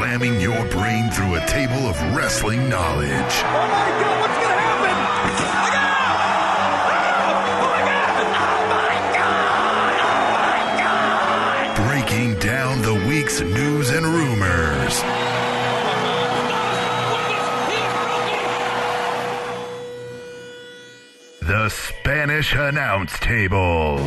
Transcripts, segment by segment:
ramming your brain through a table of wrestling knowledge. Oh my god, what's gonna happen? Oh my god! Oh my god! Oh my god! Oh my god! Breaking down the week's news and rumors. The Spanish Announce Table.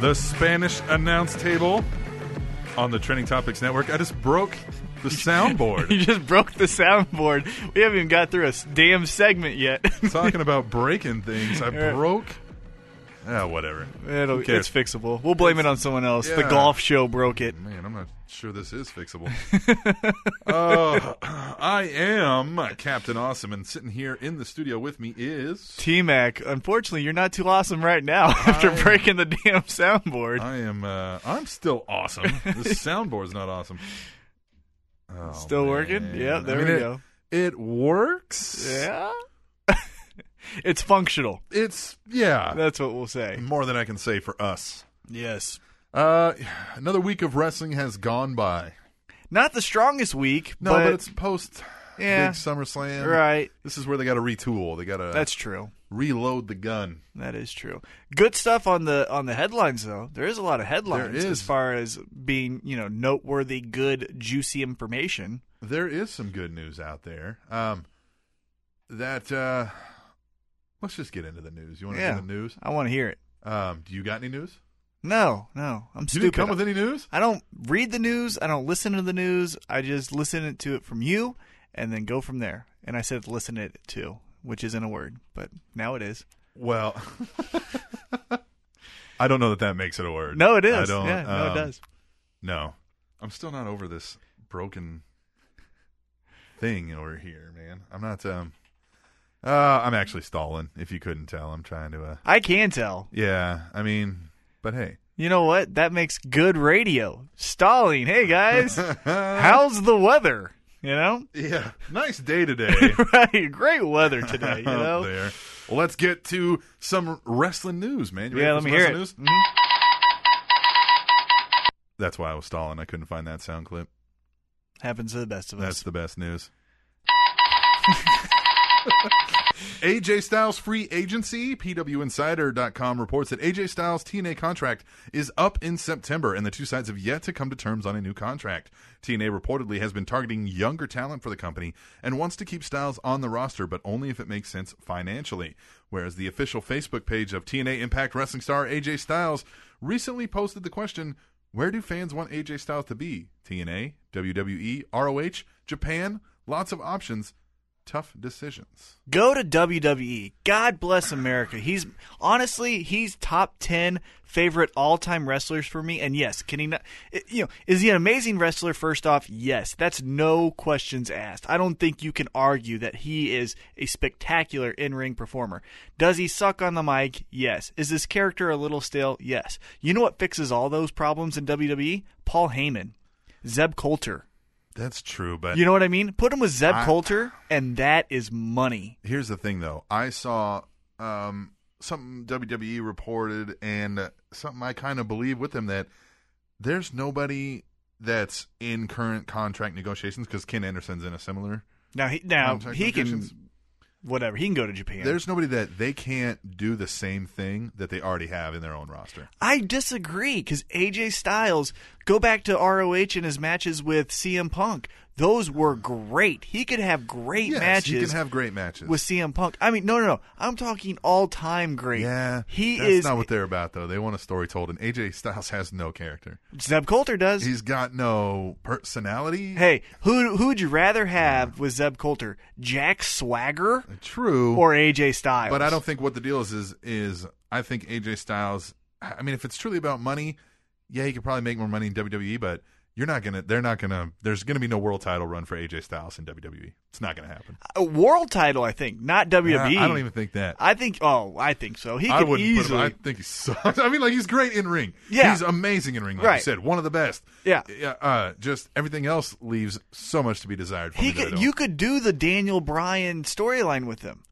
The Spanish announce table on the Trending Topics Network. I just broke the You soundboard. just broke the soundboard. We haven't even got through a s- damn segment yet. Talking about breaking things, I broke. Ah, whatever. It'll, Who cares? it's fixable. We'll blame it on someone else. The Yeah. golf show broke it. Man, I'm not sure this is fixable. uh, I am Captain Awesome, and sitting here in the studio with me is. T Mac, unfortunately, you're not too awesome right now after breaking the damn soundboard. I am. Uh, I'm still awesome. This soundboard's not awesome. Oh, Still working? Yep, there I mean, we it- go. It works. Yeah. it's functional. It's yeah. That's what we'll say. more than I can say for us. Yes. Uh, another week of wrestling has gone by. Not the strongest week, No, but, it's post Yeah. big SummerSlam. right. This is where they got to retool. They got to That's true. reload the gun. That is true. Good stuff on the on the headlines though. There is a lot of headlines There is. as far as being, you know, noteworthy, good, juicy information. There is some good news out there. Um, that uh, let's just get into the news. You want to Yeah. get into the news? I want to hear it. Um, do you got any news? No, no. I'm You stupid. didn't come with any news? I don't read the news, I don't listen to the news. I just listen to it from you and then go from there. And I said listen it to, which isn't a word, but now it is. Well, I don't know that that makes it a word. No, it I is. don't, Yeah, no um, it does. No. I'm still not over this broken thing over here, man. I'm not um uh I'm actually stalling, if you couldn't tell. I'm trying to uh I can tell. Yeah, I mean but hey. You know what? That makes good radio. Stalling. Hey guys, how's the weather? You know? Yeah. Nice day today. right. Great weather today, you out know? there. Well, let's get to some wrestling news, man. You Yeah, ready let for me some hear it. Mm-hmm. wrestling news? That's why I was stalling. I couldn't find that sound clip. Happens to the best of That's us. the best news. AJ Styles free agency. PWInsider.com reports that AJ Styles' TNA contract is up in September, and the two sides have yet to come to terms on a new contract. TNA reportedly has been targeting younger talent for the company and wants to keep Styles on the roster, but only if it makes sense financially. Whereas the official Facebook page of TNA Impact Wrestling star AJ Styles recently posted the question Where do fans want AJ Styles to be? TNA, WWE, ROH, Japan? Lots of options. Tough decisions. Go to WWE. God bless America. He's honestly, he's top 10 favorite all-time wrestlers for me and yes, can he not i- you know, is he an amazing wrestler first off? Yes. That's no questions asked. I don't think you can argue that he is a spectacular in-ring performer. Does he suck on the mic? Yes. Is his character a little stale? Yes. You know what fixes all those problems in WWE? Paul Heyman, Zeb Coulter. That's true, but You know what I mean? Put him with Zeb I- Coulter, and that is money. here's the thing, though. I saw um, something WWE reported, and uh, something I kind of believe with them that there's nobody that's in current contract negotiations because Ken Anderson's in a similar. Now he now contract he can negotiations. whatever he can go to Japan. There's nobody that they can't do the same thing that they already have in their own roster. I disagree because AJ Styles go back to ROH and his matches with CM Punk. Those were great. He could have great yes, matches. you can have great matches. with CM Punk. I mean, no, no, no. I'm talking all time great. yeah, he that's is. not what they're about though. They want a story told, and AJ Styles has no character. Zeb Coulter does. He's got no personality. hey, who who would you rather have with Zeb Coulter, Jack Swagger true. or AJ Styles? But I don't think what the deal is is is I think AJ Styles. I mean, if it's truly about money, yeah, he could probably make more money in WWE, but E, you're not gonna. They're not gonna. There's gonna be no world title run for AJ Styles in WWE. It's not gonna happen. A world title, I think, not WWE. Ah, I, I don't even think that. I think. Oh, I think so. He I could wouldn't put him. easily. I think he sucks. I mean, like he's great in ring. Yeah. he's amazing in ring. Like you Right. said, one of the best. Yeah. Uh, just everything else leaves so much to be desired. From he the could, WWE. you could do the Daniel Bryan storyline with him.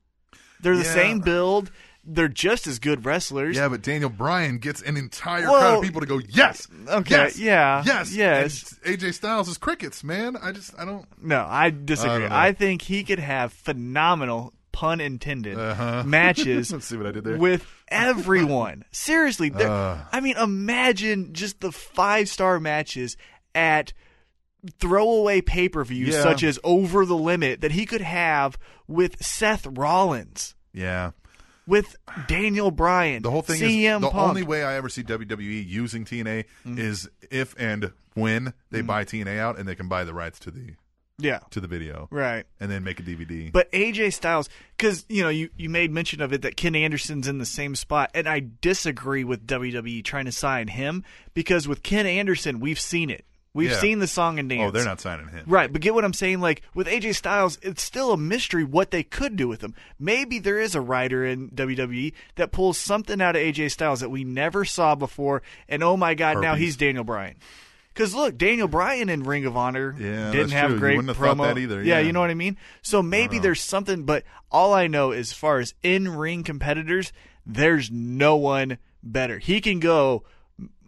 They're the Yeah. same build. They're just as good wrestlers. Yeah, but Daniel Bryan gets an entire Well- crowd of people to go, yes, Okay, yes, yeah, yes, yes. And AJ Styles is crickets, man. I just, I don't. No, I know. disagree. I, think he could have phenomenal pun intended matches Uh-huh. Let's see what I did there. Uh. with everyone. Seriously, there- I mean, imagine just the five star matches at throwaway pay per views Yeah. such as Over the Limit that he could have with Seth Rollins, Yeah, with Daniel Bryan, the whole thing CM is the Punk. Mm-hmm. only way I ever see WWE using TNA is if and when they buy TNA out and they can buy the rights to the yeah, to the video right. and then make a DVD. But AJ Styles, because you know you, you made mention of it that Ken Anderson's in the same spot, and I disagree with WWE trying to sign him because with Ken Anderson we've seen it, we've Yeah. seen the song and dance. oh, they're not signing him. right. But get what I'm saying? Like with AJ Styles, it's still a mystery what they could do with him. Maybe there is a writer in WWE that pulls something out of AJ Styles that we never saw before, and oh my God, now Herpes. he's Daniel Bryan. Because look, Daniel Bryan in Ring of Honor Yeah, didn't that's have true. You great wouldn't have promo thought that either, yeah. you know what I mean. So maybe there's something, but all I know as far as in ring competitors, there's no one better. He can go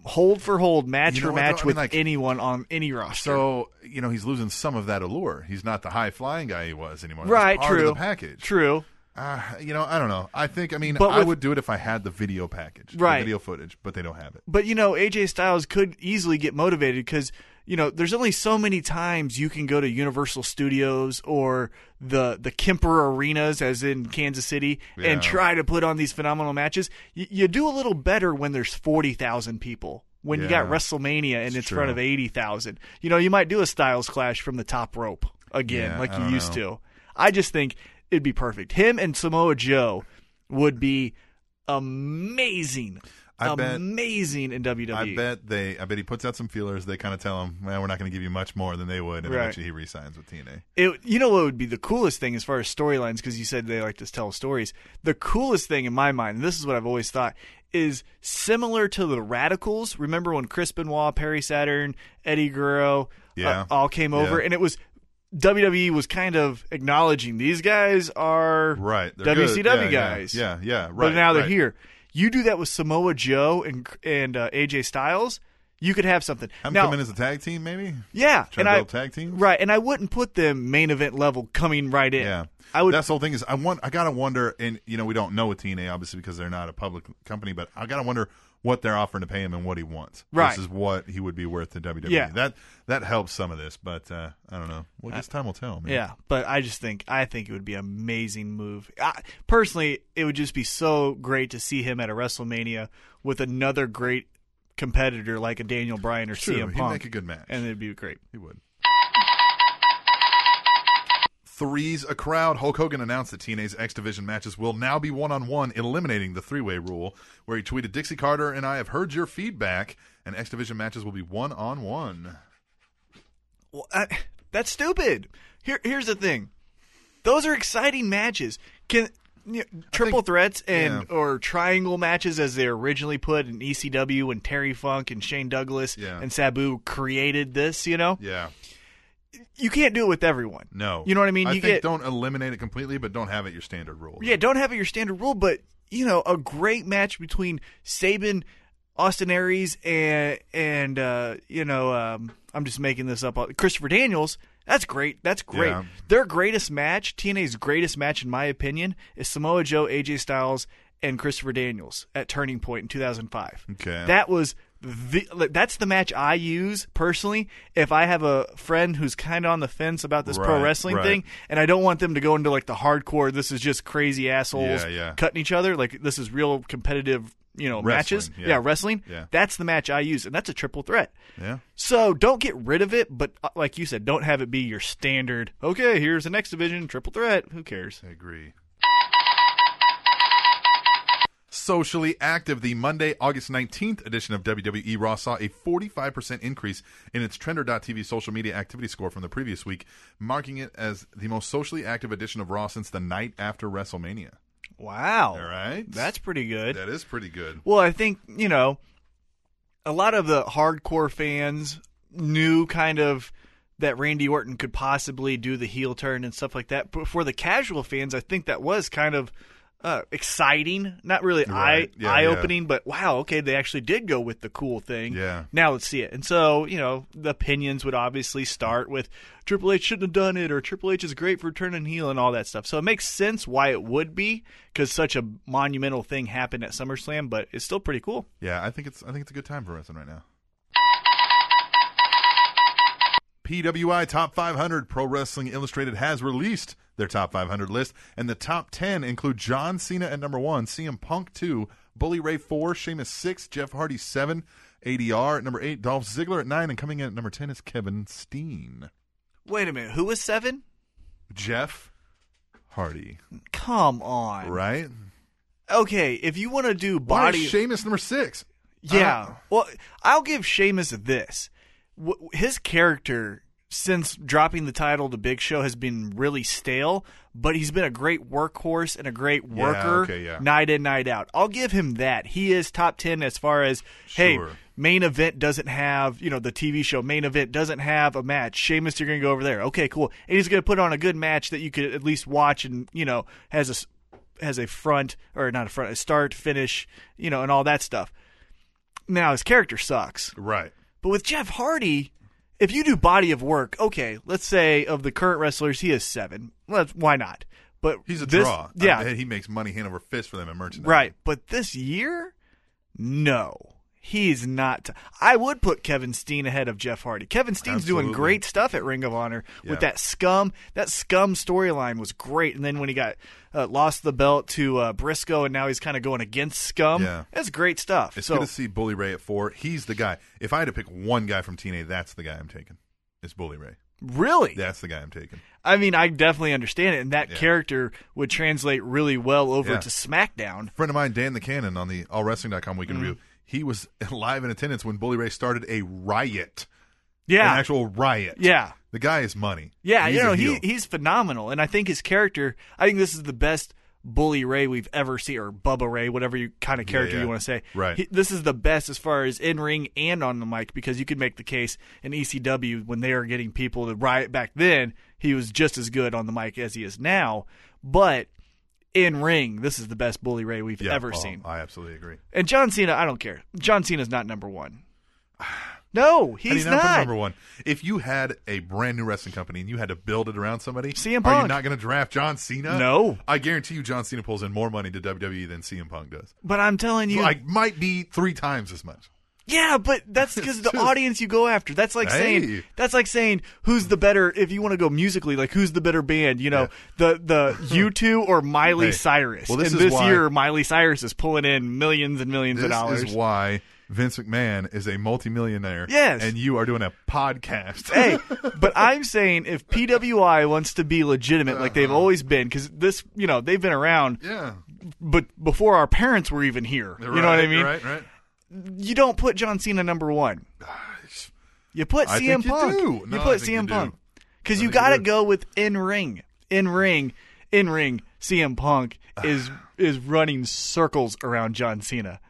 hold for hold, match You know for what, though? match I mean, with like- anyone on any roster. So you know he's losing some of that allure. He's not the high flying guy he was anymore. That's right, part of true. the package. True. Uh, you know, I don't know. I think. I mean, But I with- would do it if I had the video package, the Right. video footage, but they don't have it. But you know, AJ Styles could easily get motivated because you know there's only so many times you can go to Universal Studios or the the Kemper Arenas, as in Kansas City, Yeah. and try to put on these phenomenal matches. Y- you do a little better when there's forty thousand people. When you got Yeah. WrestleMania and it's, true. front of eighty thousand, you know you might do a Styles clash from the top rope again, Yeah, like I you don't used know. to. I just think it'd be perfect. Him and Samoa Joe would be amazing I bet- amazing in E. WWE. I bet they. I bet he puts out some feelers. They kind of tell him, "Well, we're not going to give you much more than they would," and Right. eventually he resigns with TNA. It, you know what would be the coolest thing as far as storylines, because you said they like to tell stories. The coolest thing in my mind, and this is what I've always thought, is similar to the Radicals. Remember when Chris Benoit, Perry Saturn, Eddie Guerrero uh, Yeah. all came over, Yeah. and it was WWE was kind of acknowledging these guys are Right, they're good. WCW Yeah, yeah, guys. Yeah, yeah, right. but now they're right. here. You do that with Samoa Joe and and uh, AJ Styles, you could have something. I'm now, coming as a tag team, maybe. Trying Yeah, to and I build tag teams? Right, and I wouldn't put them main event level coming right in. Yeah, I would. That's the whole thing. Is I want. I gotta wonder, and you know, we don't know with TNA obviously because they're not a public company, but I gotta wonder what they're offering to pay him and what he wants. Right. This is what he would be worth to WWE. Yeah. That that helps some of this, but uh, I don't know. Well, I guess time will tell. Man. yeah, but I just think I think it would be an amazing move. I, personally, it would just be so great to see him at a WrestleMania with another great competitor like a Daniel Bryan or True, CM he'd Punk. make a good match. and it'd be great. He would. Threes a crowd. Hulk Hogan announced that TNA's X Division matches will now be one on one, eliminating the three way rule, where he tweeted Dixie Carter and I have heard your feedback, and X Division matches will be one on one. Well, I, that's stupid. Here, here's the thing: those are exciting matches. Can you know, triple think- threats and yeah. or triangle matches, as they were originally put in E ECW and Terry Funk and Shane Douglas Yeah. and Sabu created this. You know, Yeah. you can't do it with everyone. No. you know what I mean. I you think get don't eliminate it completely, but don't have it your standard rule. yeah, don't have it your standard rule, but you know, a great match between Saban, Austin Aries, and and uh, you know, um, I'm just making this up. uh, Christopher Daniels. That's great. That's great. Yeah. Their greatest match, TNA's greatest match, in my opinion, is Samoa Joe, AJ Styles, and Christopher Daniels at Turning Point in 2005. Okay. That was the like, that's the match I use personally if I have a friend who's kind of on the fence about this pro Right, wrestling right. thing and I don't want them to go into like the hardcore. This is just crazy assholes Yeah, yeah. cutting each other. Like this is real competitive, you know, Wrestling, matches. yeah. wrestling. Yeah. That's the match I use, and that's a triple threat. Yeah. So don't get rid of it, but uh, like you said, don't have it be your standard. Okay, here's the next division, triple threat. Who cares? I agree. Socially Active, the Monday, August 19th edition of WWE Raw saw a 45% increase in its Trender.tv social media activity score from the previous week, marking it as the most socially active edition of Raw since the night after WrestleMania. Wow. All right. That's pretty good. That is pretty good. Well, I think, you know, a lot of the hardcore fans knew kind of that Randy Orton could possibly do the heel turn and stuff like that. But for the casual fans, I think that was kind of uh, exciting. Not really Right. eye Yeah, eye yeah. opening, but wow, okay, they actually did go with the cool thing. Yeah. Now let's see it. And so, you know, the opinions would obviously start with Triple H shouldn't have done it or Triple H is great for turning heel and all that stuff. So it makes sense why it would be because such a monumental thing happened at SummerSlam, but it's still pretty cool. Yeah, I think it's I think it's a good time for wrestling right now. PWI Top 500 Pro Wrestling Illustrated has released their Top 500 list, and the top 10 include John Cena at number one, CM Punk two, Bully Ray four, Sheamus six, Jeff Hardy seven, ADR at number eight, Dolph Ziggler at nine, and coming in at number ten is Kevin Steen. Wait a minute, who was seven? Jeff Hardy, Come on. right? Okay, if you want to do Why body. is Sheamus number six? Yeah. Uh, well, I'll give Sheamus this. W- his character since dropping the title to Big Show has been really stale, but he's been a great workhorse and a great worker okay, yeah. night in, night out. I'll give him that. He is top 10 as far as, hey, Sure. main event doesn't have, you know, the TV show main event doesn't have a match. Sheamus, you're going to go over there. Okay, cool. And he's going to put on a good match that you could at least watch and, you know, has a. s- Has a front or not a front, a start, finish, you know, and all that stuff. Now his character sucks. right. But with Jeff Hardy, if you do body of work, okay, let's say of the current wrestlers, he is seven. Let's, why not? But He's a this- draw. Yeah, I- he makes money hand over fist for them in merchandise. right. But this year, no, he's not. I would put Kevin Steen ahead of Jeff Hardy. Kevin Steen's doing Absolutely. great stuff at Ring of Honor Yeah. with that scum. That scum storyline was great. And then when he got uh, lost the belt to uh, Briscoe, and now he's kind of going against scum. Yeah. that's great stuff. It's so good to see Bully Ray at four. He's the guy. If I had to pick one guy from TNA, that's the guy I'm taking. It's Bully Ray. really, That's the guy I'm taking. I mean, I definitely understand it, and that Yeah. character would translate really well over Yeah. to SmackDown. friend of mine, Dan the Cannon, on the AllWrestling.com Week in Mm. Review, he was live in attendance when Bully Ray started a riot. Yeah, An actual riot. yeah, The guy is money. yeah. He's you know, a he heel. he's phenomenal, and I think his character. I think this is the best Bully Ray we've ever seen, or Bubba Ray, whatever you kind of character yeah. you want to say. Right. He- this is the best as far as in ring and on the mic because you could make the case in ECW when they are getting people to riot back then. He was just as good on the mic as he is now, but. In ring, this is the best Bully Ray we've Yeah, ever well, seen. I absolutely agree. And John Cena, I don't care. John Cena's not number one. No, How do he's you not put not. number one. If you had a brand new wrestling company and you had to build it around somebody, CM are you Punk. not going to draft John Cena? No. I guarantee you, John Cena pulls in more money to WWE than CM Punk does. But I'm telling you, Like, might be three times as much. yeah, but that's because the Just- audience you go after. That's like Hey. saying that's like saying who's the better if you want to go musically, like who's the better band? You know, the the U two or Miley Hey. Cyrus. Well, this and is this why- year, Miley Cyrus is pulling in millions and millions of This dollars. is why Vince McMahon is a multimillionaire. Yes. And you are doing a podcast. hey, but I'm saying if PWI wants to be legitimate, like they've always been, because this, you know, they've been around, Uh-huh. yeah. but before our parents were even here. You know what I mean? Right, right. you don't put John Cena number one. You put I CM think you Punk. do. No, I put think you CM do. Punk because you think you got to do. go with in ring, in ring, in ring. CM Punk is is running circles around John Cena.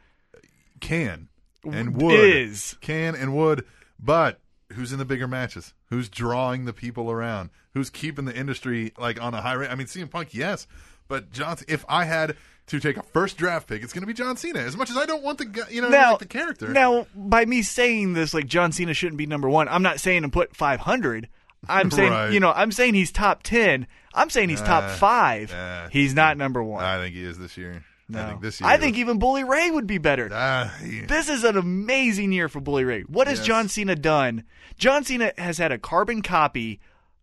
Can and W- would. is. Can and would. But who's in the bigger matches? Who's drawing the people around? Who's keeping the industry like on a high rate? I mean, CM Punk, yes. But John, if I had to take a first draft pick, it's going to be John Cena. As much as I don't want the guy, you know, Now, like the character. Now, by me saying this, like John Cena shouldn't be number one. I'm not saying to put 500. I'm saying Right. you know I'm saying he's top ten. I'm saying he's top five. uh, he's not number one. I think he is this year. I think this year. I think even Bully Ray would be better. Ah, he- This is an amazing year for Bully Ray. What has Yes. John Cena done? John Cena has had a carbon copy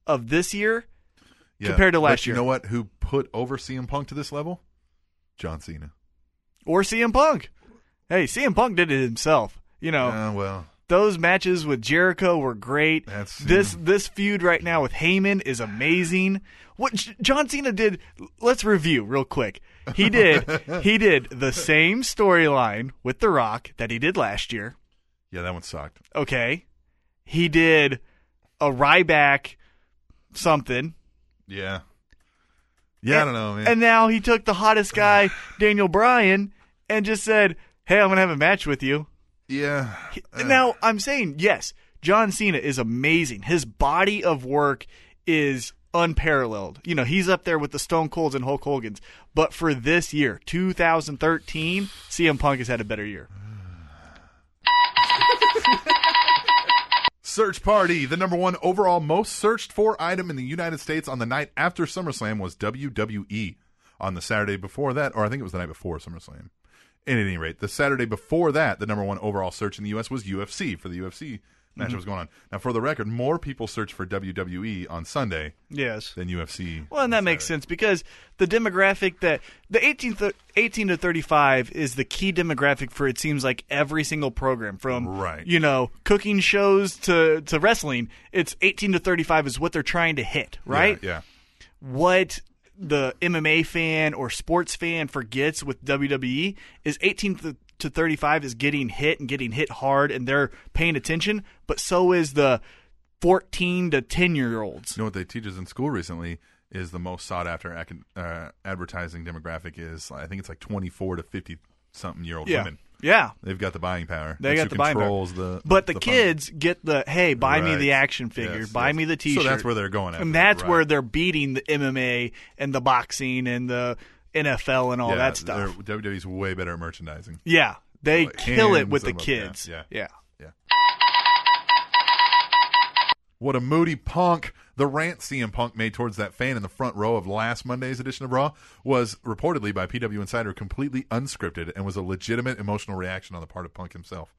of this year. yeah. compared to But last year. You know what? Who put over CM Punk to this level? John Cena. Or CM Punk. Hey, CM Punk did it himself. You know, Uh, well, Those matches with Jericho were great. That's- this this feud right now with Heyman is amazing. What J- John Cena did, let's review real quick. He did he did the same storyline with The Rock that he did last year. Yeah, that one sucked. Okay. He did a Ryback something. Yeah. Yeah, I don't know, man. And now he took the hottest guy, Daniel Bryan, and just said, Hey, I'm gonna have a match with you. yeah. He- Uh, now I'm saying yes, John Cena is amazing. His body of work is unparalleled. You know, he's up there with the Stone Colds and Hulk Hogan's. But for this year, 2013, CM Punk has had a better year. Search Party, the number one overall most searched for item in the United States on the night after SummerSlam was WWE. On the Saturday before that, or I think it was the night before SummerSlam. At any rate, the Saturday before that, the number one overall search in the U.S. was UFC for the UFC Mm-hmm. match that was going on. Now, for the record, more people searched for WWE on Sunday Yes. than UFC. Well, and that makes sense because the demographic that the 18 th- 18 to 35 is the key demographic for it seems like every single program from Right. you know cooking shows to to wrestling it's 18 to 35 is what they're trying to hit right Uh, Yeah. yeah. what the MMA fan or sports fan forgets with WWE is 18 th- to 35 is getting hit and getting hit hard and they're paying attention but so is the 14 to 10 year olds You know what they teach us in school recently is the most sought after ac- uh, advertising demographic is I think it's like 24 to 50 something year old yeah women. yeah They've got the buying power. They It's got who the buying power. controls The, But the, the fun- kids get the hey, buy me Right. the action figure, Yes, buy yes. me the So T-shirt. that's where they're going after and it, that's right. where they're beating the MMA and the boxing and the NFL and all Yeah, that stuff. they're- WWE's way better at merchandising. Yeah, they Like kill it hands with the and what- yeah, kids. yeah. yeah. What a moody punk. The rant CM Punk made towards that fan in the front row of last Monday's edition of Raw was reportedly by PW Insider completely unscripted and was a legitimate emotional reaction on the part of Punk himself.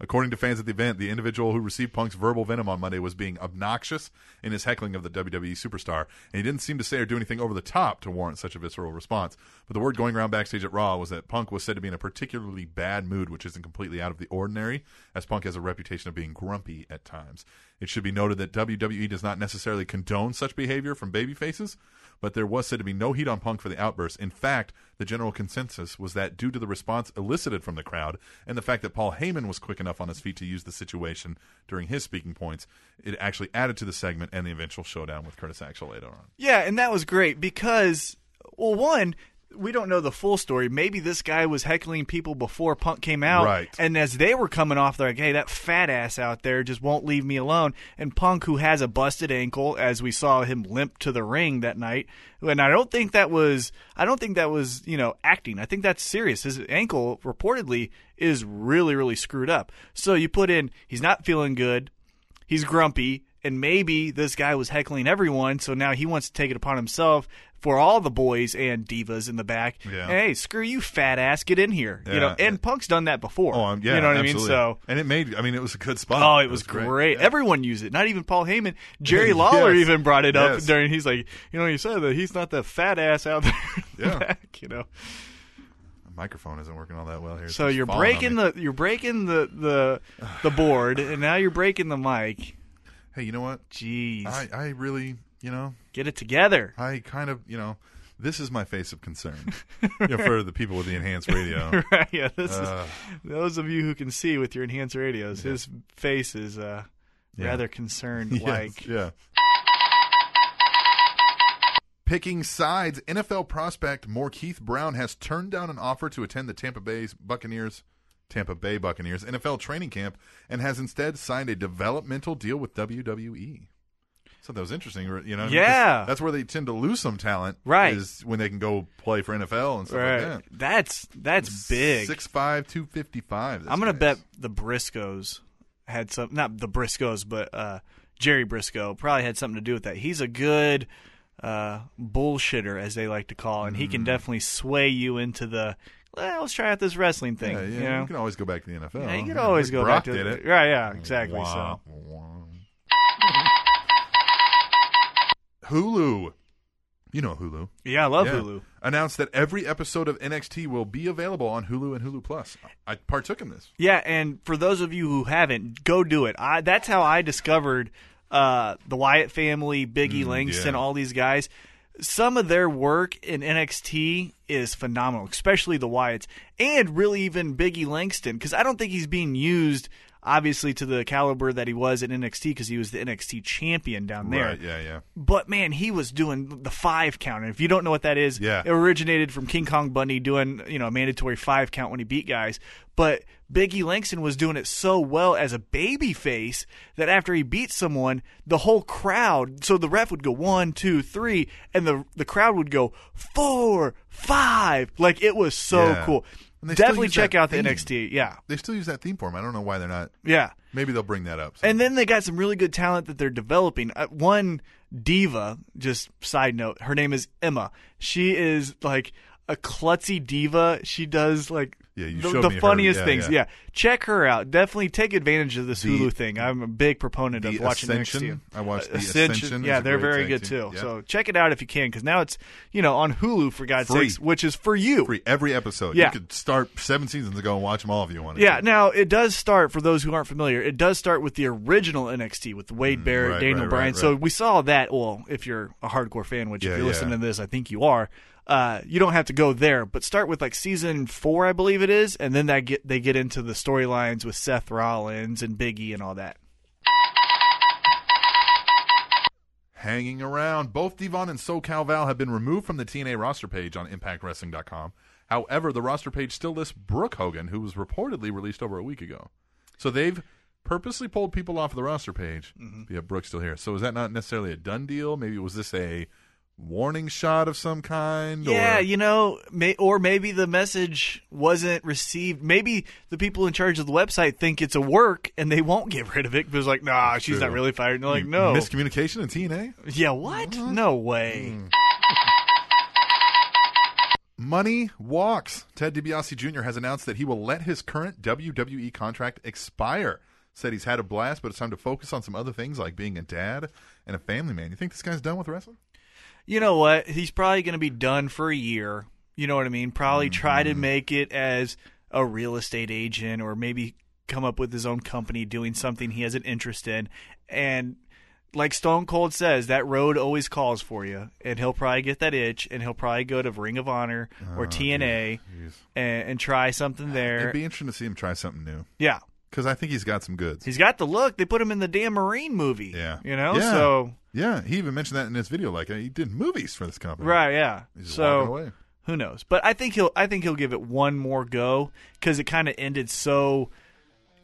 According to fans at the event, the individual who received Punk's verbal venom on Monday was being obnoxious in his heckling of the WWE superstar, and he didn't seem to say or do anything over the top to warrant such a visceral response. But the word going around backstage at Raw was that Punk was said to be in a particularly bad mood, which isn't completely out of the ordinary, as Punk has a reputation of being grumpy at times. It should be noted that WWE does not necessarily condone such behavior from babyfaces, but there was said to be no heat on Punk for the outburst. In fact, the general consensus was that due to the response elicited from the crowd and the fact that Paul Heyman was quick enough on his feet to use the situation during his speaking points, it actually added to the segment and the eventual showdown with Curtis Axel later on. Yeah, and that was great because, well, one, we don't know the full story. Maybe this guy was heckling people before Punk came out. Right. And as they were coming off, they're like, hey, that fat ass out there just won't leave me alone. And Punk, who has a busted ankle, as we saw him limp to the ring that night, and I don't think that was, I don't think that was, you know, acting. I think that's serious. His ankle reportedly is really, really screwed up. So you put in, he's not feeling good he's grumpy and maybe this guy was heckling everyone so now he wants to take it upon himself for all the boys and divas in the back Yeah. hey screw you fat ass get in here you know Yeah. and punk's done that before Oh, um, yeah, you know what absolutely. i mean so and it made. I mean, it was a good spot. Oh, it, was, great. Everyone used it. Not even Paul Heyman. Jerry Lawler Yes. even brought it up Yes. during. He's like, you know, you said that he's not that fat ass out there. in the Yeah. back," you know. My microphone isn't working all that well here. So you're breaking the you're breaking the the the board, and now you're breaking the mic. Hey, you know what? Jeez, I I really, you know, get it together. I kind of, you know, this is my face of concern you know, for the people with the enhanced radio. Right, yeah, this Uh. is those of you who can see with your enhanced radios. His face is uh, Yeah. rather concerned, Yes, like yeah. Picking sides, NFL prospect Morkeith Brown has turned down an offer to attend the Tampa Bay's Buccaneers, Tampa Bay Buccaneers NFL training camp, and has instead signed a developmental deal with WWE. So that was interesting, you know. 'cause Yeah. that's where they tend to lose some talent, Right. Is when they can go play for NFL and stuff right. like that. That's that's big. Six five, two fifty five. I'm gonna bet the Briscoes had some, not the Briscoes, but uh, Jerry Briscoe probably had something to do with that. He's a good uh, bullshitter, as they like to call, and he Mm. can definitely sway you into the. Well, let's try out this wrestling thing. Yeah, yeah, you you, know? can always go back to the NFL. Yeah, you could always Rick go Brock back to did the- it. Right, yeah, exactly. So. Hulu You know Hulu. Yeah, I love Yeah. Hulu. Announced that every episode of NXT will be available on Hulu and Hulu Plus. I partook in this. Yeah, and for those of you who haven't, go do it. I, that's how I discovered uh, the Wyatt family, Biggie Langston, Mm, yeah. all these guys. Some of their work in NXT is phenomenal, especially the Wyatts, and really even Biggie Langston, because I don't think he's being used obviously to the caliber that he was in NXT, because he was the NXT champion down there. Right, yeah, yeah. But man, he was doing the five count. And if you don't know what that is, Yeah. it originated from King Kong Bundy doing, you know, a mandatory five count when he beat guys. But Biggie Langston was doing it so well as a baby face that after he beat someone, the whole crowd so the ref would go one, two, three, and the the crowd would go four, five. Like it was so Yeah. cool. And they still Definitely use check that out the theme. NXT. Yeah. They still use that theme for 'em. I don't know why they're not. Yeah. Maybe they'll bring that up. And then they got some really good talent that they're developing. Uh, one diva, just side note, her name is Emma. She is like a klutzy diva. She does like Yeah, you the, showed the me her. funniest Yeah, things. yeah. Yeah. check her out. Definitely take advantage of this The- Hulu thing. I'm a big proponent The of watching Ascension. NXT. I watched The Ascension. Yeah, It's a they're great very tag good team. too. Yeah. So check it out if you can, because now it's you know on Hulu for God's Free. sakes, which is for you. Free every episode. Yeah. You could start seven seasons ago and watch them all if you wanted. Yeah, to. now it does start for those who aren't familiar. It does start with the original NXT with Wade Barrett, Mm, right, Daniel right, Bryan. right, So right. we saw that. Well, if you're a hardcore fan, which Yeah, if you're yeah. listening to this, I think you are. Uh, you don't have to go there, but start with like season four, I believe it is, and then that get they get into the storylines with Seth Rollins and Biggie and all that. hanging around. Both Devon and SoCal Val have been removed from the TNA roster page on ImpactWrestling.com. However, the roster page still lists Brooke Hogan, who was reportedly released over a week ago. So they've purposely pulled people off the roster page. Mm-hmm. Yeah, Brooke's still here. So is that not necessarily a done deal? Maybe was this a warning shot of some kind? Yeah, or, you know, may, or maybe the message wasn't received. Maybe the people in charge of the website think it's a work and they won't get rid of it because, like, nah, she's true. not really fired. And they're like, no. miscommunication in TNA. Yeah, what? No way. Hmm. Money walks. Ted DiBiase Jr. has announced that he will let his current WWE contract expire. Said he's had a blast, but it's time to focus on some other things like being a dad and a family man. You think this guy's done with wrestling? You know what? He's probably going to be done for a year. You know what I mean? Probably try Mm-hmm. to make it as a real estate agent or maybe come up with his own company doing something he has an interest in. And like Stone Cold says, that road always calls for you. And he'll probably get that itch and he'll probably go to Ring of Honor Oh, or TNA and, and try something there. It'd be interesting to see him try something new yeah. because I think he's got some goods. He's got the look. They put him in the damn Marine movie. yeah, You know? Yeah. So, yeah, he even mentioned that in his video. Like uh, he did movies for this company, right, yeah. He's just so, walking away. who knows but i think he'll i think he'll give it one more go because it kind of ended so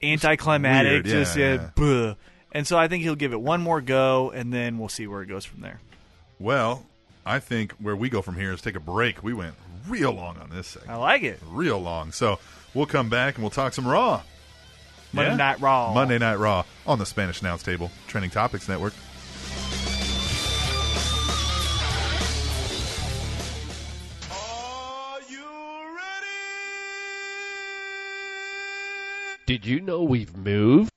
anticlimactic Weird, yeah, just yeah, yeah. bleh. and so i think he'll give it one more go and then we'll see where it goes from there Well, I think where we go from here is take a break. We went real long on this segment, i like it real long. So we'll come back and we'll talk some Raw. monday Yeah. night raw Monday Night Raw on the Spanish Announce Table, Trending Topics Network. Did you know we've moved?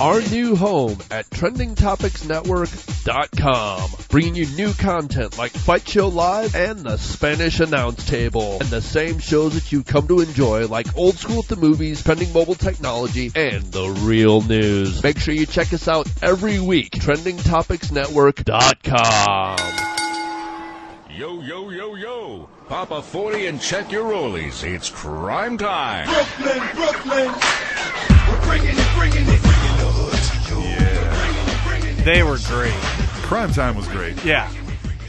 Our new home at TrendingTopicsNetwork.com, bringing you new content like Fight Show Live and the Spanish Announce Table, and the same shows that you come to enjoy like Old School at the Movies, Trending Mobile Technology, and the real news. Make sure you check us out every week, TrendingTopicsNetwork.com. Yo, yo, yo, yo. Pop a 40 and check your rollies. It's crime time. Brooklyn, Brooklyn. We're bringing it, bringing it, bringing the hood to you. they were great Crime Time was great. yeah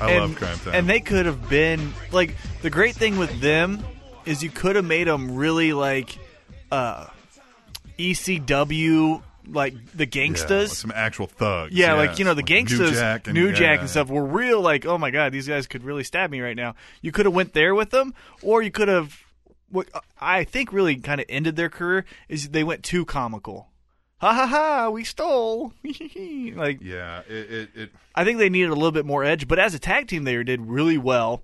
I and, love Crime Time. and they could have been like the great thing with them is you could have made them really like uh ecw like the Yeah, gangstas some actual thugs. Yeah, like yes. you know the gangsters, New New Jack and, yeah, yeah. stuff were real. Like, oh my god, these guys could really stab me right now. You could have went there with them, or you could have. What uh, I think really kind of ended their career is they went too comical. Ha ha ha! We stole. like Yeah, it, it, it I think they needed a little bit more edge, but as a tag team, they did really well,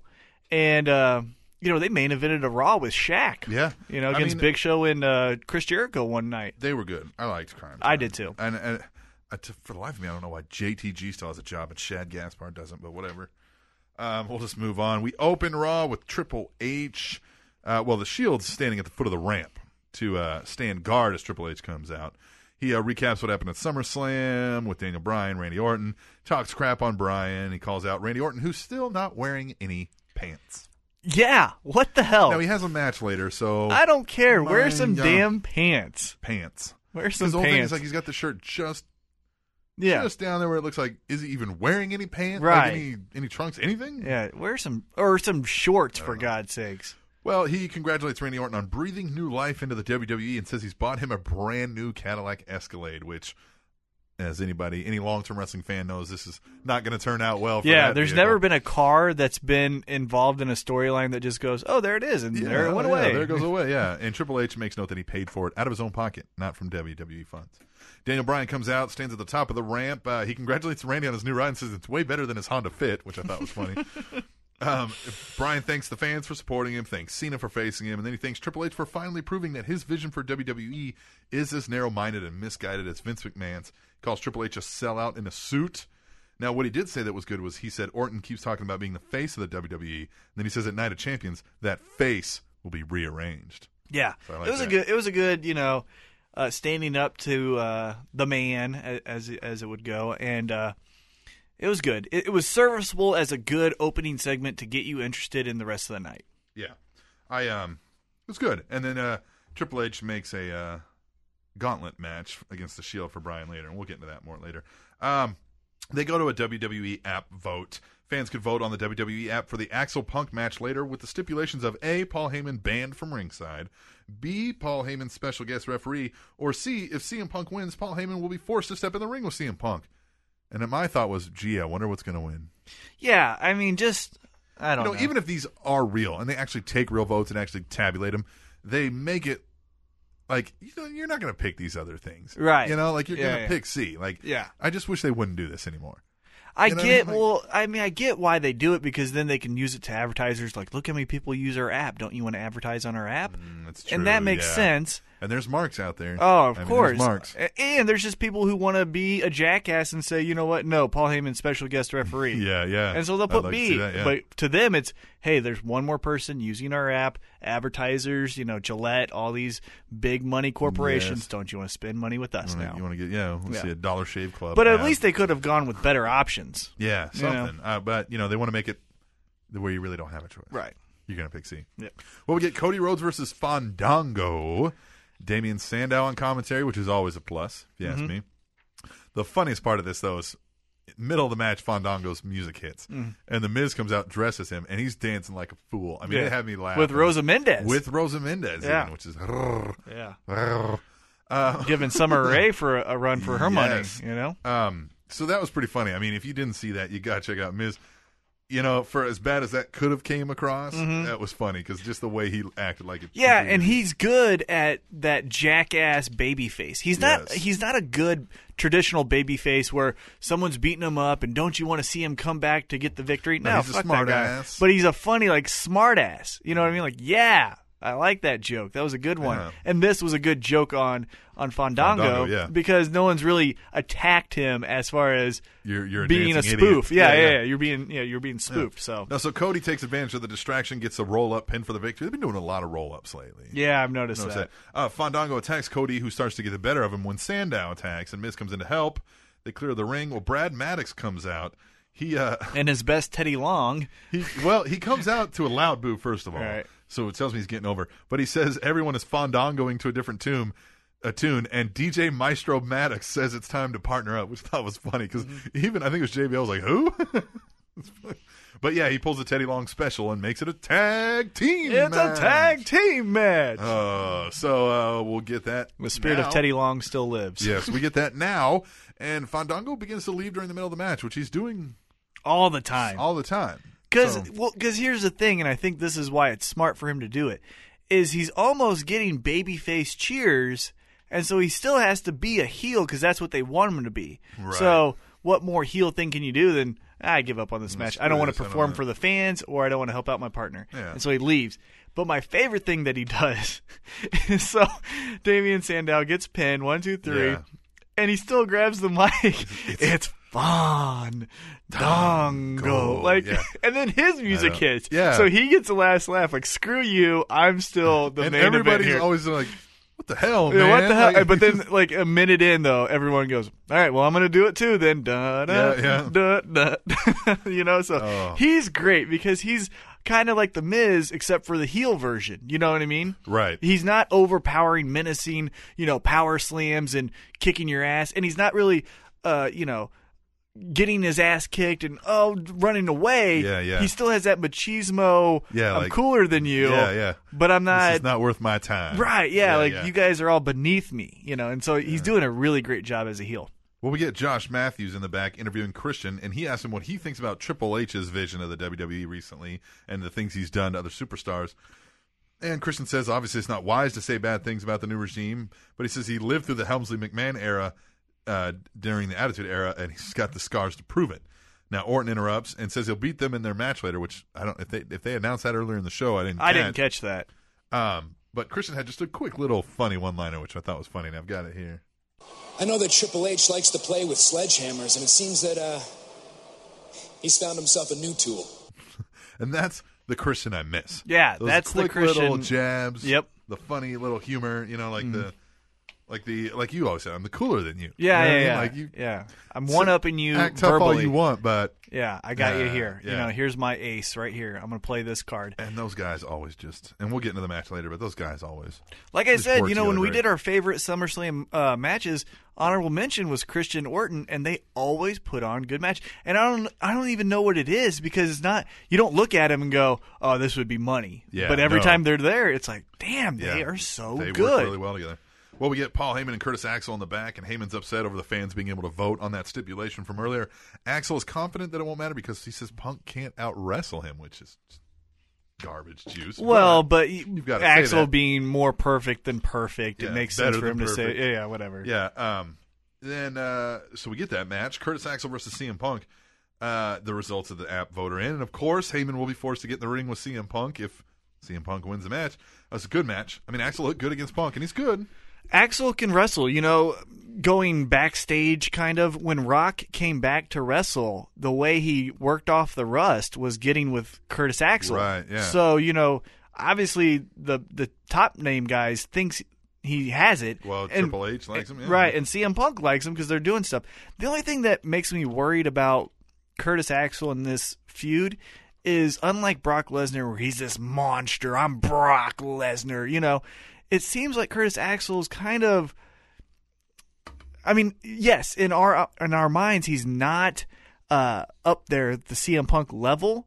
and uh, you know they main evented a Raw with Shaq. Yeah. you know I against mean- Big Show and uh, Chris Jericho one night. they were good. I liked Crime. Time. I did too. And, and I t- for the life of me, I don't know why JTG still has a job and Shad Gaspar doesn't, but whatever. Um, we'll just move on. We open Raw with Triple H. Uh, well, the Shield's standing at the foot of the ramp to uh, stand guard as Triple H comes out. He uh, recaps what happened at SummerSlam with Daniel Bryan, Randy Orton, talks crap on Bryan. He calls out Randy Orton, who's still not wearing any pants. Yeah, what the hell? Now, he has a match later, so Oh. I don't care. Wear Mine, some yeah. damn pants. pants. Wear some His whole thing pants. is like he's got the shirt just yeah, just down there where it looks like is he even wearing any pants? Right. Like any any trunks? Anything? yeah. Wear some or some shorts Uh, for God's sakes. Well, he congratulates Randy Orton on breathing new life into the WWE and says he's bought him a brand new Cadillac Escalade, which, as anybody, any long term wrestling fan knows, this is not going to turn out well. For Yeah, that there's vehicle. never been a car that's been involved in a storyline that just goes, "Oh, there it is," and Yeah, there it went yeah, away. There it goes away. Yeah, and Triple H makes note that he paid for it out of his own pocket, not from WWE funds. Daniel Bryan comes out, stands at the top of the ramp. Uh, he congratulates Randy on his new ride and says it's way better than his Honda Fit, which I thought was funny. um, Bryan thanks the fans for supporting him, thanks Cena for facing him, and then he thanks Triple H for finally proving that his vision for WWE is as narrow-minded and misguided as Vince McMahon's. He calls Triple H a sellout in a suit. Now, what he did say that was good was he said Orton keeps talking about being the face of the WWE, and then he says at Night of Champions that face will be rearranged. Yeah, So I like it was that. a good. It was a good. You know, uh, standing up to uh, the man a- as as it would go, and uh, it was good. It, it was serviceable as a good opening segment to get you interested in the rest of the night. Yeah, I um, it was good. And then uh, Triple H makes a uh, gauntlet match against the Shield for Brian later, and we'll get into that more later. Um, they go to a WWE app vote. Fans could vote on the WWE app for the Axel Punk match later with the stipulations of A. Paul Heyman banned from ringside, B. Paul Heyman special guest referee, or C. If CM Punk wins, Paul Heyman will be forced to step in the ring with CM Punk. And my thought was, gee, I wonder what's going to win. Yeah, I mean, just I don't You know, know. even if these are real and they actually take real votes and actually tabulate them, they make it like you know, you're not going to pick these other things, Right. You know, like you're Yeah, going to yeah. pick C. Like, Yeah. I just wish they wouldn't do this anymore. I you know, get like- well. I mean, I get why they do it because then they can use it to advertisers. Like, look how many people use our app. Don't you want to advertise on our app? That's and that makes sense. And there's marks out there. Mm, Oh, I mean, of there's course. marks. A- And there's just people who want to be a jackass and say, you know what? No, Paul Heyman, special guest referee. Yeah, yeah. And so they'll I'd put like to see B. that, yeah. But to them, it's hey, there's one more person using our app. Advertisers, you know, Gillette, all these big money corporations. Yes. Don't you want to spend money with us You wanna- now? You want to get yeah, let's Yeah. see a Dollar Shave Club, but at ad. least they could have gone with better options. yeah, you know. something. Uh, but you know, they want to make it where you really don't have a choice. Right. You're going to pick C. Yeah. Well, we get Cody Rhodes versus Fandango. Damian Sandow on commentary, which is always a plus, if you Mm-hmm. ask me. The funniest part of this, though, is middle of the match, Fandango's music hits. Mm. And The Miz comes out, dresses him, and he's dancing like a fool. I mean, Yeah. it had me laugh. With Rosa Mendez. With Rosa Mendez, Yeah. even, which is. "Rrr, yeah. rrr." Giving Summer Rae for a, a run for her Yes. money, you know? Um, so that was pretty funny. I mean, if you didn't see that, you got to check out Miz. You know, for as bad as that could have came across, that was funny because just the way he acted like it. Mm-hmm. Yeah, and he's good at that jackass baby face. He's not Yes. he's not a good traditional baby face where someone's beating him up and don't you want to see him come back to get the victory? No, he's a fuck smart that guy. ass. But he's a funny like smart ass. You know what I mean? Like, yeah, I like that joke. That was a good one. Yeah. And this was a good joke on on Fandango, Fandango, yeah. because no one's really attacked him as far as You're- you're a being a dancing idiot. spoof. Yeah, Yeah, yeah, yeah. yeah. You're being yeah, you're being spoofed. So No, so Cody takes advantage of the distraction, gets a roll up pin for the victory. They've been doing a lot of roll ups lately. yeah, I've noticed Notice that. that. Uh, Fandango attacks Cody, who starts to get the better of him when Sandow attacks, and Miz comes in to help. They clear the ring. Well, Brad Maddox comes out. He, uh, And his best Teddy Long. he, well, he comes out to a loud boo first of all, Right. so it tells me he's getting over. But he says everyone is fandangoing to a different tune, a tune, and DJ Maestro Maddox says it's time to partner up, which I thought was funny because Mm-hmm. even I think it was JBL was like, "Who?" It's funny. but yeah, he pulls a Teddy Long special and makes it a tag team. It's match. a tag team match. Uh, so uh, we'll get that. the spirit now. of Teddy Long still lives. Yes, we get that now. And Fandango begins to leave during the middle of the match, which he's doing All the time. all the time. Because So- here's the thing, and I think this is why it's smart for him to do it, is he's almost getting babyface cheers, and so he still has to be a heel because that's what they want him to be. Right. So what more heel thing can you do than I give up on this match? I screw don't want to this, I don't perform wanna- for the fans, or I don't want to help out my partner. Yeah. And so he leaves. But my favorite thing that he does is so Damian Sandow gets pinned one, two, three. Yeah. and he still grabs the mic. It's, fun, dongo, Dongo, like, yeah. and then his music know. hits. Yeah. So he gets the last laugh. Like, screw you, I'm still the and main event everybody's here. always like, "What the hell, Yeah, man?" what the hell? Like, but then, like a minute in, though, everyone goes, "All right, well, I'm going to do it too." Then, da da Yeah, da da, you know. So Oh. he's great because he's kind of like the Miz, except for the heel version. You know what I mean? Right. He's not overpowering, menacing, you know, power slams and kicking your ass, and he's not really, uh, you know. Getting his ass kicked and oh, running away. Yeah, yeah. He still has that machismo. Yeah, I'm like- cooler than you. Yeah, yeah. But I'm this not. is not worth my time. Right, yeah, like you guys are all beneath me, you know, and so he's doing a really great job as a heel. Well, we get Josh Matthews in the back interviewing Christian, and he asks him what he thinks about Triple H's vision of the WWE recently and the things he's done to other superstars. And Christian says, obviously, it's not wise to say bad things about the new regime, but he says he lived through the Helmsley McMahon era uh, during the Attitude era, and he's got the scars to prove it. Now Orton interrupts and says he'll beat them in their match later, which I don't if they if they announced that earlier in the show, I didn't. I didn't catch that. Um, but Christian had just a quick little funny one liner, which I thought was funny, and I've got it here. I know that Triple H likes to play with sledgehammers, and it seems that uh, he's found himself a new tool. And that's the Christian I miss. Yeah, Those that's the quick little Christian- jabs. Yep. Mm-hmm. The funny little humor, you know, like the like the like you always said, I'm the cooler than you. You Yeah, know what I yeah, mean? yeah. Like you yeah. I'm one up in you act tough verbally. all you want, but Yeah, I got you Uh, here. You yeah. know, here's my ace right here. I'm going to play this card. and those guys always just and we'll get into the match later, but those guys always Like I Just said, work you know, when we together. did our favorite SummerSlam uh, matches, honorable mention was Christian Orton, and they always put on good match. And I don't, I don't even know what it is because it's not. You don't look at him and go, "Oh, this would be money." Yeah, but every no. time they're there, it's like, "Damn, yeah, they are so they Oh, good." work really well together. Well, we get Paul Heyman and Curtis Axel in the back, and Heyman's upset over the fans being able to vote on that stipulation from earlier. Axel is confident that it won't matter because he says Punk can't out wrestle him, which is just garbage juice. Well, but gotta say Axel that. being more perfect than perfect, Yeah, it makes better sense for than him to say, perfect. yeah, yeah, whatever. Yeah. Um, then uh, so we get that match: Curtis Axel versus CM Punk. Uh, the results of the app voter in, and of course, Heyman will be forced to get in the ring with CM Punk if CM Punk wins the match. That's a good match. I mean, Axel looked good against Punk, and he's good. Axel can wrestle, you know, going backstage kind of. When Rock came back to wrestle, the way he worked off the rust was getting with Curtis Axel. Right, yeah. So, you know, obviously the the top name guys thinks he has it. Well, Triple H likes him, yeah. Eh, Right, and CM Punk likes him because they're doing stuff. The only thing that makes me worried about Curtis Axel in this feud is unlike Brock Lesnar, where he's this monster. I'm Brock Lesnar. You know, it seems like Curtis Axel is kind of. I mean, yes, in our in our minds, he's not uh, up there at the CM Punk level,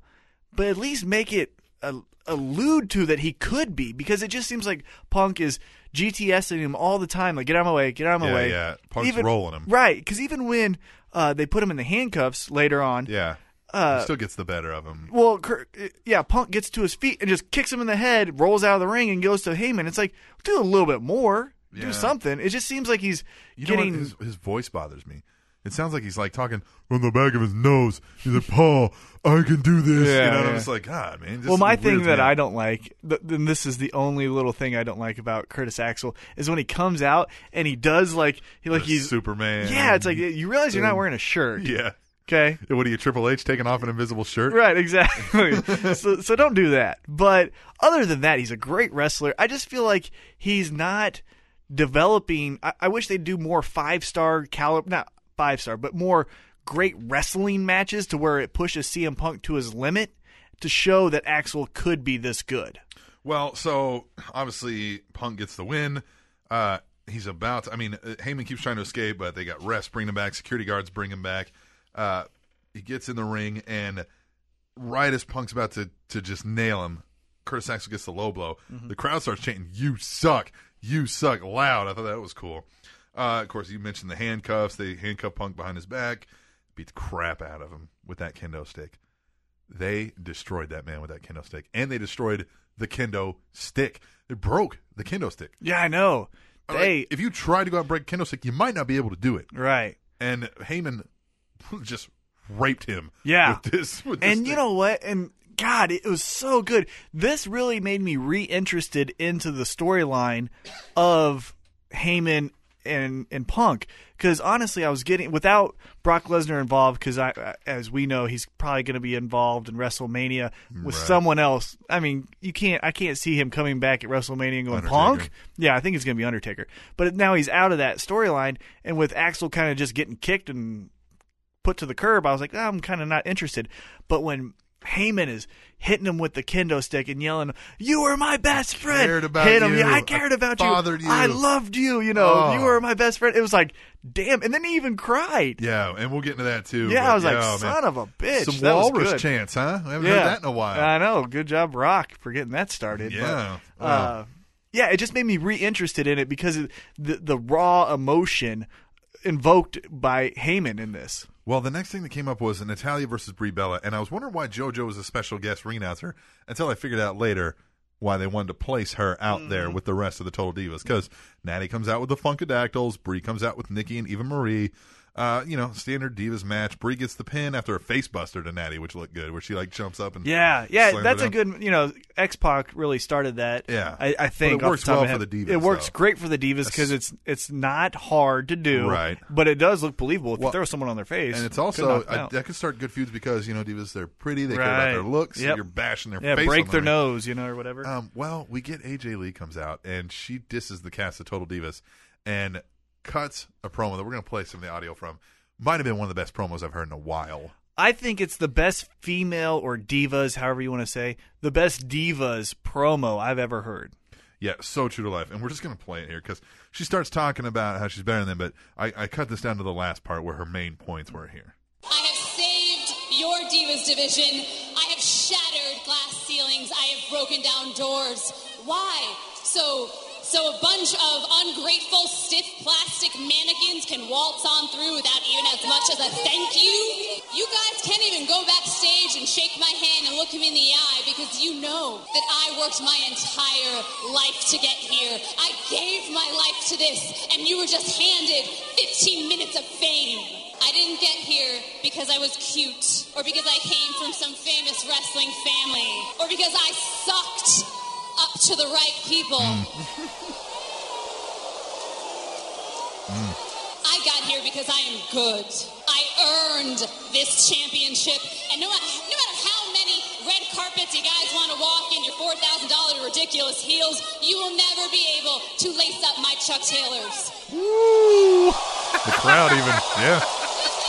but at least make it a, allude to that he could be, because it just seems like Punk is GTSing him all the time, like get out of my way, get out of my Yeah, way. yeah. Punk's rolling him. right? Because even when uh, they put him in the handcuffs later on, Yeah, Uh, he still gets the better of him. well, Cur- yeah, Punk gets to his feet and just kicks him in the head, rolls out of the ring, and goes to Heyman. It's like do a little bit more, Yeah. do something. It just seems like he's You know getting what? His, his voice bothers me. It sounds like he's like talking from the back of his nose. He's like, "Paul, I can do this." Yeah, you know, and I'm yeah. just like, God, man. this Well, is my the thing weirdest that man." I don't like, th- and this is the only little thing I don't like about Curtis Axel, is when he comes out and he does like he like The he's Superman. Yeah, it's like you realize you're not wearing a shirt. yeah. Okay. What are you, Triple H, taking off an invisible shirt? Right, exactly. so, so don't do that. But other than that, he's a great wrestler. I just feel like he's not developing. I, I wish they'd do more five star caliber, not five star, but more great wrestling matches to where it pushes CM Punk to his limit to show that Axel could be this good. Well, so obviously Punk gets the win. Uh, he's about. I mean, uh, Heyman keeps trying to escape, but they got refs bring him back. Security guards bring him back. Uh, he gets in the ring, and right as Punk's about to to just nail him, Curtis Axel gets the low blow. The crowd starts chanting, "You suck! You suck!" loud. I thought that was cool. Uh, of course, you mentioned the handcuffs. They handcuff Punk behind his back, beat the crap out of him with that kendo stick they destroyed that man with that kendo stick, and they destroyed the kendo stick. It broke the kendo stick. Yeah, I know. Like, They if you try to go out and break a kendo stick, you might not be able to do it. right. And Heyman just raped him. Yeah. with this, with this And you stick. know what? And God, it was so good. This really made me reinterested into the storyline of Heyman and and Punk because honestly, I was getting without Brock Lesnar involved because I, as we know, he's probably going to be involved in WrestleMania with someone else. I mean, you can't I can't see him coming back at WrestleMania and going Punk. Undertaker. Yeah, I think it's going to be Undertaker. But now he's out of that storyline, and with Axel kind of just getting kicked and put to the curb, I was like, "Ah, I'm kind of not interested. But when Heyman is hitting him with the kendo stick and yelling, "You were my best friend." cared about Hit him. you. I I cared about bothered you." I loved you. You know, Oh. you were my best friend. It was like, damn. And then he even cried. Yeah, and we'll get into that too. Yeah, but I was like, yeah, son man. of a bitch. Some that was walrus good. chants, huh? I haven't Yeah, Uh, heard that in a while. I know. Good job, Rock, for getting that started. but, Yeah. uh, yeah, it just made me reinterested in it because of the the raw emotion invoked by Heyman in this. Well, the next thing that came up was Natalia versus Brie Bella, and I was wondering why JoJo was a special guest ring announcer until I figured out later why they wanted to place her out there Mm-hmm. with the rest of the Total Divas. Because Natty comes out with the Funkadactyls, Brie comes out with Nikki and Eva Marie. Uh, you know, standard Divas match. Brie gets the pin after a face buster to Natty, which looked good, where she like jumps up and Yeah, yeah, slams that's her a down. good. You know, X Pac really started that. Yeah. I, I think But it off works the top well of my for head. the divas, It works though. great for the divas because it's it's not hard to do, Right. But it does look believable if you Well, throw someone on their face, And it's could also knock them I, out. that could start good feuds because you know divas they're pretty, they care about Right. their looks. so Yep. You're bashing their yeah, face break on their the ring. nose, you know, or whatever. Um, well, we get AJ Lee comes out and she disses the cast of Total Divas and cuts a promo that we're going to play some of the audio from. Might have been one of the best promos I've heard in a while. I think it's the best female or divas, however you want to say, the best divas promo I've ever heard. Yeah, so true to life. And we're just going to play it here because she starts talking about how she's better than them, but I, I cut this down to the last part where her main points were here. I have saved your Divas division. I have shattered glass ceilings. I have broken down doors. Why? So, so a bunch of ungrateful, stiff plastic mannequins can waltz on through without even as much as a thank you? You guys can't even go backstage and shake my hand and look him in the eye because you know that I worked my entire life to get here. I gave my life to this, and you were just handed 15 minutes of fame. I didn't get here because I was cute, or because I came from some famous wrestling family, or because I sucked up to the right people. I got here because I am good. I earned this championship, and no, matter- no matter how many red carpets you guys want to walk in your four thousand dollar ridiculous heels, you will never be able to lace up my Chuck Taylors. The crowd, even. Yeah.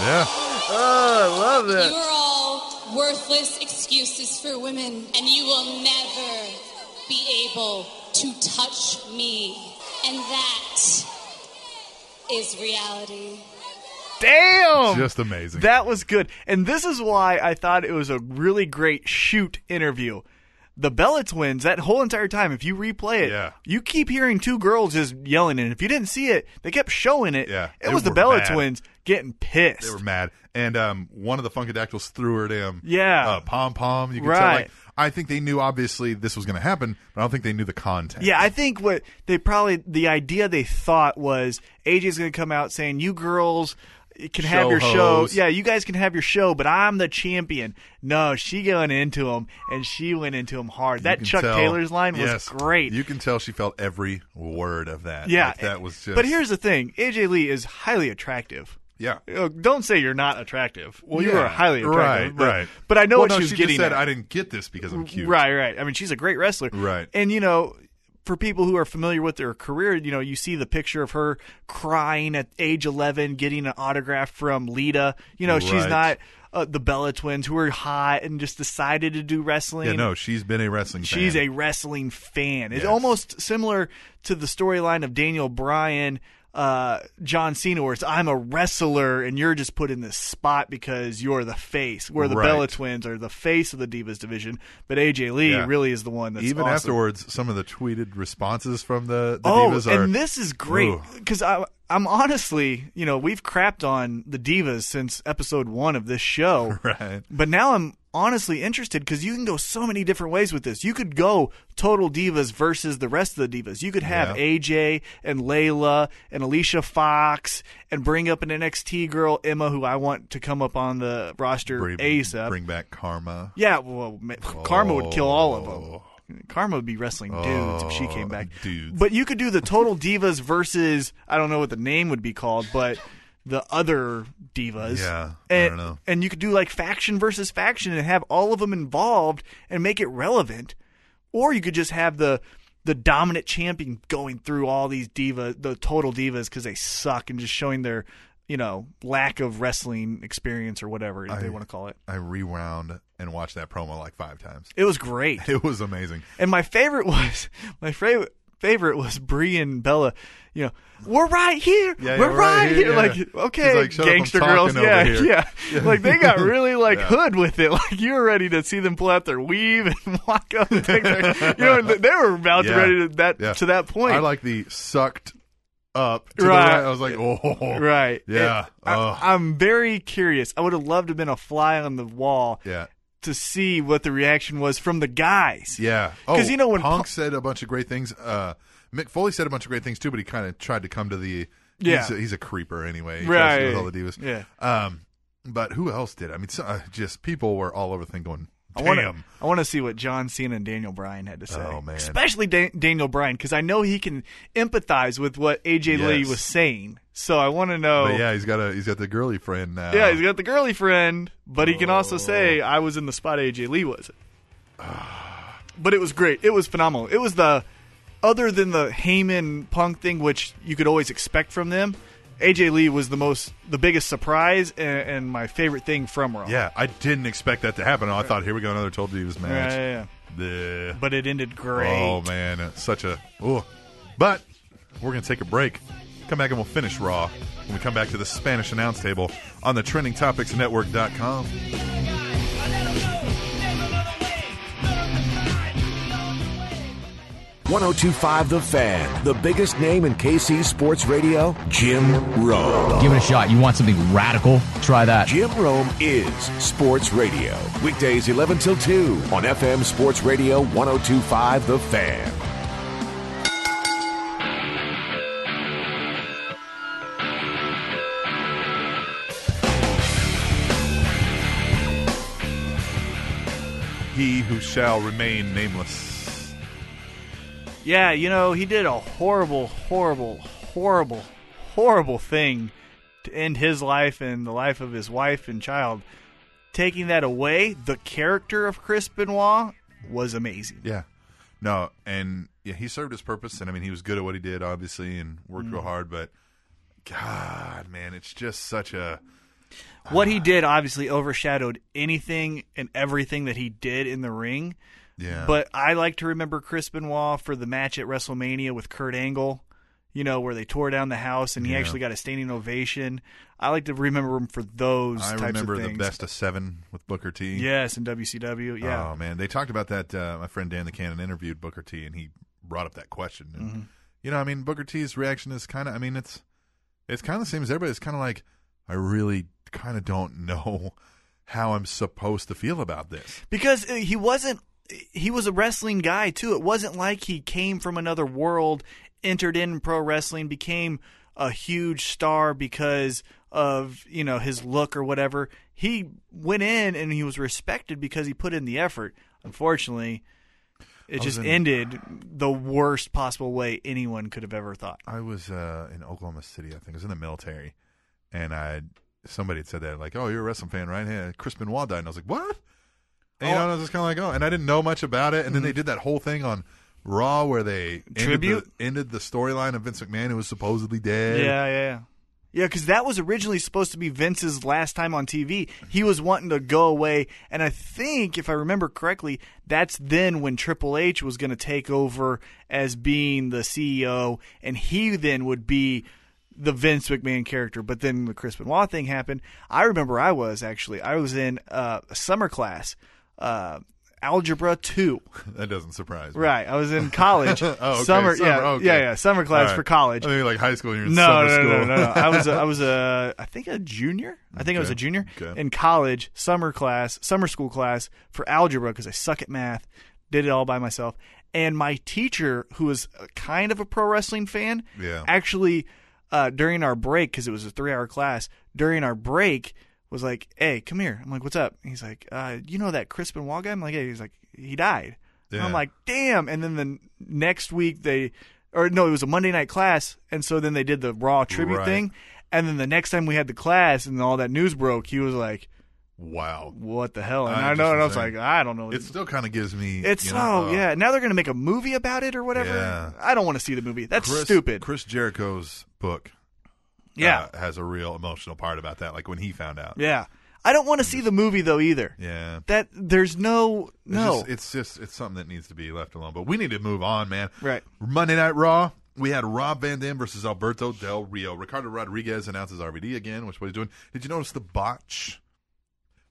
Yeah. You are all worthless excuses for women, and you will never be able to touch me. And that is reality. Damn! Just amazing. Um, That was good. And this is why I thought it was a really great shoot interview. The Bella twins, that whole entire time, if you replay it, Yeah. you keep hearing two girls just yelling. And if you didn't see it, they kept showing it. Yeah, It they was the were Bella mad. twins getting pissed. they were mad. And um, one of the Funkadactyls threw her damn Yeah. uh, pom pom. You could tell. Right. Like, I think they knew obviously this was going to happen, but I don't think they knew the content. Yeah, I think what they probably the idea they thought was AJ's going to come out saying, "You girls can have Show your show. hoes. Yeah, you guys can have your show, but I'm the champion." No, she going into him, and she went into him hard. You that can Chuck tell- Taylor's line yes, was great. You can tell she felt every word of that. yeah, Like, that was just. But here's the thing: AJ Lee is highly attractive. yeah. Uh, Don't say you're not attractive. Well, you Yeah. are highly Right, attractive. but, right. But I know Well, what no, she was she getting. Just said, at. I didn't get this because I'm cute. Right, right. I mean, she's a great wrestler. Right. And you know, for people who are familiar with her career, you know, you see the picture of her crying at age 11, getting an autograph from Lita. You know, she's Right. not uh, the Bella Twins who are hot and just decided to do wrestling. Yeah, no, she's been a wrestling. She's a fan. wrestling fan. It's Yes. almost similar to the storyline of Daniel Bryan, uh, John Cena, where it's I'm a wrestler and you're just put in this spot because you're the face. Where the Right. Bella Twins are the face of the Divas division, but AJ Lee Yeah. really is the one that's Even awesome. afterwards, some of the tweeted responses from the, the Oh, divas are. and this is great Ooh. because I'm honestly, you know, we've crapped on the divas since episode one of this show, Right. But now I'm honestly interested because you can go so many different ways with this. You could go total divas versus the rest of the divas. You could have Yeah. AJ and Layla and Alicia Fox and bring up an NXT girl Emma, who I want to come up on the roster bring, ASAP. bring back karma. yeah, well, ma- karma would kill all of them. Karma would be wrestling dudes if she came back. Oh. dudes. But you could do the Total Divas versus I don't know what the name would be called, but the other divas. Yeah, I and, don't know. And you could do like faction versus faction and have all of them involved and make it relevant, or you could just have the the dominant champion going through all these divas, the Total Divas, because they suck and just showing their you know lack of wrestling experience or whatever they want to call it. I rewound and watched that promo like five times. It was great. It was amazing. And my favorite was my favorite favorite was Brie and Bella. You know, we're right here. Yeah, yeah, we're, right, here. yeah. Like, okay, He's like, "Shut up, I'm gangster talking girls. over Yeah, here." yeah. Like they got really like Yeah. hood with it. Like you were ready to see them pull out their weave and walk up. And take their, you know, they were about Yeah. to ready to that Yeah. to that point. I like the sucked up. To Right. The right. I was like, oh, right. Yeah. It- I, Ugh. I'm very curious. I would have loved to have been a fly on the wall yeah, to see what the reaction was from the guys. yeah. 'Cause Oh, you know when Punk Punk- said a bunch of great things. Uh, Mick Foley said a bunch of great things too, but he kind of tried to come to the. Yeah. he's a, he's a creeper anyway. He tries to do Right. With all the divas. Yeah. Um, but who else did? I mean, so, uh, just people were all over the thing going. I Damn. want to. I want to see what John Cena and Daniel Bryan had to say. Oh, man. Especially da- Daniel Bryan because I know he can empathize with what AJ Lee Yes. was saying. So I want to know. But yeah, he's got a he's got the girly friend now. Yeah, he's got the girly friend, but he can Oh. also say, "I was in the spot AJ Lee was." but it was great. It was phenomenal. It was the other than the Heyman Punk thing, which you could always expect from them. AJ Lee was the most, the biggest surprise and, and my favorite thing from Raw. Yeah, I didn't expect that to happen. I thought, here we go, another Total Divas yeah, match. yeah, yeah. Bleh. But it ended great. Oh man, it's such a oh. But we're gonna take a break. Come back and we'll finish Raw when we come back to the Spanish announce table on the TrendingTopicsNetwork.com. oh The Fan, the biggest name in KC Sports Radio, Jim Rome. Give it a shot. You want something radical? Try that. Jim Rome is Sports Radio. Weekdays 11 till 2 on FM Sports Radio 1025 The Fan. He who shall remain nameless. Yeah, you know, he did a horrible, horrible, horrible, horrible thing to end his life and the life of his wife and child. Taking that away, the character of Chris Benoit was amazing. Yeah. No, and yeah, he served his purpose, and I mean, he was good at what he did, obviously, and worked real hard. But God, man, it's just such a What he did obviously overshadowed anything and everything that he did in the ring. yeah. But I like to remember Chris Benoit for the match at WrestleMania with Kurt Angle, you know, where they tore down the house and he actually got a standing ovation. I like to remember him for those I types remember of the things. best of seven with Booker T. Yes, in WCW. Yeah. Oh man, they talked about that. Uh, my friend Dan the Cannon interviewed Booker T, and he brought up that question. And you know, I mean, Booker T's reaction is kind of. I mean, it's it's kind of the same as everybody. It's kind of like I really kind of don't know how I'm supposed to feel about this. because uh, he wasn't he was a wrestling guy too. It wasn't like he came from another world, entered in pro wrestling, became a huge star because of, you know, his look or whatever. He went in and he was respected because he put in the effort. Unfortunately, it I was just in- ended the worst possible way anyone could have ever thought. I was uh, in Oklahoma City, I think. I was in the military, and I somebody had said that like, "Oh, you're a wrestling fan, right?" Yeah, Chris Benoit died, and I was like, "What?" And, you know, and I was just kind of like, "Oh," and I didn't know much about it. And then they did that whole thing on Raw where they ended the- Mm-hmm. Tribute? ended the, storyline of Vince McMahon who was supposedly dead. Yeah, yeah, yeah. Yeah, because that was originally supposed to be Vince's last time on TV. He was wanting to go away, and I think, if I remember correctly, that's then when Triple H was going to take over as being the CEO, and he then would be the Vince McMahon character. But then the Chris Benoit thing happened. I remember I was actually I was in uh, a summer class, uh, algebra two. that doesn't surprise me. Right, I was in college. Oh, okay. summer, yeah, okay. yeah, yeah, summer class All right. Oh, for college I think like high school. You're in no, summer no, school. no, no, no. I was, a, I was a, I think a junior. I think I was Okay. a junior Okay. in college, summer class, summer school class for algebra because I suck at math. Did it all by myself, and my teacher, who was a kind of a pro wrestling fan, Yeah. actually uh, during our break because it was a three-hour class. During our break, was like, "Hey, come here." I'm like, "What's up?" And he's like, uh, "You know that Chris Benoit guy?" I'm like, "Hey." He's like, "He died." I'm like, damn. And then the next week they, or no, it was a Monday night class, and so then they did the Raw tribute Right. thing, and then the next time we had the class and all that news broke, he was like, wow, what the hell? And I'm I, know, just and I was saying. like, I don't know. It still kind of gives me. It's you know, oh uh, yeah. Now they're gonna make a movie about it or whatever. Yeah. I don't want to see the movie. That's Chris- stupid. Chris Jericho's book, uh, Yeah. uh, has a real emotional part about that. Like when he found out. Yeah, I don't want to see the movie though either. Yeah. That there's no It's no. just- it's just it's something that needs to be left alone. But we need to move on, man. Right. Monday Night Raw. We had Rob Van Dam versus Alberto Del Rio. Ricardo Rodriguez announces RVD again, which is what he's doing. Did you notice the botch?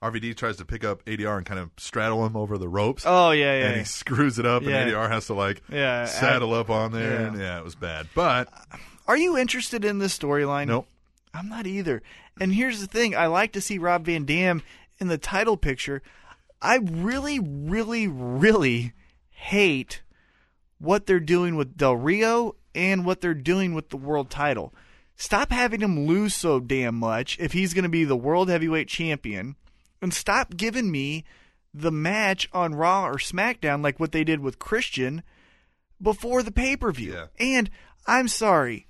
RVD tries to pick up ADR and kind of straddle him over the ropes. Oh, yeah, yeah, And yeah. he screws it up, Yeah. and ADR has to like Yeah, saddle I- up on there. yeah. And yeah, it was bad. But Are you interested in this storyline? Nope. I'm not either. And here's the thing: I like to see Rob Van Dam in the title picture. I really, really, really hate what they're doing with Del Rio and what they're doing with the world title. Stop having him lose so damn much if he's going to be the world heavyweight champion, and stop giving me the match on Raw or SmackDown like what they did with Christian before the pay per view. And I'm sorry,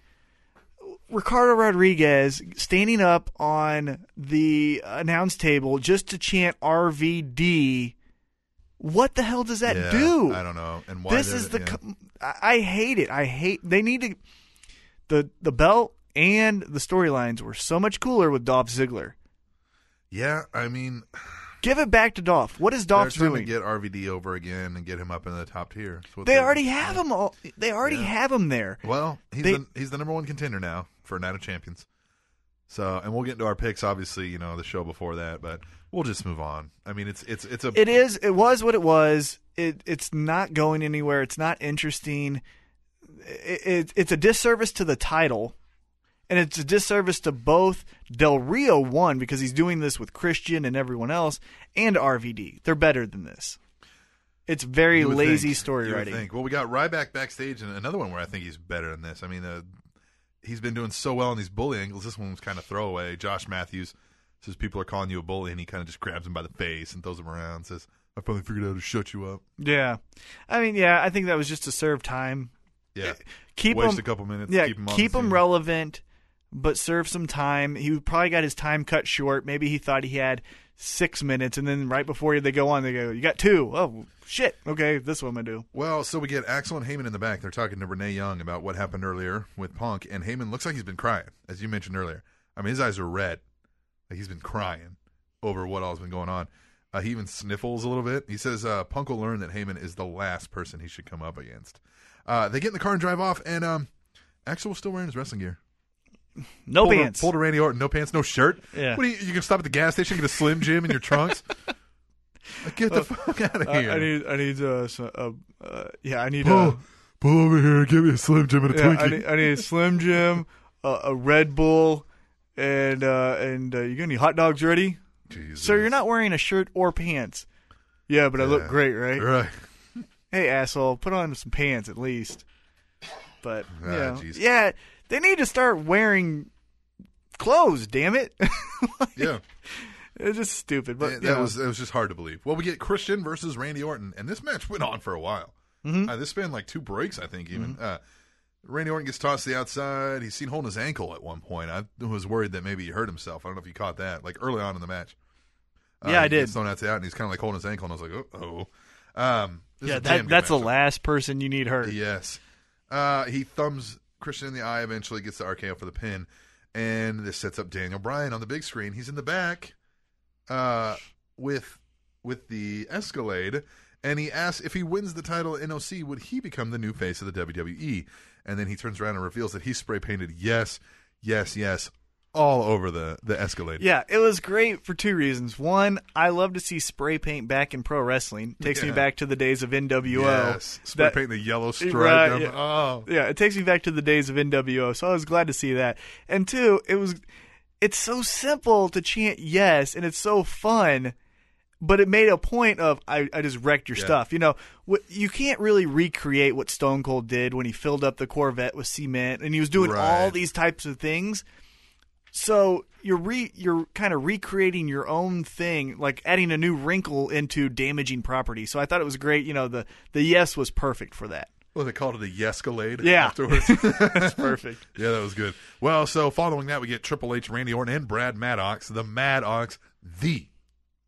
Ricardo Rodriguez standing up on the announce table just to chant RVD. What the hell does that yeah, do? I don't know. And why This did is it- the yeah. co- I I hate it. I hate they need to the the belt and the storylines were so much cooler with Dolph Ziggler. yeah. I mean, Give it back to Dolph. What is Dolph they're trying doing? to get RVD over again and get him up in the top tier. That's what they they're- already have him all. They already have him there. Well, he's They- the, he's the number one contender now for Night of Champions. So, and we'll get into our picks, obviously, you know, the show before that, but we'll just move on. I mean, it's it's it's a It is. It was what it was. It it's not going anywhere. It's not interesting. It, it it's a disservice to the title, and it's a disservice to both Del Rio one because he's doing this with Christian and everyone else, and RVD. They're better than this. It's very you would lazy think- story you would writing. Think. Well, we got Ryback backstage, and another one where I think he's better than this. I mean, uh, he's been doing so well in these bully angles. This one was kind of throwaway. Josh Matthews says people are calling you a bully, and he kind of just grabs him by the face and throws him around. and Says, "I finally figured out how to shut you up." Yeah, I mean, yeah, I think that was just to serve time. Yeah, Keep waste him, a couple minutes. Yeah, keep him, on the scene. relevant, but serve some time. He probably got his time cut short. Maybe he thought he had six minutes, and then right before they go on, they go, "You got two. Oh shit. Okay, this is what I'm gonna do. Well, so we get Axel and Heyman in the back. They're talking to Renee Young about what happened earlier with Punk, and Heyman looks like he's been crying, as you mentioned earlier. I mean, his eyes are red. Like he's been crying over what all's been going on. Uh, he even sniffles a little bit. He says uh, Punk will learn that Heyman is the last person he should come up against. Uh, they get in the car and drive off, and um, Axel was still wearing his wrestling gear. No Pulled a- pants. pulled a Randy Orton, no pants, no shirt. Yeah. What are you, you can stop at the gas station, get a Slim Jim in your trunks. Like, get the fuck out of Uh, I, here. I need. I need. Uh, so, uh, uh, yeah, I need. Uh, pull, pull over here and give me a Slim Jim and a yeah, Twinkie. I need, I need a Slim Jim, uh, a Red Bull, and uh, and uh, you got any hot dogs ready? Sir, you're not wearing a shirt or pants. Yeah, but I look Yeah. great, right? Right. hey asshole, put on some pants at least. But you Ah, know, jeez. yeah, they need to start wearing clothes. Damn it! Yeah, it's just stupid. But that you know. was that was just hard to believe. Well, we get Christian versus Randy Orton, and this match went on for a while. Mm-hmm. Uh, this spanned like two breaks, I think. Even uh, Randy Orton gets tossed to the outside. He's seen holding his ankle at one point. I was worried that maybe he hurt himself. I don't know if you caught that, like early on in the match. Uh, Yeah, I he did. Gets thrown out to the out, and he's kind of like holding his ankle, and I was like, oh. oh. Um, this yeah, is a damn that, good that's the matchup. last person you need hurt. Yes. Uh, he thumbs Christian in the eye, eventually gets the RKO for the pin, and this sets up Daniel Bryan on the big screen. He's in the back uh, with with the Escalade, and he asks if he wins the title at NOC, would he become the new face of the WWE? And then he turns around and reveals that he spray painted yes, yes, yes, all over the, the Escalade. Yeah, it was great for two reasons. One, I love to see spray paint back in pro wrestling. Takes me Yeah. back to the days of NWO. Yes. Spray That- painting the yellow stripe. Right, down- yeah. Oh. Yeah, it takes me back to the days of NWO, so I was glad to see that. And two, it was it's so simple to chant yes and it's so fun, but it made a point of I, I just wrecked your Yeah. stuff. You know, what you can't really recreate what Stone Cold did when he filled up the Corvette with cement and he was doing all Right. these types of things. So you're re you're kind of recreating your own thing, like adding a new wrinkle into damaging property. So I thought it was great. You know, the the yes was perfect for that. Well, they called it a yescalade Yeah. afterwards. That's perfect. Yeah, that was good. Well, so following that, we get Triple H, Randy Orton, and Brad Maddox, the Mad Ox, the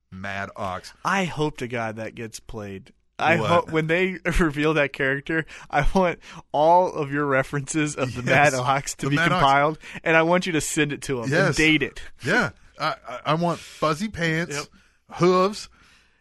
Mad Ox. I hope to God that gets played. I What? hope when they reveal that character, I want all of your references of the Yes. Mad Ox to The be Mad Ox. compiled, and I want you to send it to them and Yes. date it. Yeah, I, I- I want fuzzy pants, hooves,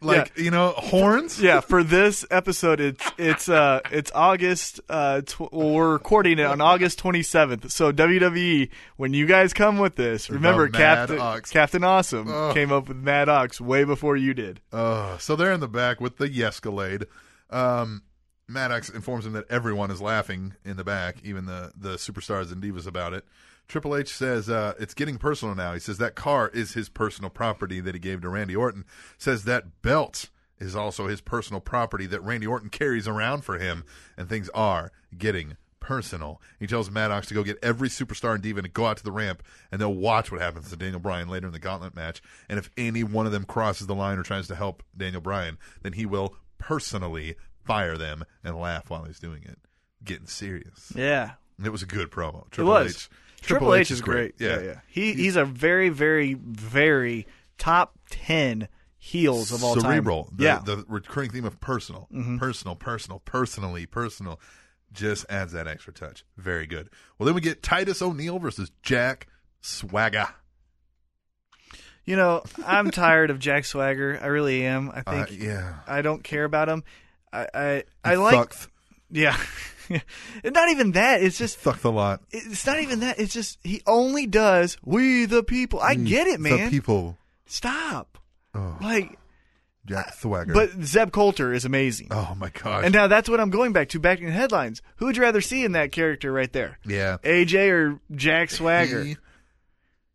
like Yeah. you know, horns. Yeah, for this episode, it's it's uh it's August. Uh, tw- well, we're recording it on August 27th. So WWE, when you guys come with this, remember Mad Oh. Captain Ox. Captain Awesome Ugh. came up with Mad Ox way before you did. Uh, so they're in the back with the Yescalade. Um, Maddox informs him that everyone is laughing in the back, even the, the superstars and divas about it. Triple H says uh, it's getting personal now. He says that car is his personal property that he gave to Randy Orton. Says that belt is also his personal property that Randy Orton carries around for him, and things are getting personal. He tells Maddox to go get every superstar and diva to go out to the ramp, and they'll watch what happens to Daniel Bryan later in the gauntlet match. And if any one of them crosses the line or tries to help Daniel Bryan, then he will personally fire them and laugh while he's doing it. Getting serious. Yeah, It was a good promo. It Triple was. H. Triple, H, is great. Yeah, yeah. He he's a very very very top ten heels of all Cerebral. time. The, yeah, The recurring theme of personal, Mhm. personal, personal, personally, personal, just adds that extra touch. Very good. Well, then we get Titus O'Neil versus Jack Swagger. you know I'm tired of Jack Swagger. I really am. I Uh, think yeah. I don't care about him. I I, I like Thucked, yeah. not even that. It's just thucked a lot. it's not even that. It's just he only does we the people. I get it, man. Mm, The people. Stop. Oh, Like, Jack Swagger. but Zeb Coulter is amazing. oh my gosh. And now that's what I'm going back to, back in the headlines. Who would you rather see in that character right there? yeah. AJ or Jack Swagger? He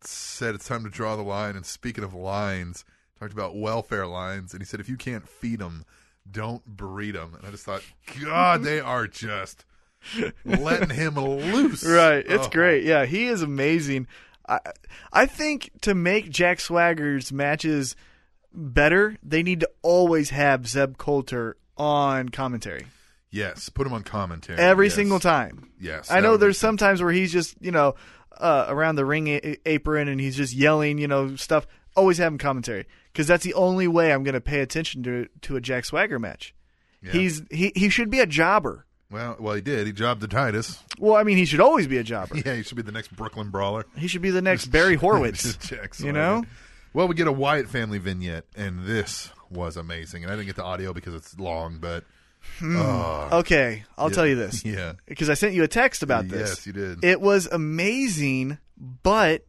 said it's time to draw the line. And speaking of lines, talked about welfare lines, and he said if you can't feed them, don't breed them. And I just thought, God, they are just letting him loose. Right. It's Oh. great. Yeah, he is amazing. I I think to make Jack Swagger's matches better, they need to always have Zeb Coulter on commentary Yes, put him on commentary every Yes. single time. Yes, I that know would there's sometimes where he's just, you know, uh, around the ring a- apron and he's just yelling, you know, stuff. Always have him commentary because that's the only way I'm going to pay attention to to a Jack Swagger match. Yeah. He's he, he should be a jobber. Well, well, he did. He jobbed to Titus. Well, I mean, he should always be a jobber. Yeah, he should be the next Brooklyn brawler. He should be the next Barry Just Horowitz. Jack you Swagger. know, Well, we get a Wyatt family vignette, and this was amazing. And I didn't get the audio because it's long, but oh. Okay, I'll Yeah. tell you this. Yeah. Because I sent you a text about this. Yes, you did. It was amazing, but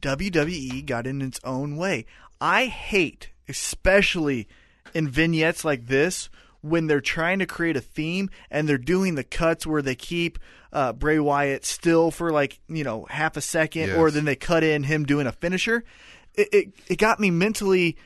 WWE got in its own way. I hate, especially in vignettes like this, when they're trying to create a theme and they're doing the cuts where they keep uh, Bray Wyatt still for like, you know, half a second, or Yes. then they cut in him doing a finisher. It, it, it got me mentally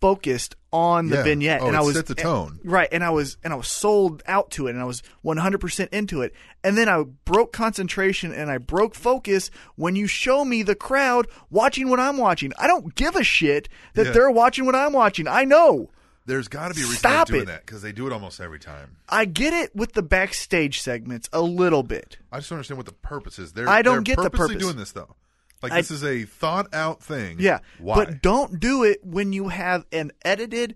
focused on the Yeah. vignette Oh, and it I was set the tone. Right, and I was and I was sold out to it, and I was one hundred percent into it. And then I broke concentration and I broke focus when you show me the crowd watching what I'm watching. I don't give a shit that Yeah. they're watching what I'm watching. I know. There's got to be a reason Stop they're doing it. that because they do it almost every time. I get it with the backstage segments a little bit. I just don't understand what the purpose is. They're, I don't they're get the purposely purpose. doing this though. Like I- this is a thought out thing. Yeah. Why? But don't do it when you have an edited,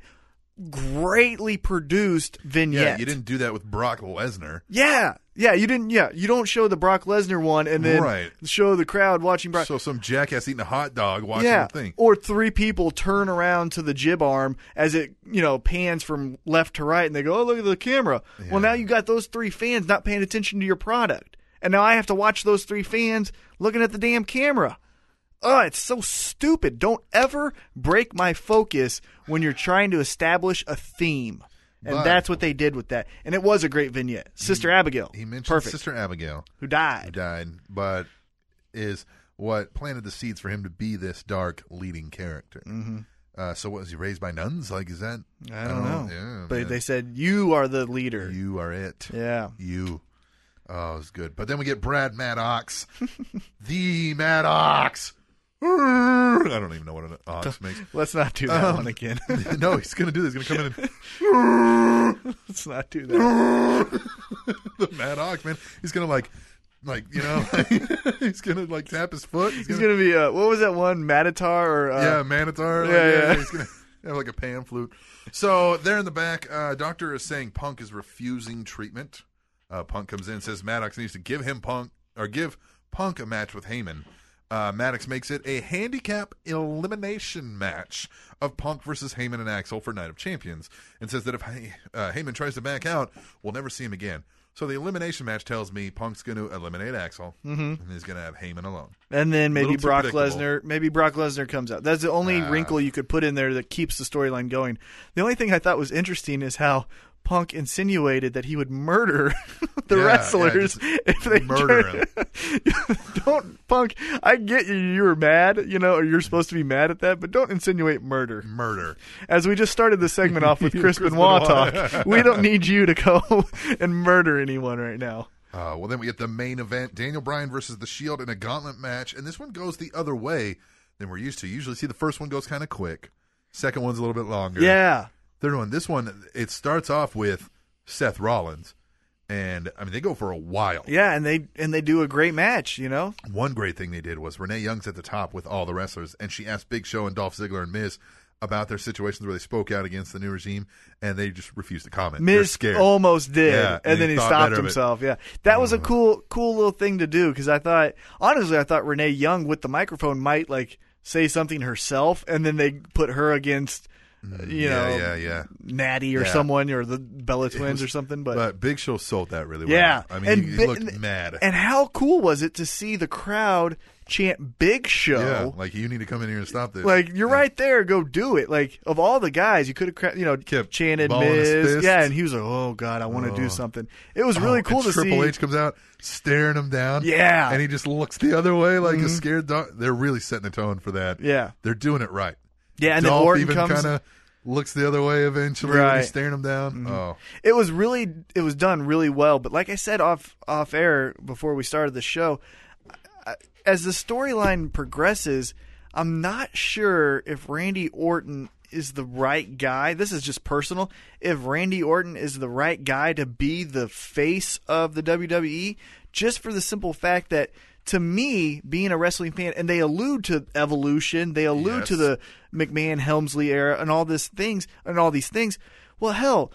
greatly produced yeah, vignette. you didn't do that with Brock Lesnar. Yeah. Yeah, you didn't. Yeah, you don't show the Brock Lesnar one and then Right. show the crowd watching Brock. So some jackass eating a hot dog watching yeah, the thing. or three people turn around to the jib arm as it you know pans from left to right, and they go, "Oh, look at the camera." Well, now you got those three fans not paying attention to your product, and now I have to watch those three fans looking at the damn camera. Oh, it's so stupid! Don't ever break my focus when you're trying to establish a theme, and But- that's what they did with that. And it was a great vignette, Sister Abigail. He mentioned perfect, Sister Abigail who died. who died, but is what planted the seeds for him to be this dark leading character. Mm-hmm. Uh, so what was he raised by nuns? Like is that? I don't know, Oh, Yeah, but man. they said you are the leader. You are it. Yeah. You. Oh, it was good. But then we get Brad Maddox. the Maddox. I don't even know what an ox Don't- makes. let's not do Oh. that one again. no, he's going to do this. He's going to come in and. Let's not do that. the mad ox, man. He's going to, like, like you know, he's going to, like, tap his foot. He's He's going gonna be uh, what was that one? Matatar or uh, yeah, Manitar. like, Yeah, yeah. He's gonna have like a pan flute. So there in the back, uh, Doctor is saying Punk is refusing treatment. Uh, Punk comes in and says Maddox needs to give him Punk or give Punk a match with Heyman. Uh, Maddox makes it a handicap elimination match of Punk versus Heyman and Axel for Night of Champions, and says that if hey, uh, Heyman tries to back out, we'll never see him again. So the elimination match tells me Punk's going to eliminate Axel, Mhm. and he's going to have Heyman alone. And then maybe Little too Brock predictable. Lesnar, maybe Brock Lesnar comes out. That's the only Ah. wrinkle you could put in there that keeps the storyline going. The only thing I thought was interesting is how Punk insinuated that he would murder the Yeah, yeah, wrestlers just if they murder turned- don't Punk. I get you. You were mad, you know, or you're supposed to be mad at that, but don't insinuate murder. Murder. As we just started the segment off with Chris, Chris Benoit, Benoit. talk, we don't need you to go and murder anyone right now. Uh, well, then we get the main event Daniel Bryan versus The Shield in a gauntlet match. And this one goes the other way than we're used to. Usually, see, the first one goes kind of quick, second one's a little bit longer. Yeah. Third one, this one, it starts off with Seth Rollins. And I mean, they go for a while. Yeah, and they and they do a great match, you know. One great thing they did was Renee Young's at the top with all the wrestlers, and she asked Big Show and Dolph Ziggler and Miz about their situations where they spoke out against the new regime, and they just refused to comment. They're Miz oh scared. almost did, Yeah, and, then he thought stopped better of it. Mm-hmm. himself. Yeah, that was a cool, cool little thing to do because I thought, honestly, I thought Renee Young with the microphone might like say something herself, and then they put her against, uh, you Mm, yeah, know, yeah, yeah. Natty or Yeah. someone or the Bella It was- Twins or something. But, but Big Show sold that really yeah, well. I mean, he, he Bi- looked mad. And how cool was it to see the crowd chant "Big Show"? Yeah, like you need to come in here and stop this. Like you're right there, go do it. Like of all the guys, you could have, cra- you know, Kept chanted balling his Miz, fists. yeah, and he was like, "Oh God, I want to Oh. do something." It was really Oh, cool and to Triple see. H comes out staring him down. Yeah. Mm-hmm. and he just looks the other way like a scared dog. They're really setting the tone for that. Yeah. they're doing it right. Yeah, and then Dolph Orton even comes- kind of looks the other way eventually when Right. Mm-hmm. he's staring him down. Oh, It was really, it was done really well. But like I said off off air before we started the show, I- as the storyline progresses, I'm not sure if Randy Orton is the right guy. This is just personal. If Randy Orton is the right guy to be the face of the WWE, just for the simple fact that to me, being a wrestling fan, and they allude to evolution, they allude to the McMahon Helmsley era, and all this things, and all these things. Well, hell,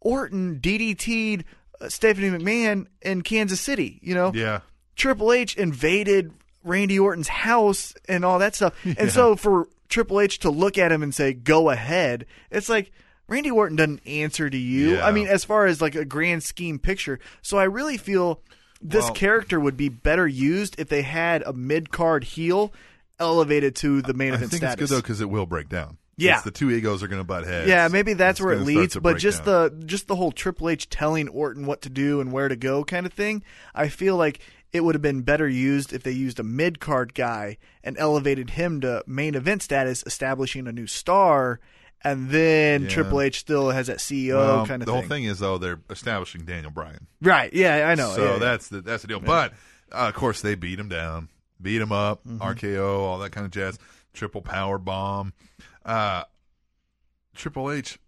Orton DDT'd uh, Stephanie McMahon in Kansas City. You know, yeah. Triple H invaded Randy Orton's house and all that stuff. And so for Triple H to look at him and say, go ahead, it's like Randy Orton doesn't answer to you. Yeah. I mean, as far as like a grand scheme picture. So I really feel this Well- character would be better used if they had a mid card heel elevated to the main I event think status. it's good though because it will break down. Yeah. It's the two egos are going to butt heads. Yeah, maybe that's It's where it gonna start leads. to But break just down. the just the whole Triple H telling Orton what to do and where to go kind of thing, I feel like it would have been better used if they used a mid card guy and elevated him to main event status, establishing a new star, and then Yeah. Triple H still has that CEO Well, kind of the thing. whole thing is though they're establishing Daniel Bryan. Right? Yeah, I know. So yeah, yeah. that's the that's the deal. But uh, of course, they beat him down, beat him up, Mm-hmm. RKO, all that kind of jazz. Triple power bomb. Uh, Triple H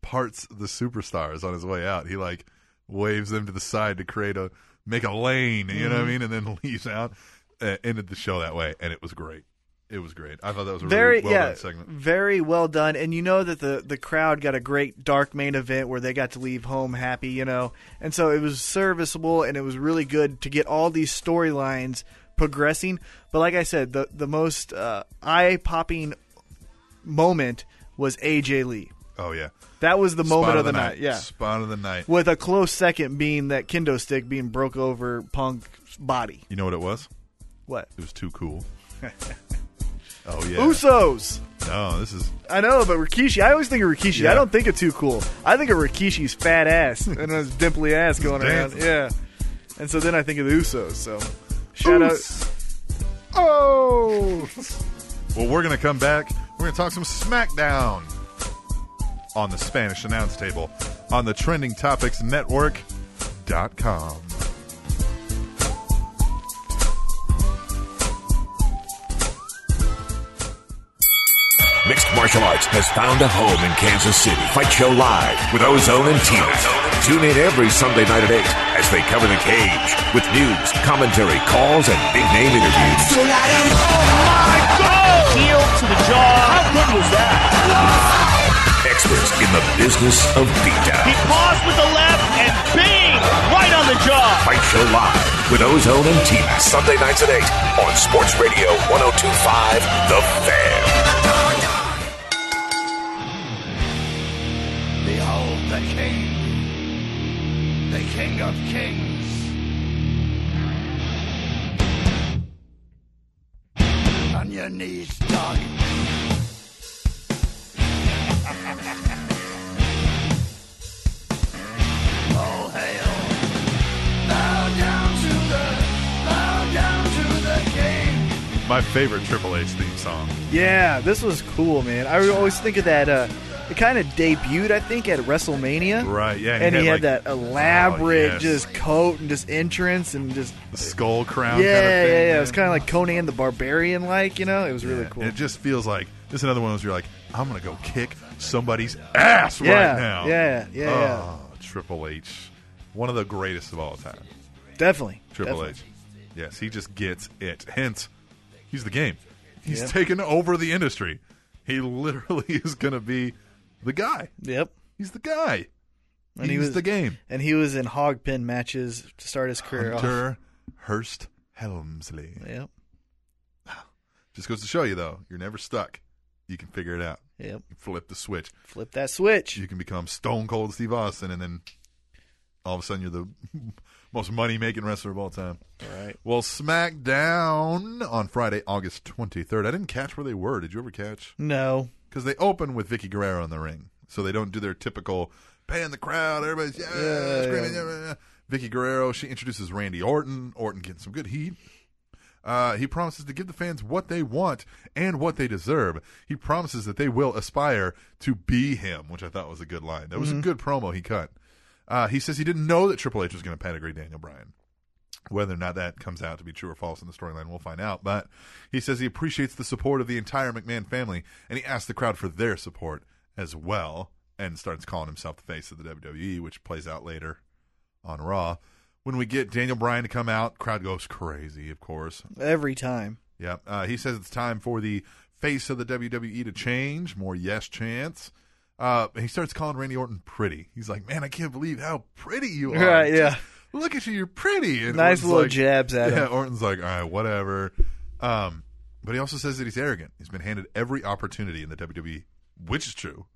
parts the superstars on his way out. He like waves them to the side to create a make a lane. You Mm-hmm. know what I mean? And then leaves out. Uh, ended the show that way, and it was great. It was great. I thought that was a very really well yeah, done segment. very well done. And you know that the the crowd got a great dark main event where they got to leave home happy, you know, and so it was serviceable and it was really good to get all these storylines progressing. But like I said, the the most uh, eye popping moment was AJ Lee. Oh yeah, That was the moment Spot of the, night. Yeah, spot of the night. with a close second being that kendo stick being broke over Punk's body. You know what it was? What? It was too cool. oh yeah. Usos. No, this is I know, but Rikishi. I always think of Rikishi. Yeah. I don't think of too cool. I think of Rikishi's fat ass and his dimply ass going around. dancing. Yeah, and so then I think of the Usos. So shout out. Oh. well, we're going to come back. We're going to talk some SmackDown on the Spanish announce table on the Trending Topics Network.com. Mixed martial arts has found a home in Kansas City. Fight Show Live with Ozone and Tina. Tune in every Sunday night at 8 as they cover the cage with news, commentary, calls, and big name interviews. Heel to the jaw. How good was that? Experts in the business of He beatdown. paused with the left and bang! Right on the jaw. Fight Show Live with Ozone and Tina. Sunday nights at 8 on Sports Radio 1025 The Fan. Behold the King, the King of Kings. On your knees, dog. All hail. Bow down to the, bow down to the King. My favorite Triple H theme song. Yeah, this was cool, man. I always think of that. Uh, it kind of debuted, I think, at WrestleMania. Right, yeah, And, he he had, had, like- that elaborate Oh, yes. just coat and just entrance and just The skull yeah, crown. kind yeah, of thing, yeah. It man. was kind of like Conan the Barbarian, like you know. It was really cool. It just feels like this is another one of those you're like, I'm gonna go kick somebody's ass Yeah, right now. yeah, yeah, Oh, Triple H, one of the greatest of all time. Definitely, Triple definitely. H. Yes, he just gets it. Hence, he's the game. He's Yep. taken over the industry. He literally is gonna be the guy. Yep. He's the guy. And he's he was the game. and he was in hog pin matches to start his career. off. Hunter Hurst Helmsley. Yep. Just goes to show you though, you're never stuck. You can figure it out. Yep. You flip the switch. Flip that switch. You can become Stone Cold Steve Austin, and then all of a sudden you're the most money making wrestler of all time. All right. Well, SmackDown on Friday, August 23rd. I didn't catch where they were. Did you ever catch? No. Because they open with Vicky Guerrero in the ring, so they don't do their typical pan the crowd. Everybody's yeah, Yeah, screaming. yeah. Yeah, yeah, yeah. Vicky Guerrero. She introduces Randy Orton. Orton getting some good heat. Uh, he promises to give the fans what they want and what they deserve. He promises that they will aspire to be him, which I thought was a good line. That was Mm-hmm. a good promo he cut. Uh, he says he didn't know that Triple H was going to pedigree Daniel Bryan. Whether or not that comes out to be true or false in the storyline, we'll find out. But he says he appreciates the support of the entire McMahon family, and he asks the crowd for their support as well, and starts calling himself the face of the WWE, which plays out later on Raw. When we get Daniel Bryan to come out, crowd goes crazy, of course. Every time. Yeah. Uh, he says it's time for the face of the WWE to change. More yes chance. Uh, he starts calling Randy Orton pretty. He's like, man, I can't believe how pretty you are. Right, yeah. Just Look at you. You're pretty. And Nice Orton's little like- jabs at Yeah. him. Orton's like, all right, whatever. Um, but he also says that he's arrogant. He's been handed every opportunity in the WWE, which is true.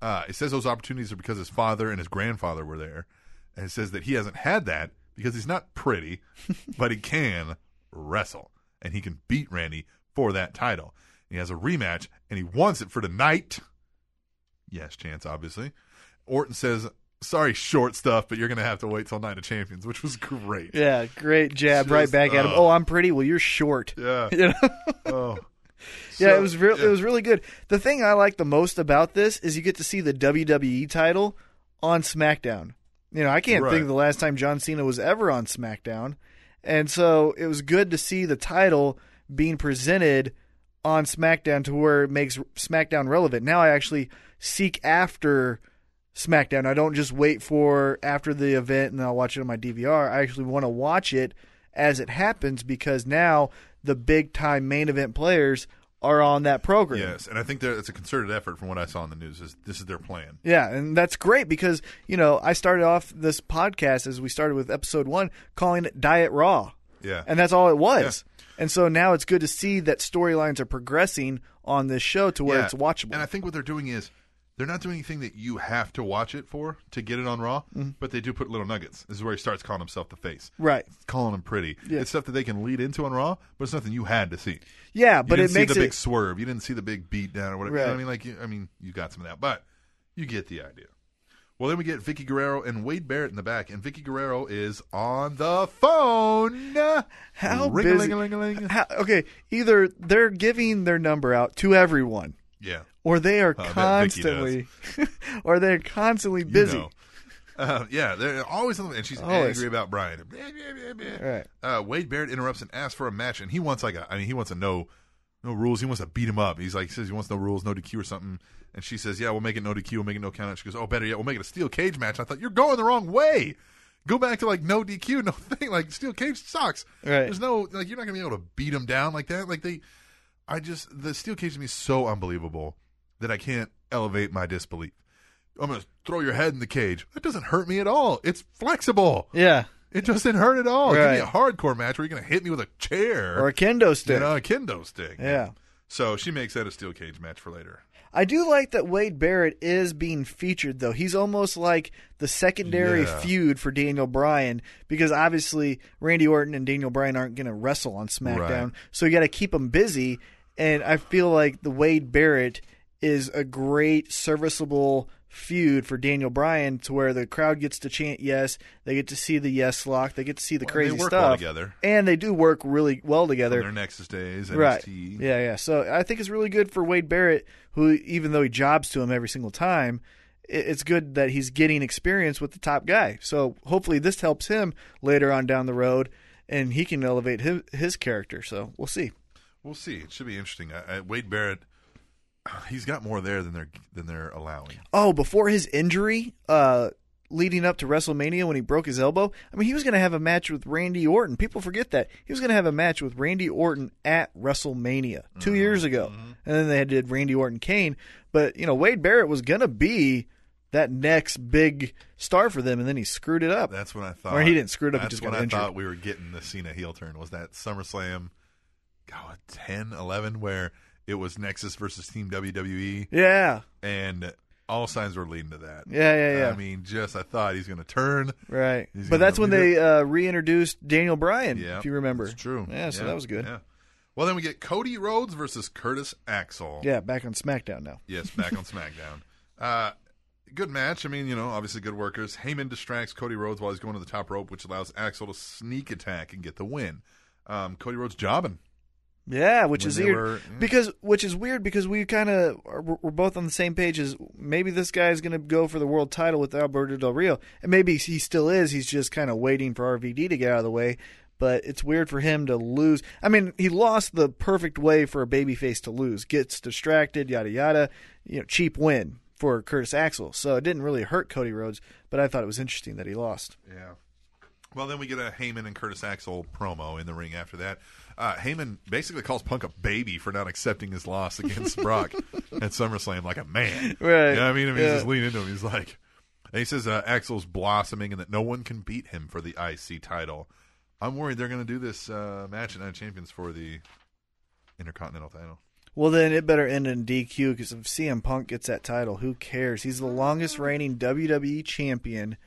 Uh, it says those opportunities are because his father and his grandfather were there. And it says that he hasn't had that because he's not pretty, but he can wrestle. And he can beat Randy for that title. He has a rematch and he wants it for tonight. Yes, chance, obviously. Orton says, Sorry, short stuff, but you're going to have to wait till Night of Champions, which was great. Yeah, great jab right Just, back at him. uh, Oh, I'm pretty. Well, you're short. Yeah. You know? Oh. yeah, So- it was real. yeah. It was really good. The thing I like the most about this is you get to see the WWE title on SmackDown. You know, I can't Right. think of the last time John Cena was ever on SmackDown, and so it was good to see the title being presented on SmackDown to where it makes SmackDown relevant. Now I actually seek after SmackDown. I don't just wait for after the event and I'll watch it on my DVR. I actually want to watch it as it happens because now the big time main event players are on that program. Yes, and I think that it's a concerted effort from what I saw in the news. Is this is their plan? Yeah, and that's great because, you know, I started off this podcast as we started with episode 1 calling it Diet Raw. Yeah, And that's all it was. And so now it's good to see that storylines are progressing on this show to where Yeah, it's watchable. And I think what they're doing is they're not doing anything that you have to watch it for to get it on Raw, but they do put little nuggets. This is where he starts calling himself the face, Mm-hmm. right. calling him pretty. Yeah. It's stuff that they can lead into on Raw, but it's nothing you had to see. Yeah, You but didn't it see makes the it big swerve. You didn't see the big beat down or whatever. You know Right. what I mean, like, you, I mean, you got some of that, but you get the idea. Well, then we get Vicky Guerrero and Wade Barrett in the back, and Vicky Guerrero is on the phone. How Ring-a-ling-a-ling-a-ling. busy? How, okay, either they're giving their number out to everyone, Yeah. or they are Oh, I bet Vicky constantly, or they're constantly busy. You know. Uh, yeah, they're always on the and she's Always. angry about Brian. Blah, blah, blah, blah. Right. Uh, Wade Barrett interrupts and asks for a match, and he wants like a, I mean, he wants a no no rules. He wants to beat him up. He's like, he says he wants no rules, no DQ or something. And she says, yeah, we'll make it no DQ, we'll make it no count. out." She goes, oh, better yet, we'll make it a steel cage match. I thought you're going the wrong way. Go back to like no DQ, no thing. Like steel cage sucks. Right. There's no like you're not gonna be able to beat him down like that. Like they, I just the steel cage to me is so unbelievable that I can't elevate my disbelief. I'm gonna throw your head in the cage. That doesn't hurt me at all. It's flexible. Yeah. It doesn't hurt at all. Give me Right. a hardcore match where you're gonna hit me with a chair Or a kendo stick. You know, a kendo stick. Yeah. So she makes that a steel cage match for later. I do like that Wade Barrett is being featured though. He's almost like the secondary Yeah. feud for Daniel Bryan because obviously Randy Orton and Daniel Bryan aren't going to wrestle on SmackDown. Right. So you got to keep them busy and I feel like the Wade Barrett is a great serviceable feud for Daniel Bryan to where the crowd gets to chant yes, they get to see the yes lock, they get to see the Well, crazy they work stuff. well together. And they do work really well together. Their Nexus days, NXT. Right. Yeah, yeah. So I think it's really good for Wade Barrett, who even though he jobs to him every single time, i- it's good that he's getting experience with the top guy. So hopefully this helps him later on down the road, and he can elevate his, his character. So we'll see. We'll see. It should be interesting. I, I, Wade Barrett, he's got more there than they're than they're allowing. Oh, before his injury, uh, leading up to WrestleMania when he broke his elbow, I mean he was going to have a match with Randy Orton. People forget that he was going to have a match with Randy Orton at WrestleMania 2 Mm-hmm, years ago, and then they did Randy Orton Kane. But you know Wade Barrett was going to be that next big star for them, and then he screwed it up. That's what I thought. Or he didn't screw it up. That's he just what got I injured. thought we were getting the Cena heel turn was that SummerSlam, God, 10, 11, where it was Nexus versus Team WWE, yeah, and all signs were leading to that. Yeah, yeah, yeah. I mean, just I thought he's going to turn. right. He's but gonna that's when beat they uh, reintroduced Daniel Bryan, Yeah, if you remember. that's true. Yeah, so that was good. Yeah. Well, then we get Cody Rhodes versus Curtis Axel. yeah, back on SmackDown now. Yes, back on SmackDown. Uh, good match. I mean, you know, obviously good workers. Heyman distracts Cody Rhodes while he's going to the top rope, which allows Axel to sneak attack and get the win. Um, Cody Rhodes jobbing. Yeah, which When is they weird were- yeah. because which is weird because we kind of we're we're both on the same page as maybe this guy is going to go for the world title with Alberto Del Rio, and maybe he still is. He's just kind of waiting for RVD to get out of the way. But it's weird for him to lose. I mean, he lost the perfect way for a babyface to lose. Gets distracted, yada yada. You know, cheap win for Curtis Axel. So it didn't really hurt Cody Rhodes, but I thought it was interesting that he lost. Yeah. Well, then we get a Heyman and Curtis Axel promo in the ring after that. Uh, Heyman basically calls Punk a baby for not accepting his loss against Brock at SummerSlam like a man. Right. You know what I mean? I mean, Yeah. he's just leaning into him. He's like, and he says uh, Axel's blossoming and that no one can beat him for the IC title. I'm worried they're going to do this uh, match at Night of Champions for the Intercontinental title. Well, then it better end in DQ because if CM Punk gets that title, who cares? He's the longest reigning WWE champion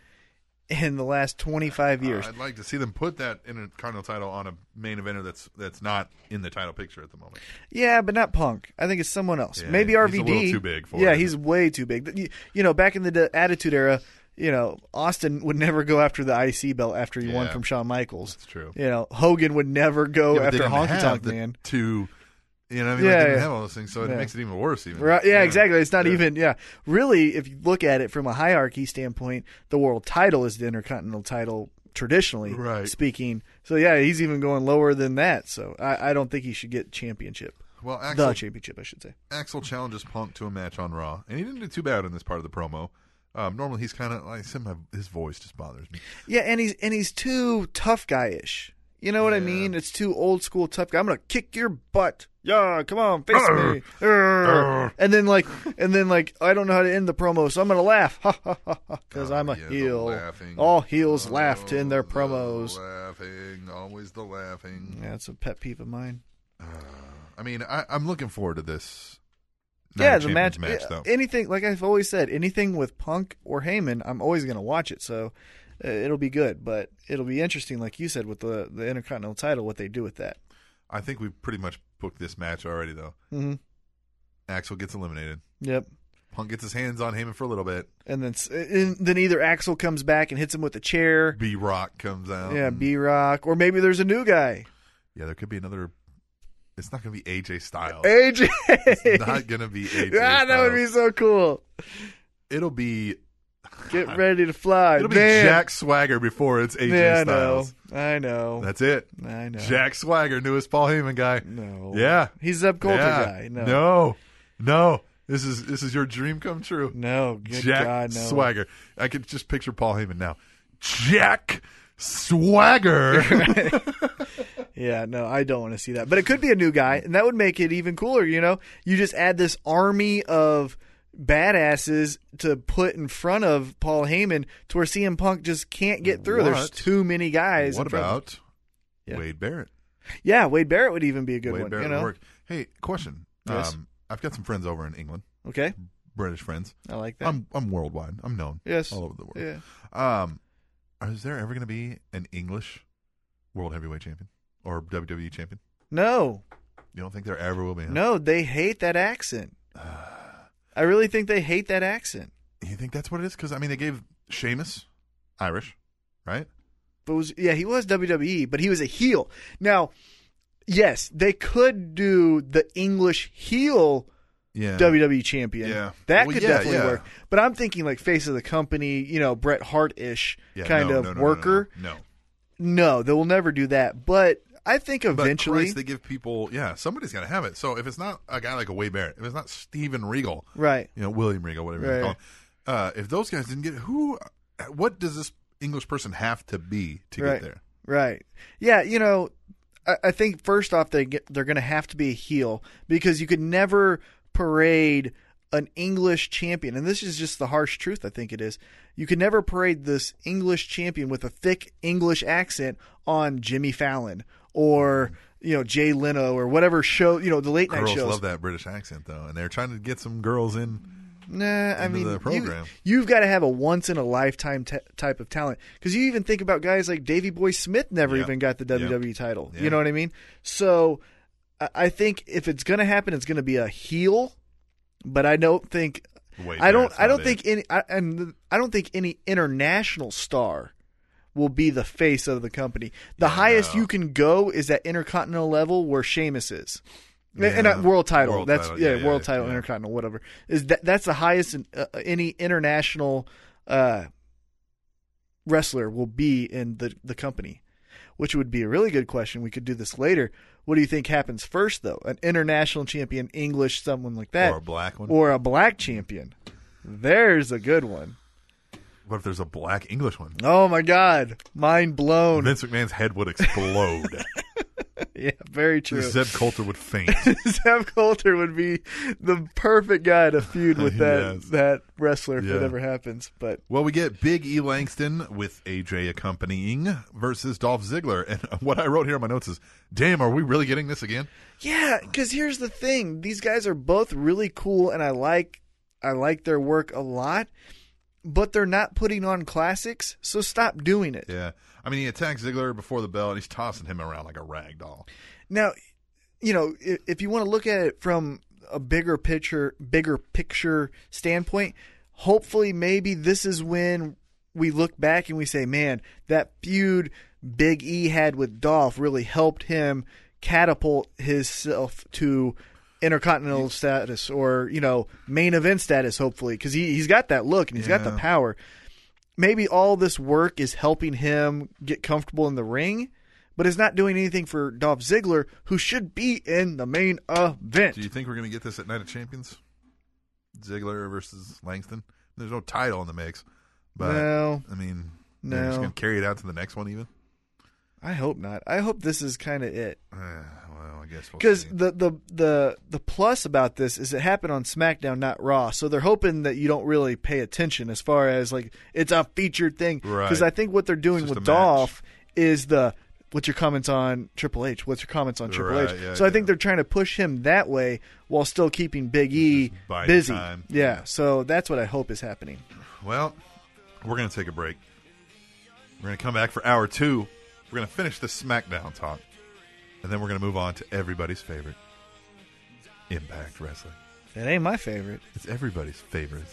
in the last 25 years. Uh, I'd like to see them put that Intercontinental title on a main eventer that's that's not in the title picture at the moment. yeah, but not Punk. I think it's someone else. Yeah, Maybe he's a RVD. little too big for Yeah, it. he's way too big. You- You know, back in the D- Attitude Era, you know, Austin would never go after the IC belt after he won Yeah. from Shawn Michaels. That's true. You know, Hogan would never go Yeah, but they after didn't Honky have Tonk the Man. Two, you know, what I mean, Like, Yeah, they didn't yeah. have all those things, so it Yeah. makes it even worse. Even Right. Yeah, exactly. It's not Yeah. even. Yeah, really. If you look at it from a hierarchy standpoint, the world title is the intercontinental title traditionally Right. speaking. So yeah, he's even going lower than that. So I, I don't think he should get championship. Well, the Axel, championship, I should say. Axel challenges Punk to a match on Raw, and he didn't do too bad in this part of the promo. Um, normally, he's kind of like some my his voice just bothers me. Yeah, and he's and he's too tough guy-ish. You know what I Yeah. mean? It's too old school tough guy. I'm gonna kick your butt. Yeah, come on, face me. Arr. And then like, and then like, I don't know how to end the promo, so I'm gonna laugh, ha ha ha, because I'm a Oh, Yeah, the heel. laughing. All heels laughed in their Oh, the promos. laughing, always the laughing. Yeah, that's a pet peeve of mine. I mean, I, I'm looking forward to this. yeah, Night of the Champions match, match yeah, though. anything like I've always said, anything with Punk or Heyman, I'm always going to watch it. So uh, it'll be good, but it'll be interesting, like you said, with the the Intercontinental title, what they do with that. I think we pretty much booked this match already, though. hmm Axel gets eliminated. Yep. Punk gets his hands on Heyman for a little bit. And then s- and then either Axel comes back and hits him with a chair. B Rock comes out. yeah, and- B Rock, or maybe there's a new guy, Yeah, there could be another. It's not going to be AJ Styles. AJ. It's not going to be AJ ah, that would be Styles. so cool. It'll be. Get ready to fly. It'll be man. Jack Swagger before it's AJ yeah, Styles. I know. I know. That's it. I know. Jack Swagger, newest Paul Heyman guy. No. Yeah. He's Zeb Coulter Yeah. guy. No. No. No. This is this is your dream come true. No. Good Jack God, no. Swagger. I could just picture Paul Heyman now. Jack Swagger. Yeah, no, I don't want to see that. But it could be a new guy, and that would make it even cooler, you know? You just add this army of badasses to put in front of Paul Heyman to where CM Punk just can't get through. There's What? too many guys. what in front of about Wade Barrett? him. Yeah, Wade Barrett would even be a good Wade one, Barrett you know? would work. Hey, question. Yes. Um, I've got some friends over in England. Okay. British friends. I like that. I'm I'm worldwide. I'm known. Yes. All over the world. Yeah. Um, is there ever going to be an English world heavyweight champion or WWE champion? No. You don't think there ever will be? huh? No, they hate that accent. I really think they hate that accent. You think that's what it is? Because I mean, they gave Sheamus Irish, right? But was yeah, he was WWE, but he was a heel. Now, yes, they could do the English heel Yeah. WWE champion. Yeah. That Well, could yeah, definitely yeah. work. But I'm thinking like face of the company, you know, Bret Hart ish Yeah, kind no, of no, no, no, worker. No, no, No, they will never do that. But I think But eventually Christ, they give people. Yeah, somebody's got to have it. So if it's not a guy like a Wade Barrett, if it's not Steven Regal, Right. you know William Regal, whatever you Right. call him, uh, if those guys didn't get who, what does this English person have to be to right. get there? Right. Yeah, you know, I, I think first off they get, they're going to have to be a heel because you could never parade an English champion, and this is just the harsh truth. I think it is. You could never parade this English champion with a thick English accent on Jimmy Fallon or you know Jay Leno or whatever show you know the late Girls night shows. love that British accent though, and they're trying to get some girls in. Nah, I into mean, the you- program. you've got to have a once in a lifetime t- type of talent because you even think about guys like Davy Boy Smith never Yeah. even got the Yeah. WWE title. Yeah. You know what I mean? So I- I think if it's going to happen, it's going to be a heel. But I don't think Wait, I don't that's I don't not think any I, and I don't think any international star will be the face of the company. The highest you can go is that intercontinental level where Sheamus is. And- and Yeah. uh, world title. World that's title, yeah, yeah, yeah, world title, yeah. intercontinental, whatever. Is that that's the highest in, uh, any international uh, wrestler will be in the the company, which would be a really good question. We could do this later. What do you think happens first, though? An international champion, English, someone like that, Or a black one. or a black champion. There's a good one. What if there's a black English one? Oh my God, mind blown. Vince McMahon's head would explode. yeah, very true. Zeb Coulter would faint. Zeb Coulter would be the perfect guy to feud with that Yes. that wrestler if Yeah. it ever happens. But Well, we get Big E Langston with AJ accompanying versus Dolph Ziggler. And what I wrote here in my notes is, damn, are we really getting this again? yeah, because here's the thing: these guys are both really cool, and I like I like their work a lot. But they're not putting on classics, so stop doing it. Yeah. I mean, he attacked Ziggler before the bell and he's tossing him around like a rag doll. Now, you know, if, if you want to look at it from a bigger picture, bigger picture standpoint, hopefully, maybe this is when we look back and we say, "Man, that feud Big E had with Dolph really helped him catapult himself to." Intercontinental status, or you know, main event status, hopefully, because he he's got that look and he's got the Yeah. power. Maybe all this work is helping him get comfortable in the ring, but is not doing anything for Dolph Ziggler, who should be in the main event. Do you think we're going to get this at Night of Champions? Ziggler versus Langston? There's no title in the mix. But, No. I mean, No. they're just going to carry it out to the next one, even? I hope not. I hope this is kind of it. Uh, well, I guess we'll Because see. the, the the the plus about this is it happened on SmackDown, not Raw. So they're hoping that you don't really pay attention as far as like it's a featured thing. Right. Because I think what they're doing It's just with a match. Dolph is the what's your comments on Triple H? What's your comments on Triple Right, H? yeah, so I think yeah. they're trying to push him that way while still keeping Big E biding busy. time. Yeah. So that's what I hope is happening. Well, we're going to take a break. We're going to come back for hour two. We're going to finish the SmackDown talk. And then we're going to move on to everybody's favorite Impact Wrestling. That ain't my favorite. It's everybody's favorite.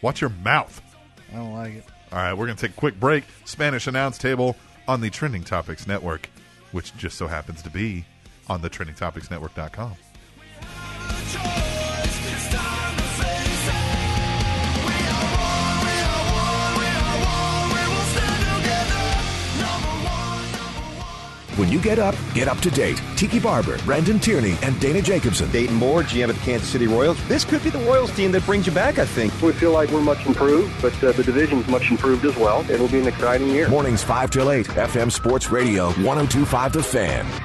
Watch your mouth. I don't like it. All right, we're going to take a quick break. Spanish announce table on the Trending Topics Network, which just so happens to be on the trendingtopicsnetwork.com. It's time to face it. We are one, we are one. When you get up, get up to date. Tiki Barber, Brandon Tierney, and Dana Jacobson. Dayton Moore, GM of the Kansas City Royals. This could be the Royals team that brings you back, I think. We feel like we're much improved, but uh, the division's much improved as well. It'll be an exciting year. Mornings 5 till 8, FM Sports Radio, 1025 The Fan.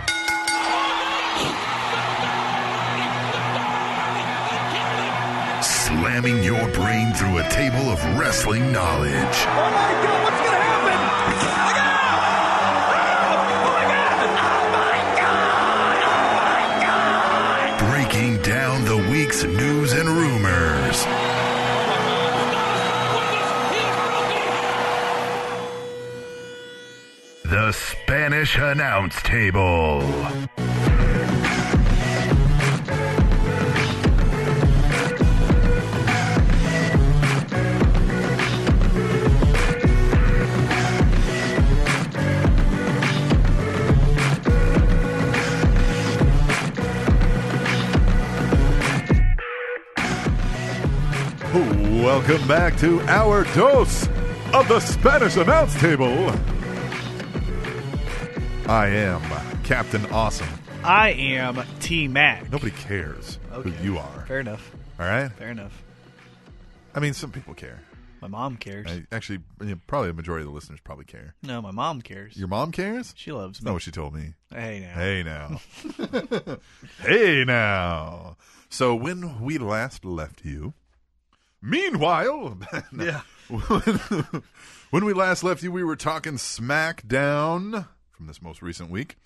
Slamming your brain through a table of wrestling knowledge. Breaking down the week's news and rumors. The Spanish Announce Table. Welcome back to our dose of the Spanish Announce Table. I am Captain Awesome. I am T Mac. Nobody cares Okay. who you are. Fair enough. All right. Fair enough. I mean, some people care. My mom cares. I- actually, yeah, probably a majority of the listeners probably care. No, my mom cares. Your mom cares? She loves That's not me. what she told me. Hey, now. Hey now. hey now. So when we last left you, meanwhile, yeah. When, when we last left you, we were talking SmackDown from this most recent week,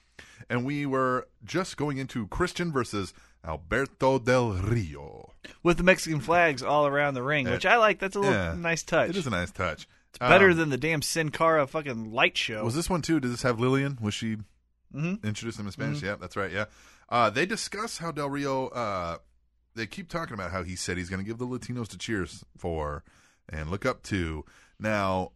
and we were just going into Christian versus Alberto Del Rio. With the Mexican flags all around the ring, which I like. That's a little Yeah. nice touch. It is a nice touch. It's better Um, than the damn Sin Cara fucking light show. Was this one too? Did this have Lillian? Was she Mhm. introduced him in Spanish? Mhm. Yeah, that's right. Yeah. Uh, they discuss how Del Rio. Uh, they keep talking about how he said he's going to give the Latinos to cheers for and look up to. Now,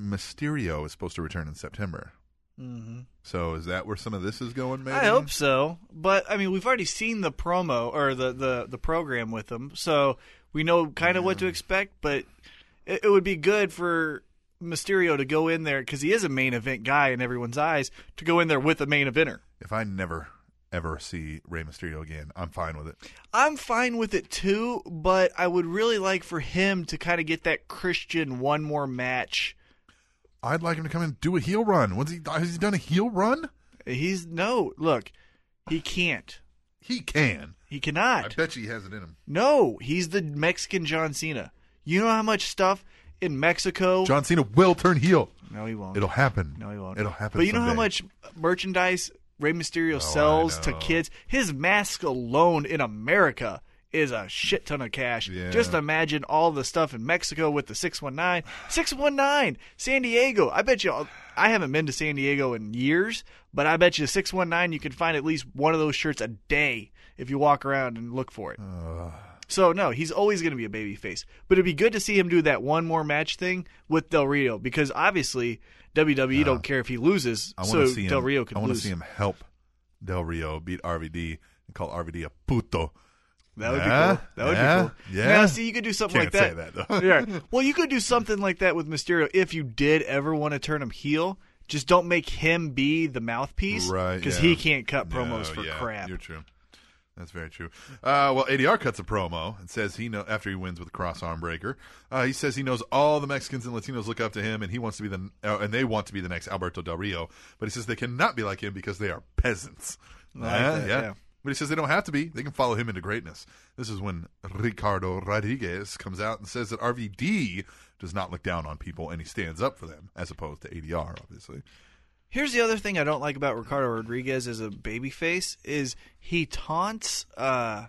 Mysterio is supposed to return in September. hmm So is that where some of this is going? Maybe I hope so, but I mean, we've already seen the promo or the the, the program with them, so we know kind of what to expect. But it, it would be good for Mysterio to go in there because he is a main event guy in everyone's eyes to go in there with a main eventer. If I never ever see Rey Mysterio again, I'm fine with it. I'm fine with it too, but I would really like for him to kind of get that Christian one more match. I'd like him to come and do a heel run. When's he? Has he done a heel run? He's no look. He can't. He can. He cannot. I bet you he has it in him. No, he's the Mexican John Cena. You know how much stuff in Mexico. John Cena will turn heel. No, he won't. It'll happen. No, he won't. It'll happen. But you know how someday. Oh, much merchandise Rey Mysterio I sells to know. kids. His mask alone in America is a shit ton of cash. Yeah. Just imagine all the stuff in Mexico with the 619. 619, San Diego. I bet you I haven't been to San Diego in years, but I bet you 619 you can find at least one of those shirts a day if you walk around and look for it. So no, he's always going to be a babyface. But it'd be good to see him do that one more match thing with Del Rio because obviously WWE don't care if he loses. I want so to see Del him, Rio can I want lose. to see him help Del Rio beat RVD and call RVD a puto. That would Yeah? be cool. That would Yeah? be cool. Yeah. Now, see, you could do something Can't like say that. that, though. yeah. Well, you could do something like that with Mysterio if you did ever want to turn him heel. Just don't make him be the mouthpiece, Right. Because yeah. he can't cut promos No, for yeah, crap. You're true. That's very true. Uh, well, ADR cuts a promo and says he know after he wins with a cross arm breaker. Uh, he says he knows all the Mexicans and Latinos look up to him, and he wants to be the uh, and they want to be the next Alberto Del Rio. But he says they cannot be like him because they are peasants. I like Yeah, that, yeah. yeah. But he says they don't have to be. They can follow him into greatness. This is when Ricardo Rodriguez comes out and says that RVD does not look down on people and he stands up for them, as opposed to ADR, obviously. Here's the other thing I don't like about Ricardo Rodriguez as a babyface is he taunts uh,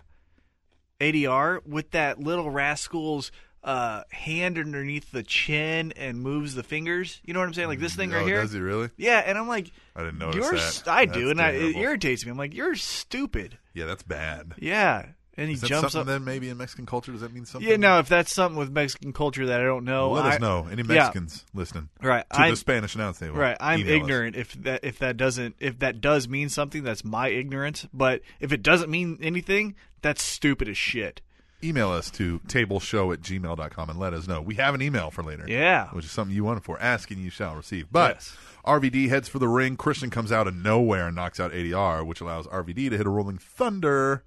ADR with that little rascal's uh, hand underneath the chin and moves the fingers. You know what I'm saying? Like this thing Oh, right here. Does he really? Yeah, and I'm like, I didn't notice you're that. st- I do, That's and I, it terrible. irritates me. I'm like, you're stupid. Yeah, that's bad. Yeah, and he Is that jumps something up. then maybe in Mexican culture? Does that mean something? yeah, no, if that's something with Mexican culture that I don't know, Let I- us know. Any Yeah. Mexicans listening? Right, To I'm- the Spanish announce table. Right, I'm Email us. ignorant. If that if that doesn't if that does mean something, that's my ignorance. But if it doesn't mean anything, that's stupid as shit. email us to tableshow at gmail.com and let us know. We have an email for later. Yeah. Which is something you wanted for. Ask and you shall receive. But RVD heads for the ring. Christian comes out of nowhere and knocks out ADR, which allows RVD to hit a rolling thunder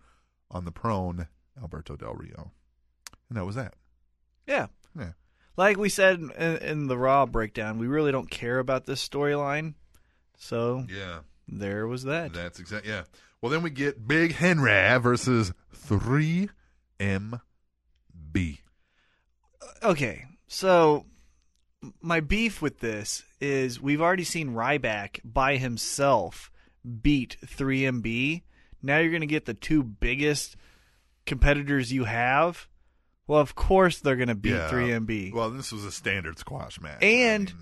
on the prone Alberto Del Rio. And that was that. Yeah. Yeah. Like we said in, in the Raw breakdown, we really don't care about this storyline. So Yeah. there was that. That's exact. Yeah. Well, then we get Big Henry versus 3MB. Okay, so my beef with this is we've already seen Ryback by himself beat 3MB. Now you're going to get the two biggest competitors you have. Well, of course they're going to beat Yeah. 3MB. Well, this was a standard squash match. And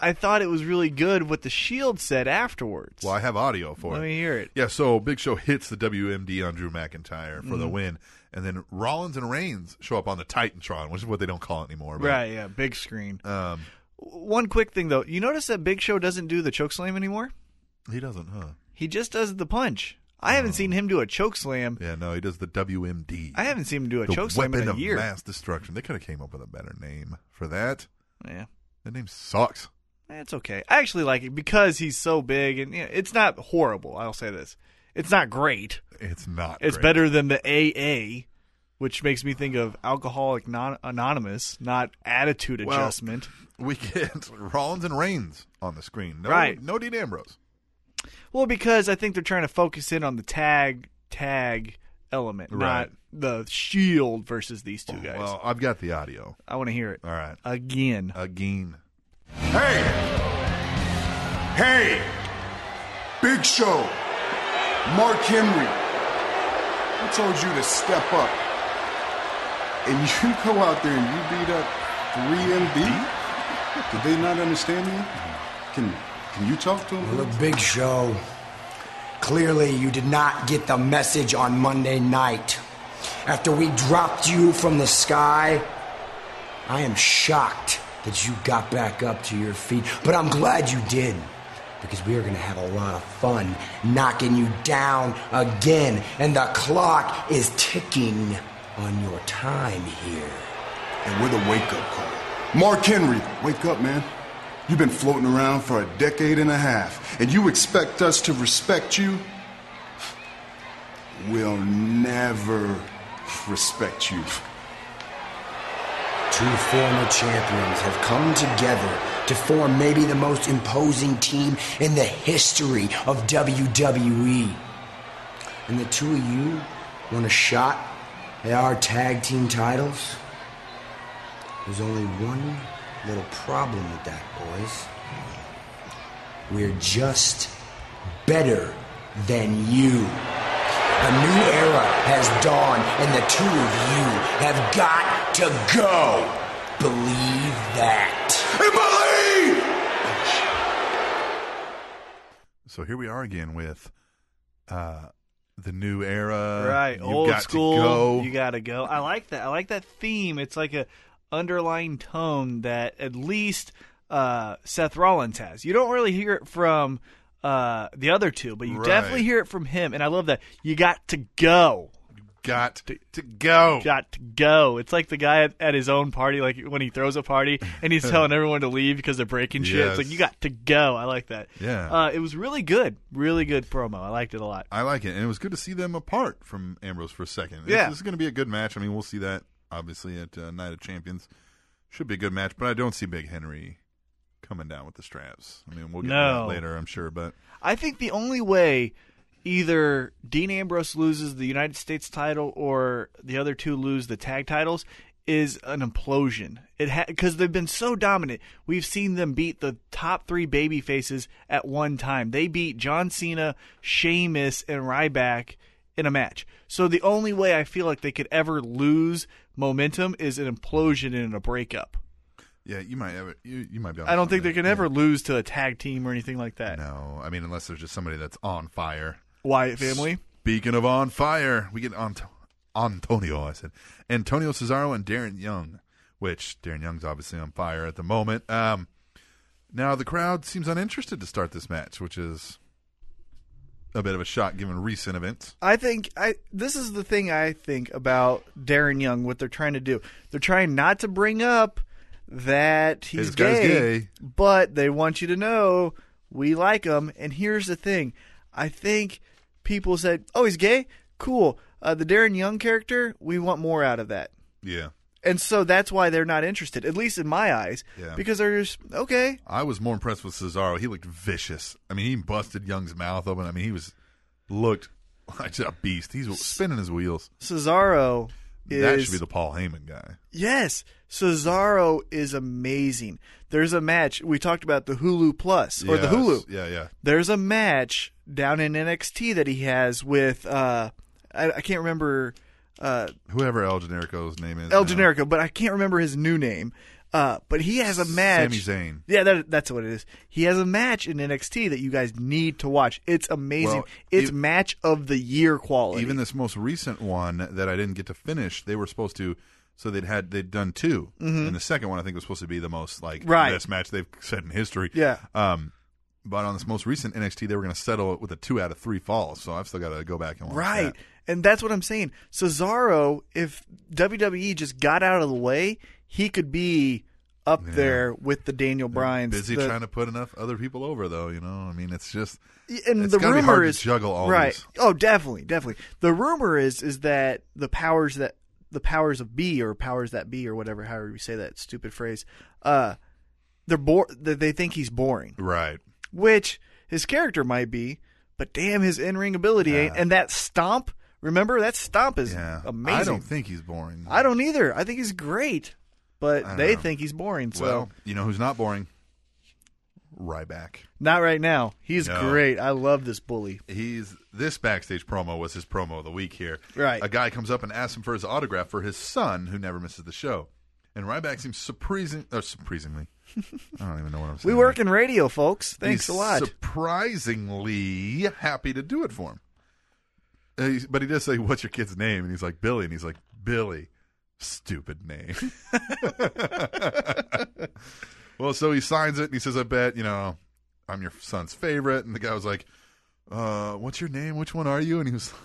I thought it was really good what the Shield said afterwards. Well, I have audio for Let it. me hear it. Yeah, so Big Show hits the WMD on Drew McIntyre for the Mhm. win, and then Rollins and Reigns show up on the Titantron, which is what they don't call it anymore. But, Right, yeah, big screen. Um, One quick thing though, you notice that Big Show doesn't do the chokeslam anymore? he doesn't, huh? He just does the punch. I haven't seen him do a choke slam. Yeah, no, he does the WMD. I haven't seen him do a the choke slam weapon in a of year. mass destruction. They could have came up with a better name for that. Yeah, that name sucks. It's okay. I actually like it because he's so big, and you know, it's not horrible. I'll say this: it's not great. It's not. It's great. better than the AA, which makes me think of Alcoholic Non- Anonymous, not attitude Well, adjustment. We get Rollins and Reigns on the screen. No, Right. No Dean Ambrose. Well, because I think they're trying to focus in on the tag tag element, Right. Oh, not the Shield versus these two guys. Well, I've got the audio. I want to hear it. All right. Again. Again. Hey, Big Show, Mark Henry, I told you to step up. And you go out there and you beat up 3MB? Did they not understand you? Can, can you talk to them? Well, look, Big Show, clearly you did not get the message on Monday night. After we dropped you from the sky, I am shocked that you got back up to your feet. But I'm glad you did, because we are going to have a lot of fun knocking you down again. And the clock is ticking on your time here. And we're the wake up call. Mark Henry, wake up, man. You've been floating around for a decade and a half, and you expect us to respect you? We'll never respect you. Two former champions have come together to form maybe the most imposing team in the history of WWE. And the two of you want a shot at our tag team titles? There's only one little problem with that, boys. We're just better than you. A new era has dawned, and the two of you have got to go. Believe that. So here we are again with uh, the new era. right Uh, You've old got to school go. you gotta go i like that i like that theme it's like a underlying tone that at least uh, seth rollins has you don't really hear it from uh, the other two but you Right. definitely hear it from him and i love that you got to go got to, go got to go it's like the guy at, at his own party like when he throws a party and he's telling everyone to leave because they're breaking shit it's like Yes. you got to go i like that Yeah. uh, it was really good really good promo i liked it a lot I like it, and it was good to see them apart from Ambrose for a second. This- Yeah. this is going to be a good match. I mean, we'll see that obviously at uh, Night of Champions. Should be a good match, but I don't see Big Henry coming down with the straps. I mean, we'll get to No. that later, I'm sure, but I think the only way either Dean Ambrose loses the United States title or the other two lose the tag titles is an implosion. It because they've been so dominant. We've seen them beat the top three baby faces at one time. They beat John Cena, Sheamus, and Ryback in a match. So the only way I feel like they could ever lose momentum is an implosion and a breakup. yeah, you might have it. You, you might be. on I don't think they something. can ever lose to a tag team or anything like that. No, I mean, unless there's just somebody that's on fire. Wyatt family. Speaking of on fire, we get Ant- Antonio. I said Antonio Cesaro and Darren Young, which Darren Young's obviously on fire at the moment. Um, now the crowd seems uninterested to start this match, which is a bit of a shot given recent events. I think I this is the thing I think about Darren Young. What they're trying to do, they're trying not to bring up that he's This guy's gay. but they want you to know we like him. And here's the thing: I think people said, "Oh, he's gay, cool." Uh, the Darren Young character, we want more out of that. Yeah. And so that's why they're not interested, at least in my eyes, Yeah. because they're just okay. I was more impressed with Cesaro. He looked vicious. I mean, he busted Young's mouth open. I mean, he was looked like a beast. He's spinning his wheels. Cesaro is that should be the Paul Heyman guy. Yes, Cesaro is amazing. There's a match we talked about the Hulu Plus or the Yes. Hulu. Yeah, yeah. There's a match down in NXT that he has with uh, I, I can't remember uh, Whoever El Generico's name is. El now. Generico, but I can't remember his new name. Uh, but he has a match. Sami Zayn. Yeah, that, that's what it is. He has a match in NXT that you guys need to watch. It's amazing. Well, e- it's match of the year quality. Even this most recent one that I didn't get to finish, they were supposed to. So they'd had they'd done 2 Mhm. and the second one I think was supposed to be the most like Right. best match they've said in history. Yeah. Um, but on this most recent NXT, they were going to settle it with a two out of three falls. So I've still got to go back and watch Right. that. And that's what I'm saying. Cesaro, if WWE just got out of the way, he could be up there with the Daniel Bryan's. Busy the- trying to put enough other people over though, you know. I mean, it's just and it's the gotta rumor be hard to is juggle all right. these. Oh, definitely, definitely. The rumor is is that the powers that the powers of B or powers that be or whatever, however you say that stupid phrase, uh, they're bor- that they think he's boring, right? Which his character might be, but damn, his in ring ability ain't. And that stomp, remember that stomp is amazing. I don't think he's boring. I don't either. I think he's great, I but don't they know. think he's boring. So Well, you know who's not boring? Ryback. not right now. He's No. great. I love this bully. He's this backstage promo was his promo of the week here. Right. A guy comes up and asks him for his autograph for his son, who never misses the show. And Ryback seems surprising, or surprisingly, I don't even know what I'm saying. We work in radio, folks. Thanks He's a lot. Surprisingly happy to do it for him. And he's- but he does say, "What's your kid's name?" And he's like, "Billy." And he's like, "Billy, stupid name." well, so he signs it and he says, "I bet you know I'm your son's favorite." And the guy was like, "Uh, what's your name? Which one are you?" And he was.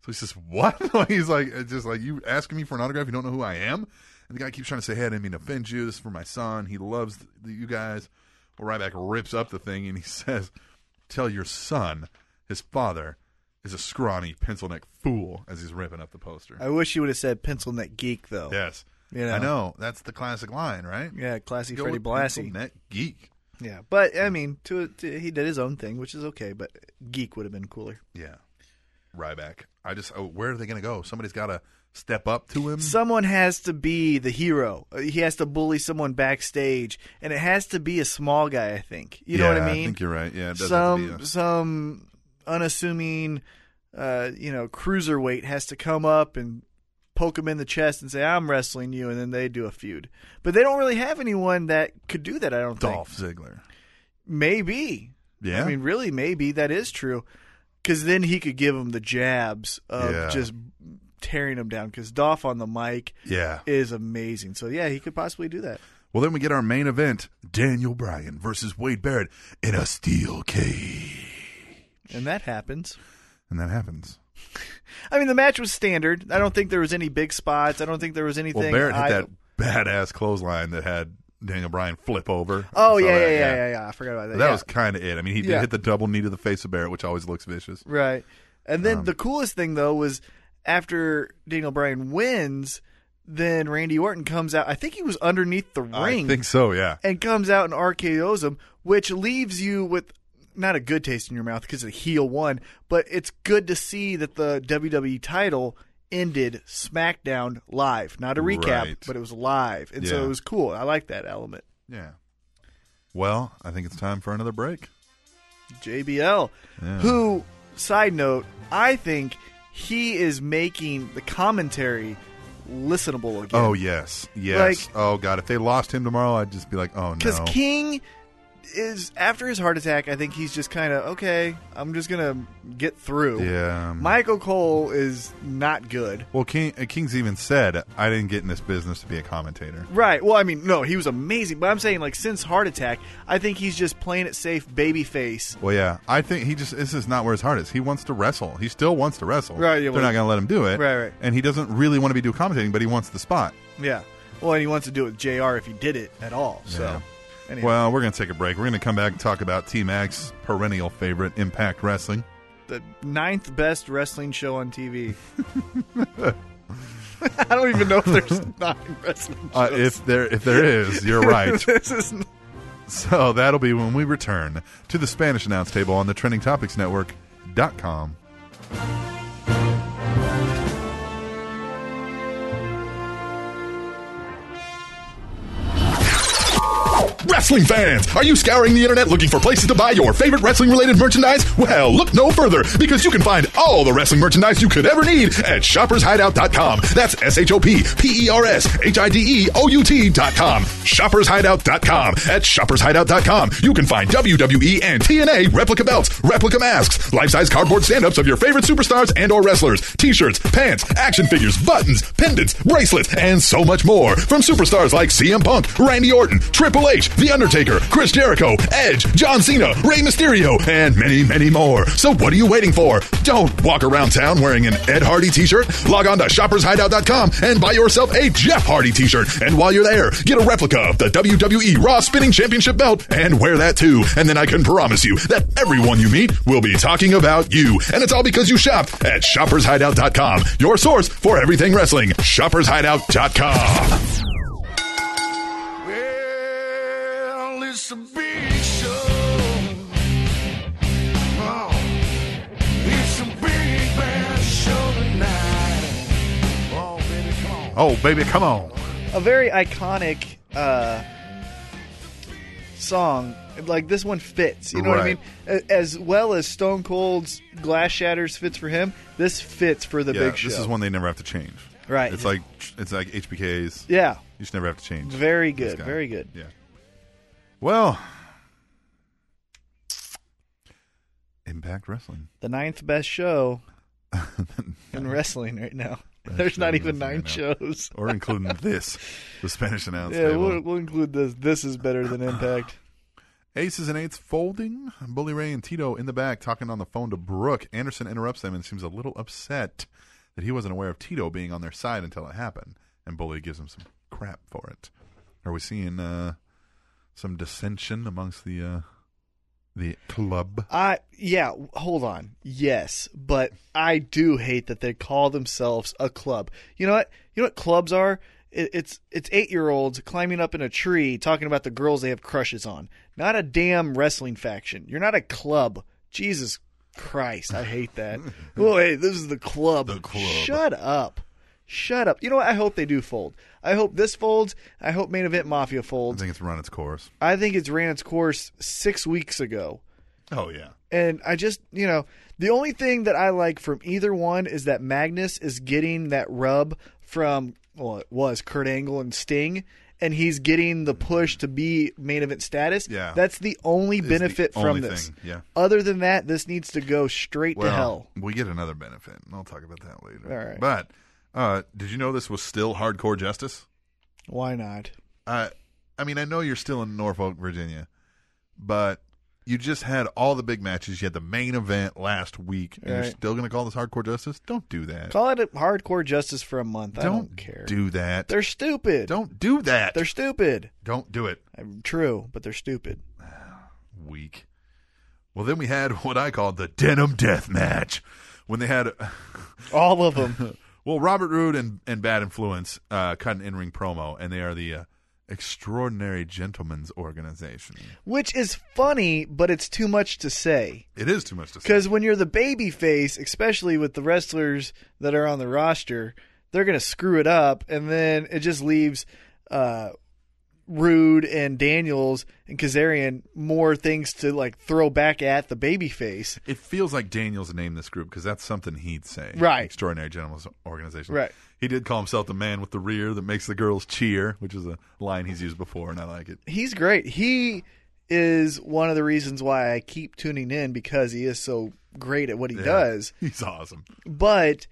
So he says, "What?" Like, he's like, it's "Just like you asking me for an autograph, you don't know who I am." And the guy keeps trying to say, "Hey, I didn't mean to offend you. This is for my son. He loves th- you guys." Well, Ryback rips up the thing and he says, "Tell your son, his father is a scrawny pencil neck fool." As he's ripping up the poster. I wish you would have said pencil neck geek though. Yes, You know. I know that's the classic line, right? Yeah, classy Go Freddie with Blassie. pencil neck geek. Yeah, but I mean, to, to he did his own thing, which is okay. But geek would have been cooler. Yeah, Ryback. I just, oh, where are they going to go? Somebody's got to step up to him. Someone has to be the hero. Uh, He has to bully someone backstage, and it has to be a small guy. I think you know what Yeah, I I mean. think you're right. Yeah, it does have to some be a- some unassuming, uh, you know, cruiserweight has to come up and poke him in the chest and say, "I'm wrestling you," and then they do a feud. But they don't really have anyone that could do that. I don't think. Dolph Ziggler. Maybe. Yeah. I mean, really, maybe that is true. Because then he could give him the jabs of Yeah. just tearing him down. Because Dolph on the mic Yeah. is amazing. So, yeah, he could possibly do that. Well, then we get our main event: Daniel Bryan versus Wade Barrett in a steel cage, And that happens. and that happens. I mean, the match was standard. I don't think there was any big spots. I don't think there was anything. Well, Barrett hit I- that badass clothesline that had Daniel Bryan flip over. Oh, I saw yeah, yeah, that, yeah, yeah, yeah, I forgot about But that. That yeah. was kind of it. I mean, he did Yeah. hit the double knee to the face of Barrett, which always looks vicious. Right. And then Um, the coolest thing though was after Daniel Bryan wins, then Randy Orton comes out. I think he was underneath the ring. I think so. Yeah. And comes out and RKO's him, which leaves you with not a good taste in your mouth because the heel won, but it's good to see that the WWE title ended SmackDown live. Not a recap, Right. but it was live. And Yeah. so it was cool. I like that element. Yeah. Well, I think it's time for another break. JBL, Yeah. who, side note, I think he is making the commentary listenable again. Oh yes, yes. Like- oh god, if they lost him tomorrow, I'd just be like, oh no. Because King, is after his heart attack, I think he's just kind of okay. I'm just gonna get through. Yeah. Michael Cole is not good. Well, King, uh, King's even said, I didn't get in this business to be a commentator. Right. Well, I mean, no, he was amazing, but I'm saying like since heart attack, I think he's just playing it safe, baby face. Well, yeah. I think he just, this is not where his heart is. He wants to wrestle. He still wants to wrestle. Right, yeah, They're well- not going to let him do it. Right, right. And he doesn't really want to be do commentating, but he wants the spot. Yeah. Well, and he wants to do it with Jr. if he did it at all. So, Yeah. anyhow, Well, we're going to take a break. We're going to come back and talk about Team X, perennial favorite, Impact Wrestling. the ninth best wrestling show on TV. I don't even know if there's nine wrestling Uh, shows. if there if there is, you're right. this is n- So that'll be when we return to the Spanish announce table on the Trending Topics Network.com. Wrestling fans, are you scouring the internet looking for places to buy your favorite wrestling related merchandise? Well, look no further because you can find all the wrestling merchandise you could ever need at shoppershideout.com. That's S H O P P E R S H I D E O U T.com. Shoppershideout.com. At shoppershideout.com, you can find WWE and TNA replica belts, replica masks, life size cardboard stand ups of your favorite superstars and or wrestlers, t shirts, pants, action figures, buttons, pendants, bracelets, and so much more from superstars like CM Punk, Randy Orton, Triple H, The Undertaker, Chris Jericho, Edge, John Cena, Rey Mysterio, and many, many more. So what are you waiting for? Don't walk around town wearing an Ed Hardy t-shirt. Log on to shoppershideout.com and buy yourself a Jeff Hardy t-shirt. And while you're there, get a replica of the WWE Raw Spinning Championship belt and wear that too. And then I can promise you that everyone you meet will be talking about you. And it's all because you shop at shoppershideout.com, your source for everything wrestling. Shoppershideout.com. Well, it's a big show. Oh, it's a big bad show tonight. Oh, baby, come on. Oh, baby, come on. a very iconic uh, song. Like this one fits, you know Right. what I mean. A- As well as Stone Cold's "Glass Shatters" fits for him. This fits for the Yeah, Big Show. This is one they never have to change. Right. It's like it's like HBK's. Yeah. You just never have to change. Very This good, guy. very good. Yeah. Well, Impact Wrestling. the ninth best show in wrestling right now. There's not even nine shows. or including this, the Spanish announce yeah, table. we'll, we'll include this. This is better than Impact. Aces and eights folding. Bully Ray and Tito in the back talking on the phone to Brooke. Anderson interrupts them and seems a little upset that he wasn't aware of Tito being on their side until it happened. And Bully gives him some crap for it. Are we seeing uh, some dissension amongst the uh, the club? I yeah, w- hold on. Yes, but I do hate that they call themselves a club. You know what? You know what clubs are? It, it's it's eight year olds climbing up in a tree talking about the girls they have crushes on. Not a damn wrestling faction. You're not a club. Jesus Christ, I hate that. oh, hey, this is the club. The club. Shut up. Shut up. You know what? I hope they do fold. I hope this folds. I hope Main Event Mafia I folds. think it's run its course. I think it's ran its course six weeks ago. Oh yeah. And I just, you know, the only thing that I like from either one is that Magnus is getting that rub from, well, it was Kurt Angle and Sting, and he's getting the push to be main event status. Yeah. That's the only Is the benefit only from this. thing, yeah. Other than that, this needs to go straight Well, to hell. we get another benefit, and I'll talk about that later. All right. But uh, did you know this was still hardcore justice? Why not? Uh, I mean, I know you're still in Norfolk, Virginia, but you just had all the big matches. You had the main event last week, and you're Right. still going to call this hardcore justice? Don't do that. Call it a hardcore justice for a month. I Don't don't care. do that. They're stupid. Don't do that. They're stupid. Don't do it. I'm true, but they're stupid. Weak. Well, then we had what I called the denim death match when they had all of them. well, Robert Roode and, and Bad Influence uh, cut an in ring promo, and they are the uh, Extraordinary Gentlemen's Organization. Which is funny, but it's too much to say. It is too much to say. Because when you're the baby face, especially with the wrestlers that are on the roster, they're going to screw it up, and then it just leaves uh, Rude and Daniels and Kazarian more things to like throw back at the baby face. It feels like Daniels named this group because that's something he'd say. Right. Extraordinary Gentlemen's Organization. Right. He did call himself the man with the rear that makes the girls cheer, which is a line he's used before, and I like it. He's great. He is one of the reasons why I keep tuning in because he is so great at what he does. He's awesome. But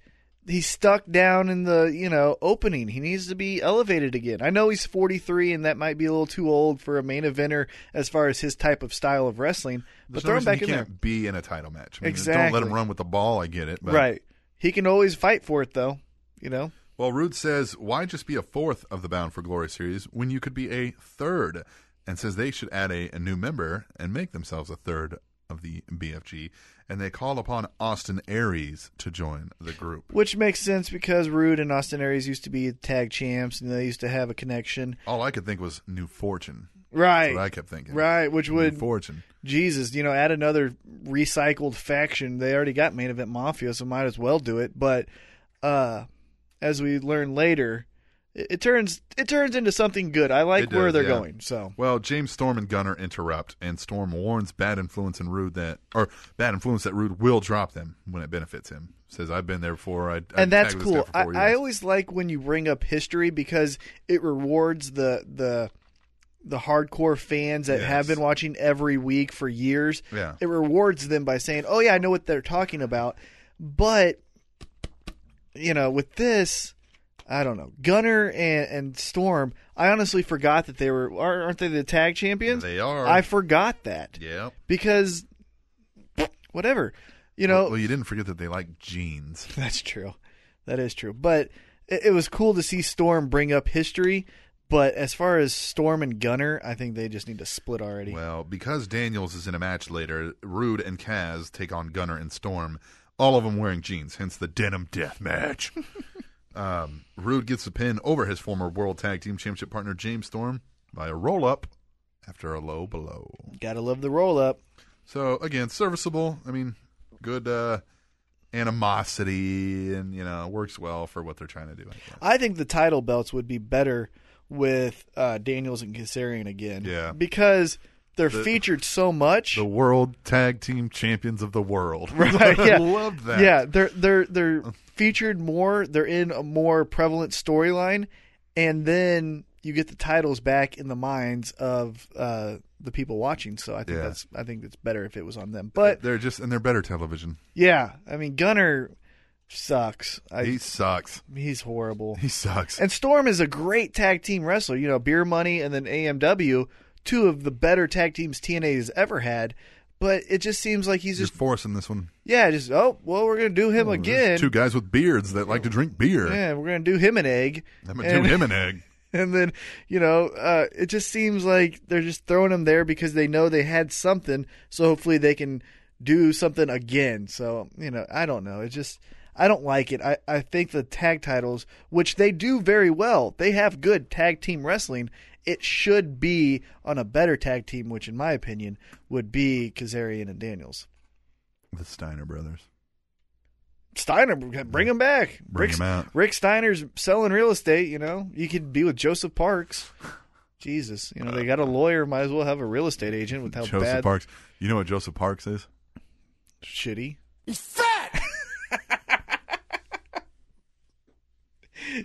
he's stuck down in the, you know, opening. He needs to be elevated again. I know he's 43 and that might be a little too old for a main eventer as far as his type of style of wrestling, but There's no throw him reason back he in there. can't be in a title match. I mean, Don't let Exactly. him run with the ball. I get it. But. Right. He can always fight for it though, you know. Well, Rude says, why just be a fourth of the Bound for Glory series when you could be a third? And says they should add a, a new member and make themselves a third of the BFG. And they call upon Austin Aries to join the group. Which makes sense because Rude and Austin Aries used to be tag champs and they used to have a connection. All I could think was New Fortune. Right. That's what I kept thinking. Right, which New would Fortune. Jesus, you know, add another recycled faction. They already got main event mafia, so might as well do it. But uh as we learn later, it, it turns it turns into something good. I like It where does, they're yeah. going. So well, James Storm and Gunner interrupt, and Storm warns Bad Influence and Rude that, or Bad Influence that Rude will drop them when it benefits him. Says I've been there before. I, I and that's tagged this guy cool. for I, four I years." always like when you bring up history because it rewards the the the hardcore fans that have been watching every week for years. Yeah. It rewards them by saying, "Oh yeah, I know what they're talking about." But you know, with this, I don't know. Gunner and, and Storm, I honestly forgot that they were aren't aren't they the tag champions? They are. I forgot that yeah. because whatever. You know, Well, you didn't forget that they like jeans. That's true. That is true. But it, it was cool to see Storm bring up history. But as far as Storm and Gunner, I think they just need to split already. Well, because Daniels is in a match later, Rude and Kaz take on Gunner and Storm, all of them wearing jeans, hence the denim death match. um, Rude gets the pin over his former World Tag Team Championship partner James Storm by a roll up after a low blow. Gotta love the roll up. So again, serviceable. I mean, good uh, animosity, and you know, works well for what they're trying to do. I think the title belts would be better with uh, Daniels and Kissarian again. Yeah. Because they're The- featured so much. The World Tag Team Champions of the World. Right, yeah. I love that. Yeah, they're they're they're featured more. They're in a more prevalent storyline, and then you get the titles back in the minds of uh, the people watching. So I think Yeah. that's I think it's better if it was on them. But they're just and they're better television. yeah, I mean Gunner sucks. I, he sucks. He's horrible. He sucks. And Storm is a great tag team wrestler. You know, Beer Money and then AMW, two of the better tag teams TNA has ever had. But it just seems like he's You're just forcing this one. yeah, just oh well, we're gonna do him again. Two guys with beards that like to drink beer. Yeah, we're gonna do him an egg. I'm gonna do him an egg. And then you know, uh, it just seems like they're just throwing him there because they know they had something. So hopefully they can do something again. So you know, I don't know. It just I don't like it. I, I think the tag titles, which they do very well, they have good tag team wrestling. It should be on a better tag team, which in my opinion would be Kazarian and Daniels. The Steiner brothers. Steiner, bring him back. Bring Rick, him out. Rick Steiner's selling real estate. You know, you could be with Joseph Parks. Jesus, you know they got a lawyer. Might as well have a real estate agent with how Joseph bad Parks. You know what Joseph Parks is? shitty. He's fat!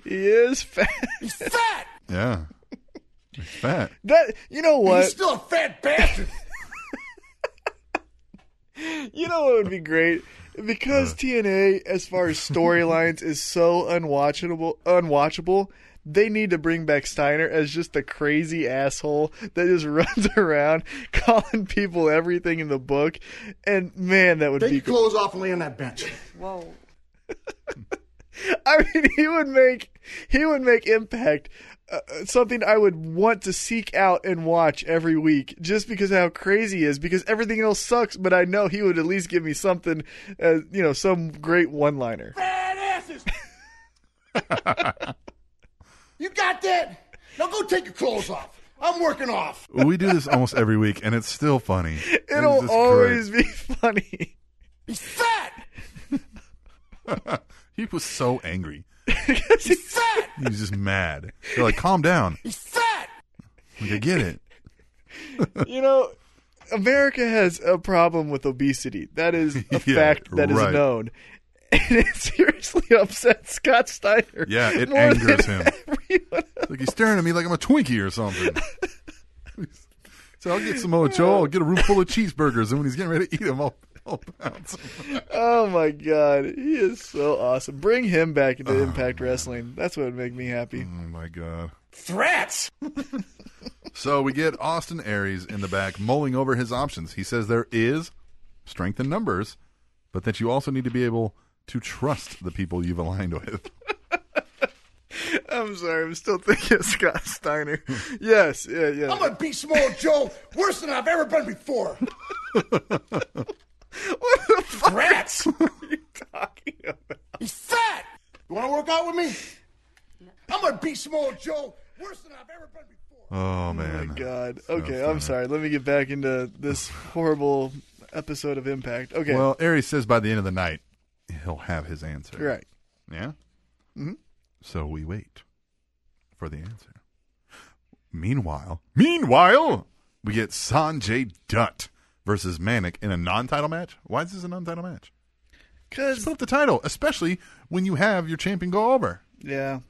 He is fat. He's fat! Yeah. He's fat. That you know what? He's still a fat bastard! you know what would be great Uh. because TNA, as far as storylines, is so unwatchable. Unwatchable. They need to bring back Steiner as just the crazy asshole that just runs around calling people everything in the book. And man, that would Take be your clothes off and lay on that bench. Whoa. I mean, he would make he would make impact uh, uh, something I would want to seek out and watch every week, just because of how crazy he is. Because everything else sucks, but I know he would at least give me something, uh, you know, some great one liner. Fat asses! you got that? Now go take your clothes off. I'm working off. we do this almost every week, and it's still funny. It's It'll just always be funny. He's fat! great. he was so angry. He's fat! He was just mad. They're like, calm down. He's fat! Like, I get it. you know, America has a problem with obesity. That is a Yeah, fact that is right. known. And it seriously upsets Scott Steiner. Yeah, it more angers than him. Like he's staring at me like I'm a Twinkie or something. So I'll get Samoa Joe. I'll get a room full of cheeseburgers, and when he's getting ready to eat them, I'll, I'll bounce. oh my god, he is so awesome. Bring him back into Impact Wrestling. That's what would make me happy. Oh my god. Threats. So we get Austin Aries in the back mulling over his options. He says there is strength in numbers, but that you also need to be able to trust the people you've aligned with. I'm sorry, I'm still thinking of Scott Steiner. Yes, yeah, yeah. Oh I'm gonna beat Small Joe worse than I've ever been before. what the fuck? Rats. what are you talking about? He's fat. You want to work out with me? I'm gonna beat Small Joe worse than I've ever been before. Oh man. my god. Okay, I'm sorry. Let me get back into this horrible episode of Impact. Okay. Well, Aries says by the end of the night, he'll have his answer. right. Yeah? Mhm. So we wait for the answer. Meanwhile, meanwhile, we get Sanjay Dutt versus Manic in a non-title match. Why is this a non-title match? Because put up the title, especially when you have your champion go over. Yeah.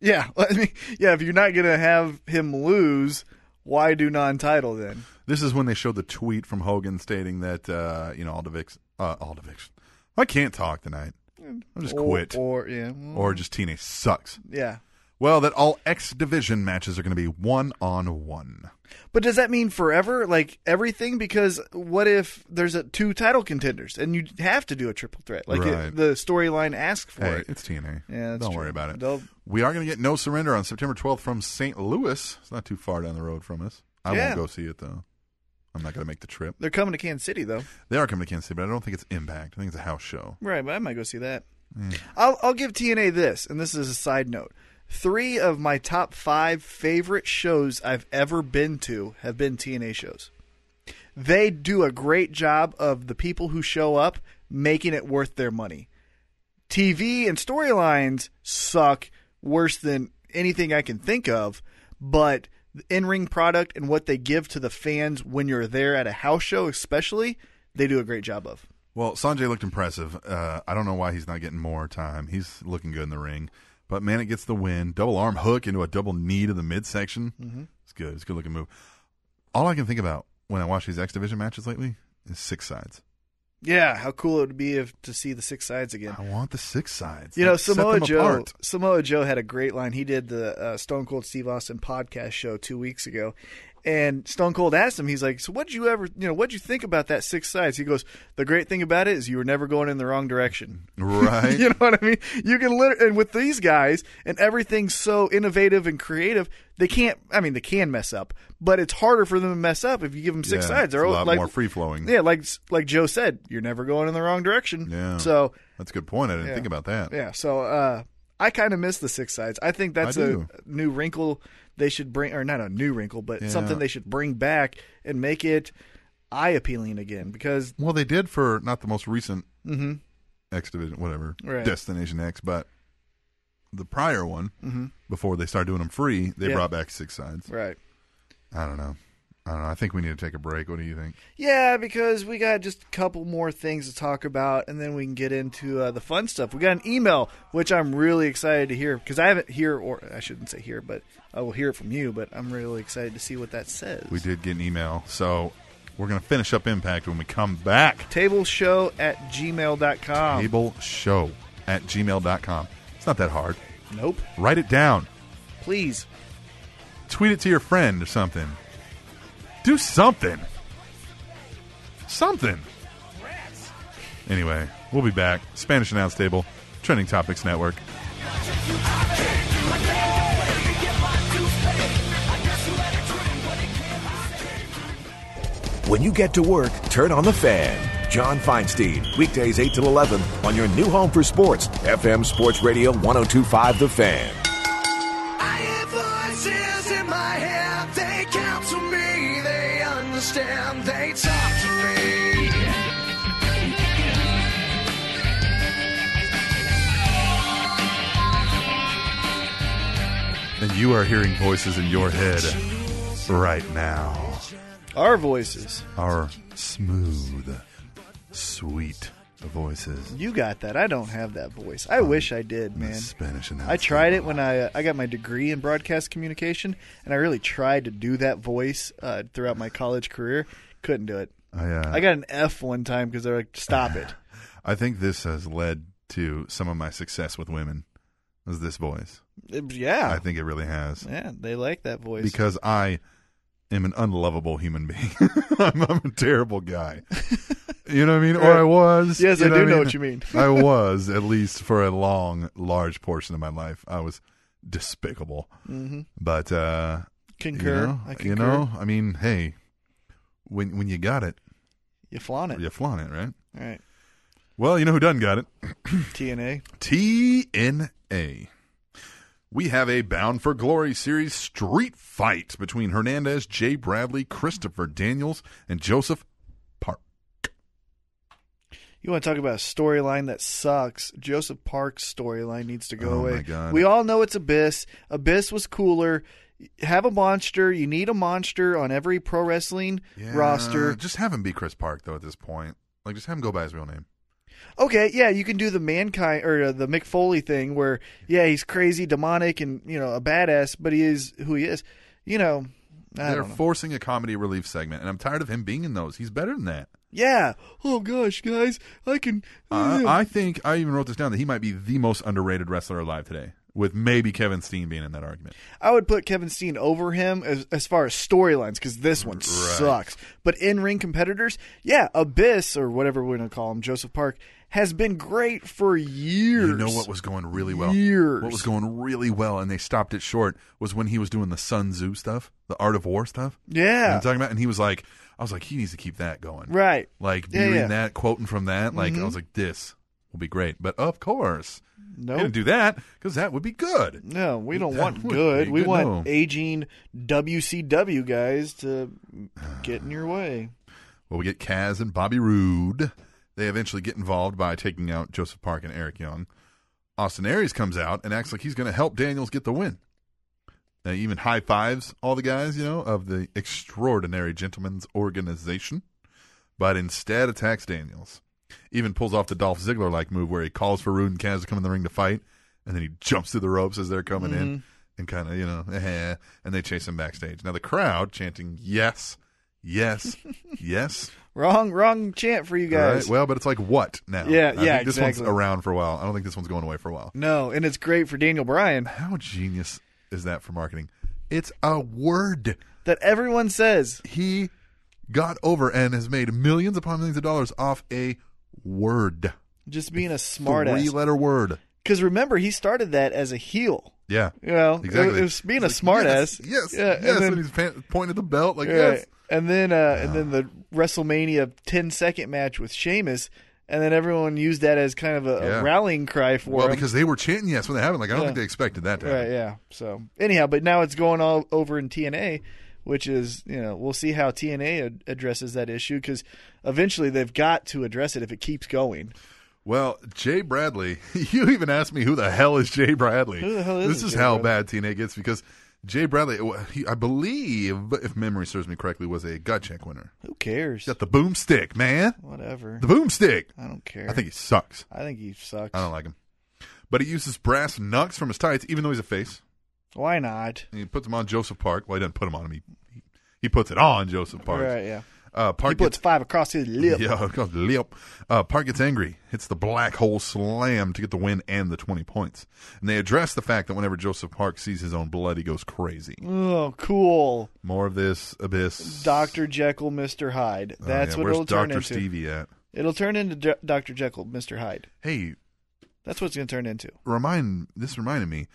Yeah. I mean, yeah, if you're not going to have him lose, why do non title then? This is when they showed the tweet from Hogan stating that uh, you know Aldovich, uh, Aldovich, I can't talk tonight. I'll just Or- quit, Or, yeah. or just TNA sucks. Yeah. Well, that all X division matches are going to be one on one. But does that mean forever? Like everything? Because what if there's a, two title contenders and you have to do a triple threat? Like it- Right. the storyline asks for Hey, it. it's TNA. Yeah, that's don't true. worry about it. They'll- We are going to get no surrender on September 12th from St. Louis. It's not too far down the road from us. I Yeah. won't go see it though. I'm not going to make the trip. They're coming to Kansas City though. They are coming to Kansas City, but I don't think it's Impact. I think it's a house show. Right, but I might go see that. Yeah. I'll, I'll give TNA this, and this is a side note. Three of my top five favorite shows I've ever been to have been TNA shows. They do a great job of the people who show up making it worth their money. TV and storylines suck worse than anything I can think of, but the in ring product and what they give to the fans when you're there at a house show, especially, they do a great job of. Well, Sanjay looked impressive. Uh, I don't know why he's not getting more time. He's looking good in the ring. But Manic gets the win. Double arm hook into a double knee to the midsection. Mhm. It's good. It's a good looking move. All I can think about when I watch these X Division matches lately is six sides. Yeah, how cool it would be if to see the six sides again. I want the six sides. You know, Like, set Samoa them Joe. apart. Samoa Joe had a great line. He did the uh, Stone Cold Steve Austin podcast show two weeks ago, and Stone Cold asked him, he's like, "So what'd you ever, you know, what'd you think about that six sides?" He goes, "The great thing about it is you were never going in the wrong direction." Right. you know what I mean? You can literally, and with these guys, and everything's so innovative and creative, they can't. I mean, they can mess up, but it's harder for them to mess up if you give them six Yeah, sides. They're it's a all- lot like, more free flowing. Yeah, like like Joe said, you're never going in the wrong direction. Yeah. So That's a good point. I didn't yeah. think about that. Yeah. So uh, I kind of miss the six sides. I think that's I a do. new wrinkle they should bring, or not a new wrinkle, but Yeah. something they should bring back and make it eye appealing again. Because Well, they did for not the most recent Mhm. X Division, whatever, Right. Destination X, but the prior one, Mhm. before they started doing them free, they Yeah. brought back six sides. right. I don't know. I don't know. I think we need to take a break. What do you think? Yeah, because we got just a couple more things to talk about, and then we can get into uh, the fun stuff. We got an email, which I'm really excited to hear because I haven't hear, or I shouldn't say here, but I will hear it from you. But I'm really excited to see what that says. We did get an email, so we're going to finish up Impact when we come back. Table show at gmail.com. Table show at gmail.com. It's not that hard. Nope. Write it down. Please. Tweet it to your friend or something. Do something. Something. Anyway, we'll be back. Spanish Announce Table, Trending Topics Network. When you get to work, turn on the fan. John Feinstein, weekdays 8 till 11 on your new home for sports, FM Sports Radio 1025 The Fan. I hear voices in my head. They counsel me. They understand. They talk to me. And you are hearing voices in your head right now. Our voices are smooth, sweet voices. You got that. I don't have that voice. I wish I did, man. Spanish I tried it when I uh, I got my degree in broadcast communication, and I really tried to do that voice uh, throughout my college career. Couldn't do it. I, uh, I got an F one time because they're like, "Stop it." I think this has led to some of my success with women. Is this voice? It- yeah. I think it really has. Yeah, they like that voice. because I am an unlovable human being. I'm, I'm a terrible guy. You know what I mean? Or I was. Uh, Yes, you I do I know what you mean. I was, at least for a long, large portion of my life. I was despicable. Mhm. But uh, Concur. You know, I You concur. know, I mean, hey, when when you got it, you flaunt it. you flaunt it, right? All right. Well, you know who done got it? TNA. TNA. We have a Bound for Glory series street fight between Hernandez, Jay Bradley, Christopher Daniels, and Joseph Park. You want to talk about a storyline that sucks? Joseph Park's storyline needs to go Oh, my away. God. We all know it's Abyss. Abyss was cooler. Have a monster. You need a monster on every pro wrestling roster. Just have him be Chris Park though. At this point, like just have him go by his real name. Okay, yeah, you can do the mankind or uh, the Mick Foley thing where yeah, he's crazy, demonic, and you know a badass, but he is who he is. You know, I They're don't know. forcing a comedy relief segment, and I'm tired of him being in those. He's better than that. yeah. Oh gosh, guys, I can. I I think I even wrote this down that he might be the most underrated wrestler alive today, with maybe Kevin Steen being in that argument. I would put Kevin Steen over him as, as far as storylines because this one sucks. But in ring competitors, yeah, Abyss or whatever we're gonna call him, Joseph Park has been great for years. You know what was going really well? Years. What was going really well, and they stopped it short, was when he was doing the Sun Tzu stuff, the Art of War stuff. You know what Yeah, I'm talking about, and he was like, I was like, he needs to keep that going. right. Like Yeah, reading yeah. Mm-hmm. that, quoting from that. Like I was like, this will be great. But of course, Nope. didn't do that because that would be good. No, we don't That want would good. be We good, want no. aging WCW guys to get in your way. Well, we get Kaz and Bobby Roode. They eventually get involved by taking out Joseph Park and Eric Young. Austin Aries comes out and acts like he's going to help Daniels get the win. Now, even high fives all the guys, you know, of the extraordinary gentleman's organization, but instead attacks Daniels. Even pulls off the Dolph Ziggler like move where he calls for Roode and Kaz to come in the ring to fight, and then he jumps through the ropes as they're coming in and kind of, you know, eh, and they chase him backstage. Now, the crowd chanting, yes, yes, yes. Wrong, wrong chant for you All guys. right, Well, but it's like what now? Yeah, I yeah, Think this exactly. one's around for a while. I don't think this one's going away for a while. no, and it's great for Daniel Bryan How genius is that for marketing? It's a word that everyone says. he got over and has made millions upon millions of dollars off a word, Just being a smart three ass. letter word. Because remember, he started that as a heel. Yeah, You know, it- exactly. it was being a It's smart yes, ass. Yes, Yeah, and yes. then- And, he's pan- pointing at the belt like Right. yes. And then, uh, and then the WrestleMania 10 second match with Sheamus, and then everyone used that as kind of a, Yeah. a rallying cry for Well, him. because they were chanting yes when they happened. Like I don't Yeah. think they expected that to happen. Right, yeah. So anyhow, but now it's going all over in TNA, which is you know we'll see how TNA ad- addresses that issue because eventually they've got to address it if it keeps going. Well, Jay Bradley, you even asked me who the hell is Jay Bradley. Who the hell is this? this Is Jay how Bradley? bad TNA gets because Jay Bradley, well, he, I believe, if memory serves me correctly, was a gut check winner. Who cares? Got the boomstick, man. Whatever. The boomstick. I don't care. I think he sucks. I think he sucks. I don't like him. But he uses brass knucks from his tights, even though he's a face. Why not? And he puts them on Joseph Park. Well, he doesn't put them on him. He he, he puts it on Joseph Park. Right? Yeah. Uh, Park he puts gets- five across his lip. Yeah, it goes lip. Uh, Park gets angry, hits the black hole slam to get the win and the 20 points. And they address the fact that whenever Joseph Park sees his own blood, he goes crazy. Oh, cool. More of this abyss. Doctor Jekyll, Mister Hyde. Oh, That's yeah, what Where's it'll Dr. turn into. Stevie at? It'll turn into Doctor Jekyll, Mister Hyde. Hey, That's what it's going to turn into. remind this reminded me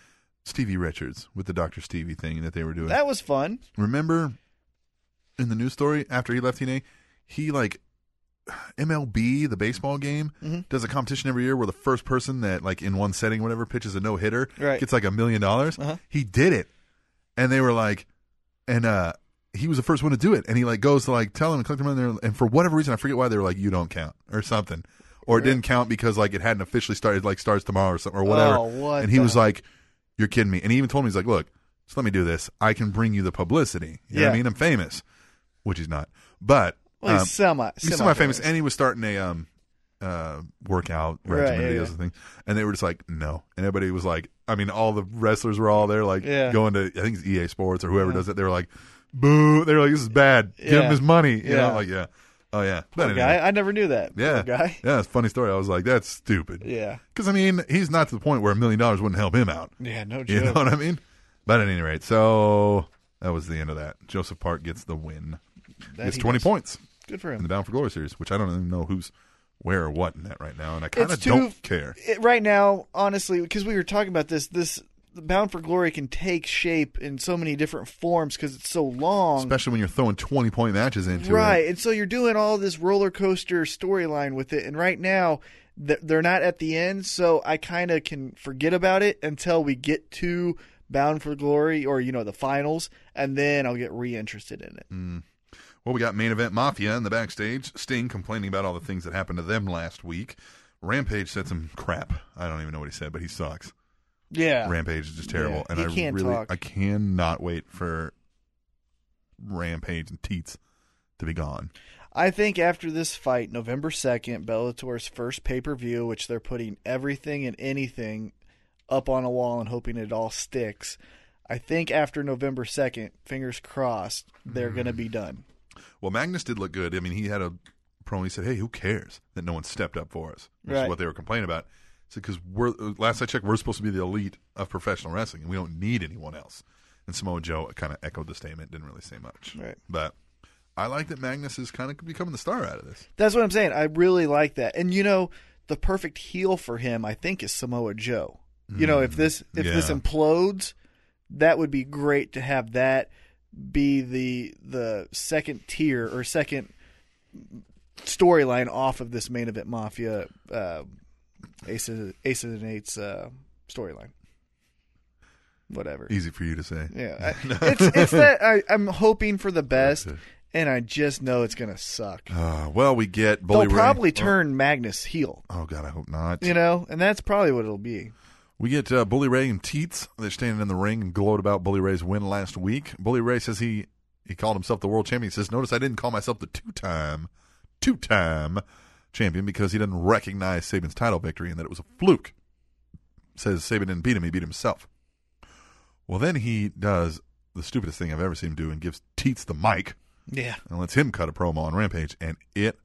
Stevie Richards with the Dr. Stevie thing that they were doing. That was fun. Remember in the news story after he left TNA, he like MLB the baseball game Mm-hmm. does a competition every year where the first person that like in one setting whatever pitches a no hitter Right. gets like a million dollars. Uh-huh. He did it, and they were like, and uh he was the first one to do it, and he like goes to like tell him and collect the money there, and for whatever reason I forget why they were like you don't count or something. Or it didn't count because like it hadn't officially started like starts tomorrow or something or whatever. Oh, what and he the- was like, "You're kidding me!" And he even told me he's like, "Look, just let me do this. I can bring you the publicity. You know what I Yeah. mean? I'm famous, which he's not, but Well, he's um, semi- he's semi-famous. semi-famous, and he was starting a um uh, workout Right, regimen yeah, videos yeah. and things, and they were just like, no. And everybody was like, I mean, all the wrestlers were all there, like Yeah. going to I think it's EA Sports or whoever Yeah. does it. They were like, boo. They were like, this is bad. Give Yeah. him his money. You Yeah. know, like yeah, oh yeah. But Poor anyway. guy. I never knew that. Poor Yeah, guy. yeah, it's a funny story. I was like, that's stupid. Yeah. because I mean, he's not to the point where a million dollars wouldn't help him out. Yeah, no You know joke. what I mean? But at any rate, so that was the end of that. Joseph Park gets the win. That gets he 20 does. points. Good for him. In the Bound for Glory series, which I don't even know who's where or what in that right now, and I kind of It's too- don't care. It, right now, honestly, because we were talking about this, this the Bound for Glory can take shape in so many different forms because it's so long. Especially when you're throwing 20 point matches into right. it. And so you're doing all this roller coaster storyline with it. And right now, th- they're not at the end. So I kind of can forget about it until we get to Bound for Glory or, you know, the finals. And then I'll get reinterested in it. Mm. Well, we got main event Mafia in the backstage. Sting complaining about all the things that happened to them last week. Rampage said some crap. I don't even know what he said, but he sucks. Yeah. Rampage is just terrible, Yeah, and he I can't really, talk. I cannot wait for Rampage and Teats to be gone. I think after this fight, November 2nd, Bellator's first pay per view, which they're putting everything and anything up on a wall and hoping it all sticks. I think after November 2nd, fingers crossed, they're Mm. going to be done. Well, Magnus did look good. I mean, he had a promo. He said, "Hey, who cares that no one stepped up for us?" Which is Right. what they were complaining about. because we're uh, last I checked, we're supposed to be the elite of professional wrestling, and we don't need anyone else. And Samoa Joe kind of echoed the statement. Didn't really say much. Right. But I like that Magnus is kind of becoming the star out of this. That's what I'm saying. I really like that. And you know, the perfect heel for him, I think, is Samoa Joe. You know, if this if Mm, this yeah. implodes, that would be great to have that be the the second tier or second storyline off of this main event mafia uh, Ace of- Ace of the Nate's uh, storyline. Whatever. Easy for you to say. Yeah, I, it's it's that I, I'm hoping for the best, and I just know it's gonna suck. Uh, well, we get Bully They'll Ray- probably oh. turn Magnus heel, Oh, God, I hope not. you know, and that's probably what it'll be. We get uh, Bully Ray and Teats. They're standing in the ring and gloat about Bully Ray's win last week. Bully Ray says he he called himself the world champion. He says, "Notice I didn't call myself the two time, two time champion because he didn't recognize Saban's title victory and that it was a fluke." Says Saban didn't beat him; he beat himself. Well, then he does the stupidest thing I've ever seen him do and gives Teats the mic Yeah, and lets him cut a promo on Rampage, and it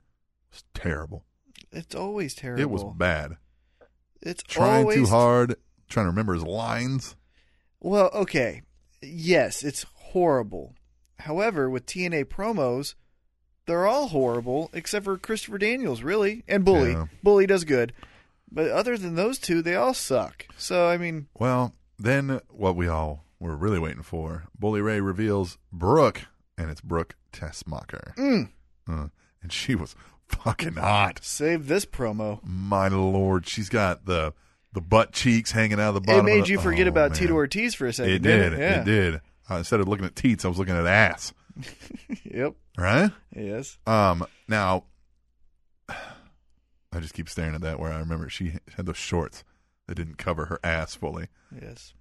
was terrible. it's always terrible. It was bad. It's Trying always too hard, trying to remember his lines. Well, okay, yes, it's horrible. However, with TNA promos, they're all horrible except for Christopher Daniels, really, and Bully. Yeah. Bully does good, but other than those two, they all suck. So I mean, Well, then what we all were really waiting for, Bully Ray reveals Brooke, and it's Brooke Tessmacher. mm, Uh, and she was fucking hot. save this promo. My lord, she's got the the butt cheeks hanging out of the bottom. it of made the- you forget Oh, about man. Tito Ortiz for a second. It didn't did. Yeah. It did. Uh, instead of looking at teats, I was looking at ass. Yep. Right? Yes. Um. Now, I just keep staring at that. Where I remember she had those shorts that didn't cover her ass fully. Yes.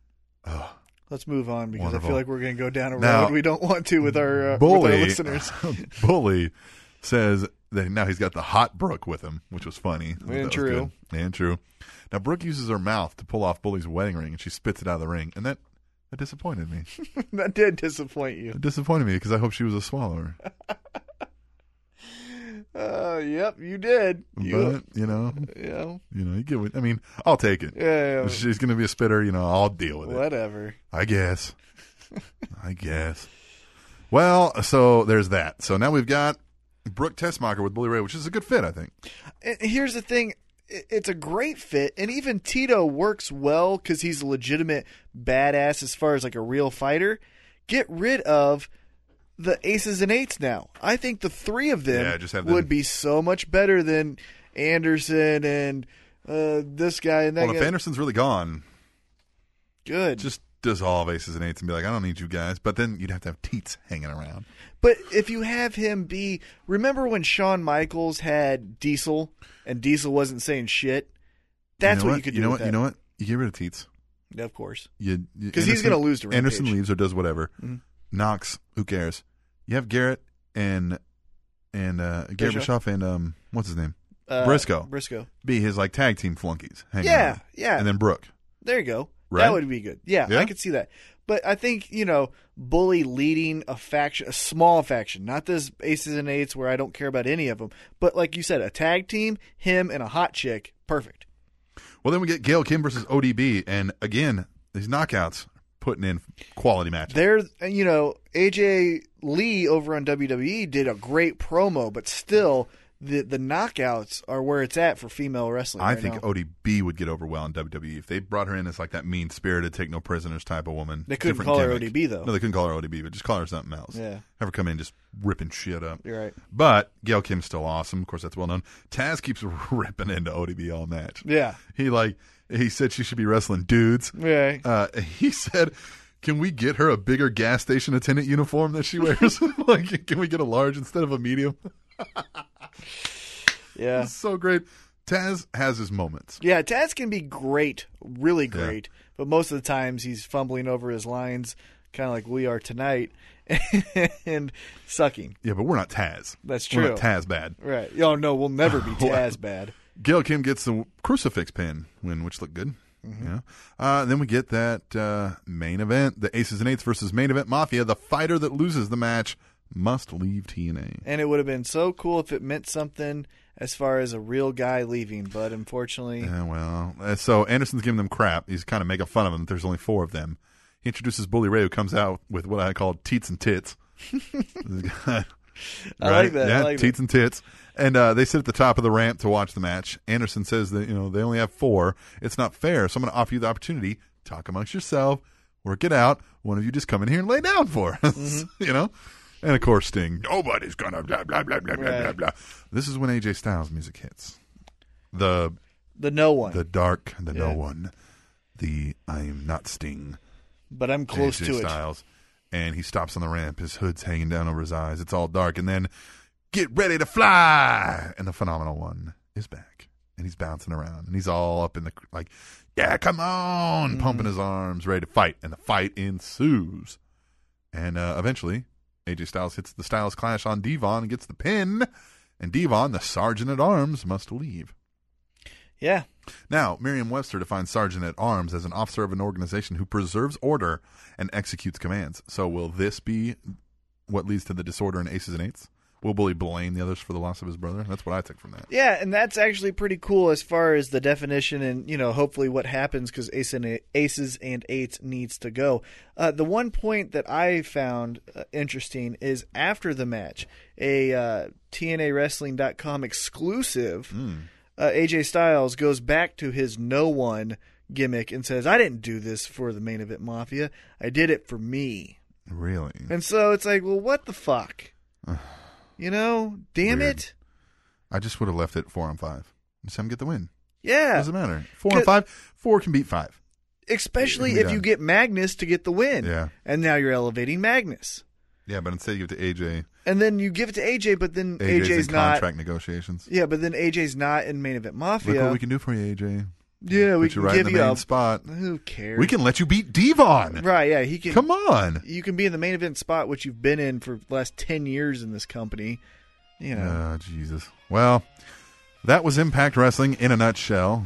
Ugh. Let's move on because I Wonderful. feel like we're going to go down a Now, road we don't want to with our, uh, with our bully, listeners. bully says that now he's got the hot Brooke with him, which was funny. I thought And that was true. good. And true. Now Brooke uses her mouth to pull off Bully's wedding ring, and she spits it out of the ring, and that that disappointed me. that did disappoint you. It disappointed me because I hope she was a swallower. Uh, yep, you did. You, But you know, Yeah. you know, you get. What, I mean, I'll take it. Yeah, yeah, yeah. If she's gonna be a spitter. You know, I'll deal with it. whatever. I guess. I guess. Well, so there's that. So now we've got Brooke Tessmacher with Bully Ray, which is a good fit, I think. And here's the thing. i- It's a great fit, and even Tito works well because he's a legitimate badass as far as like a real fighter. Get rid of the aces and eights now. I think the three of them, Yeah, just have them- would be so much better than Anderson and uh, this guy and that Well, if guy. Anderson's really gone, Good. just dissolve aces and eights and be like, I don't need you guys. But then you'd have to have teats hanging around. But if you have him be, remember when Shawn Michaels had Diesel and Diesel wasn't saying shit? That's you know what, you could do. You know with what? that. You know what? You get rid of teats. Yeah, of course. You you- 'Cause he's Anderson- gonna lose to Rampage. Anderson leaves or does whatever. Mhm. Knox, who cares? You have Garrett and and uh, Garrett Bischoff. Bischoff and um, what's his name? uh, Briscoe. Briscoe. Be his like tag team flunkies. Hang Yeah, on. yeah. And then Brooke. There you go. Right? That would be good. Yeah, Yeah? I could see that. But I think you know, bully leading a faction, a small faction, not this aces and eights where I don't care about any of them. But like you said, a tag team, him and a hot chick, perfect. Well, then we get Gail Kim versus ODB, and again, these knockouts putting in quality matches. There, you know, AJ Lee over on WWE did a great promo, but still, the the knockouts are where it's at for female wrestling. I right think now. ODB would get over well in WWE if they brought her in as like that mean spirited, take no prisoners type of woman. They couldn't Different call her gimmick. ODB though. No, they couldn't call her ODB, but just call her something else. Yeah. Have her come in just ripping shit up. You're right. But Gail Kim's still awesome. Of course, that's well known. Taz keeps ripping into ODB all match. Yeah. He like he said she should be wrestling dudes. Yeah. Uh, he said, "Can we get her a bigger gas station attendant uniform that she wears? like, can we get a large instead of a medium?" yeah. It's so great. Taz has his moments. Yeah, Taz can be great, really great, but most of the times he's fumbling over his lines, kind of like we are tonight, and sucking. Yeah, but we're not Taz. That's We're true. not Taz bad. Right? Oh no, we'll never be Taz bad. Gail Kim gets the crucifix pin win, which looked good. Mm-hmm. Yeah. Uh, then we get that uh, main event, the Aces and Eights versus main event Mafia. The fighter that loses the match must leave TNA. And it would have been so cool if it meant something as far as a real guy leaving, but unfortunately, Yeah, well, uh, so Anderson's giving them crap. He's kind of making fun of them. that There's only four of them. He introduces Bully Ray, who comes out with what I call teats and tits. I I like that. I Yeah, like teats and tits. And uh, they sit at the top of the ramp to watch the match. Anderson says that you know they only have four. It's not fair. So I'm going to offer you the opportunity. Talk amongst yourself. Work it out. One of you just come in here and lay down for us. Mm-hmm. you know. And of course, Sting. Nobody's going to blah blah blah blah blah blah Right. blah. This is when AJ Styles music hits. The the no one, the dark, the no Yeah. one, the I am not Sting. but I'm close AJ to it. Styles, and he stops on the ramp. His hood's hanging down over his eyes. It's all dark, and then get ready to fly. And the phenomenal one is back, and he's bouncing around, and he's all up in the like, yeah, come Mm. on, pumping his arms, ready to fight, and the fight ensues. And uh, eventually, AJ Styles hits the Styles Clash on Devon and gets the pin. And Devon, the sergeant at arms, must leave. Yeah, Now, Merriam Webster defines sergeant at arms as an officer of an organization who preserves order and executes commands. So, will this be what leads to the disorder in Aces and Eights? Will Bully blame the others for the loss of his brother? That's what I took from that. Yeah, and that's actually pretty cool as far as the definition and you know hopefully what happens because ace and aces and eights needs to go. Uh, the one point that I found uh, interesting is after the match, a uh, TNAWrestling.com exclusive, Hmm. uh, AJ Styles goes back to his no one gimmick and says, "I didn't do this for the main event mafia. I did it for me." Really? And so it's like, well, what the fuck? You know, damn Weird. it. I just would have left it four on five. Just have him get the win. Yeah. Doesn't matter. Four on five. Four can beat five. especially Yeah, if yeah. you get Magnus to get the win. Yeah. And now you're elevating Magnus. Yeah, but instead you give it to AJ. And then you give it to AJ, but then AJ's, AJ's, in not. contract negotiations. Yeah, but then AJ's not in main event mafia. Look what we can do for you, AJ. yeah, we Put can you right give in the you main a spot. Who cares? We can let you beat Devon. Right? Yeah, he can. Come on. You can be in the main event spot, which you've been in for the last ten years in this company. You know, Oh, Jesus. Well, that was Impact Wrestling in a nutshell.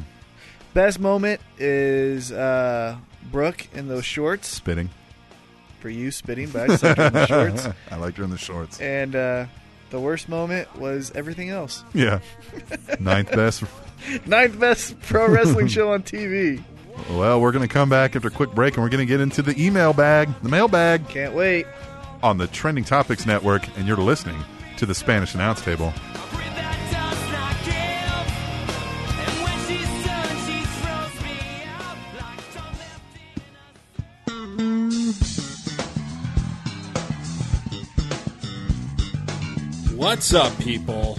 best moment is uh Brooke in those shorts Spitting. for you spitting, but I suck in the shorts. I liked her in the shorts. And uh, the worst moment was everything else. Yeah. Ninth best. Ninth best pro wrestling show on TV. Well, we're going to come back after a quick break and we're going to get into the email bag, the mailbag Can't wait. on the Trending Topics Network. And you're listening to the Spanish Announce Table. What's up, people?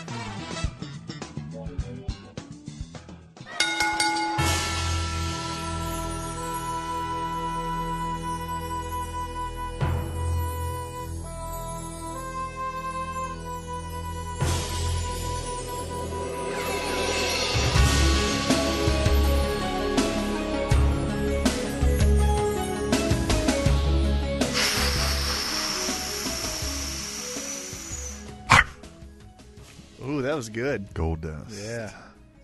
was good. Gold Dust. Yeah.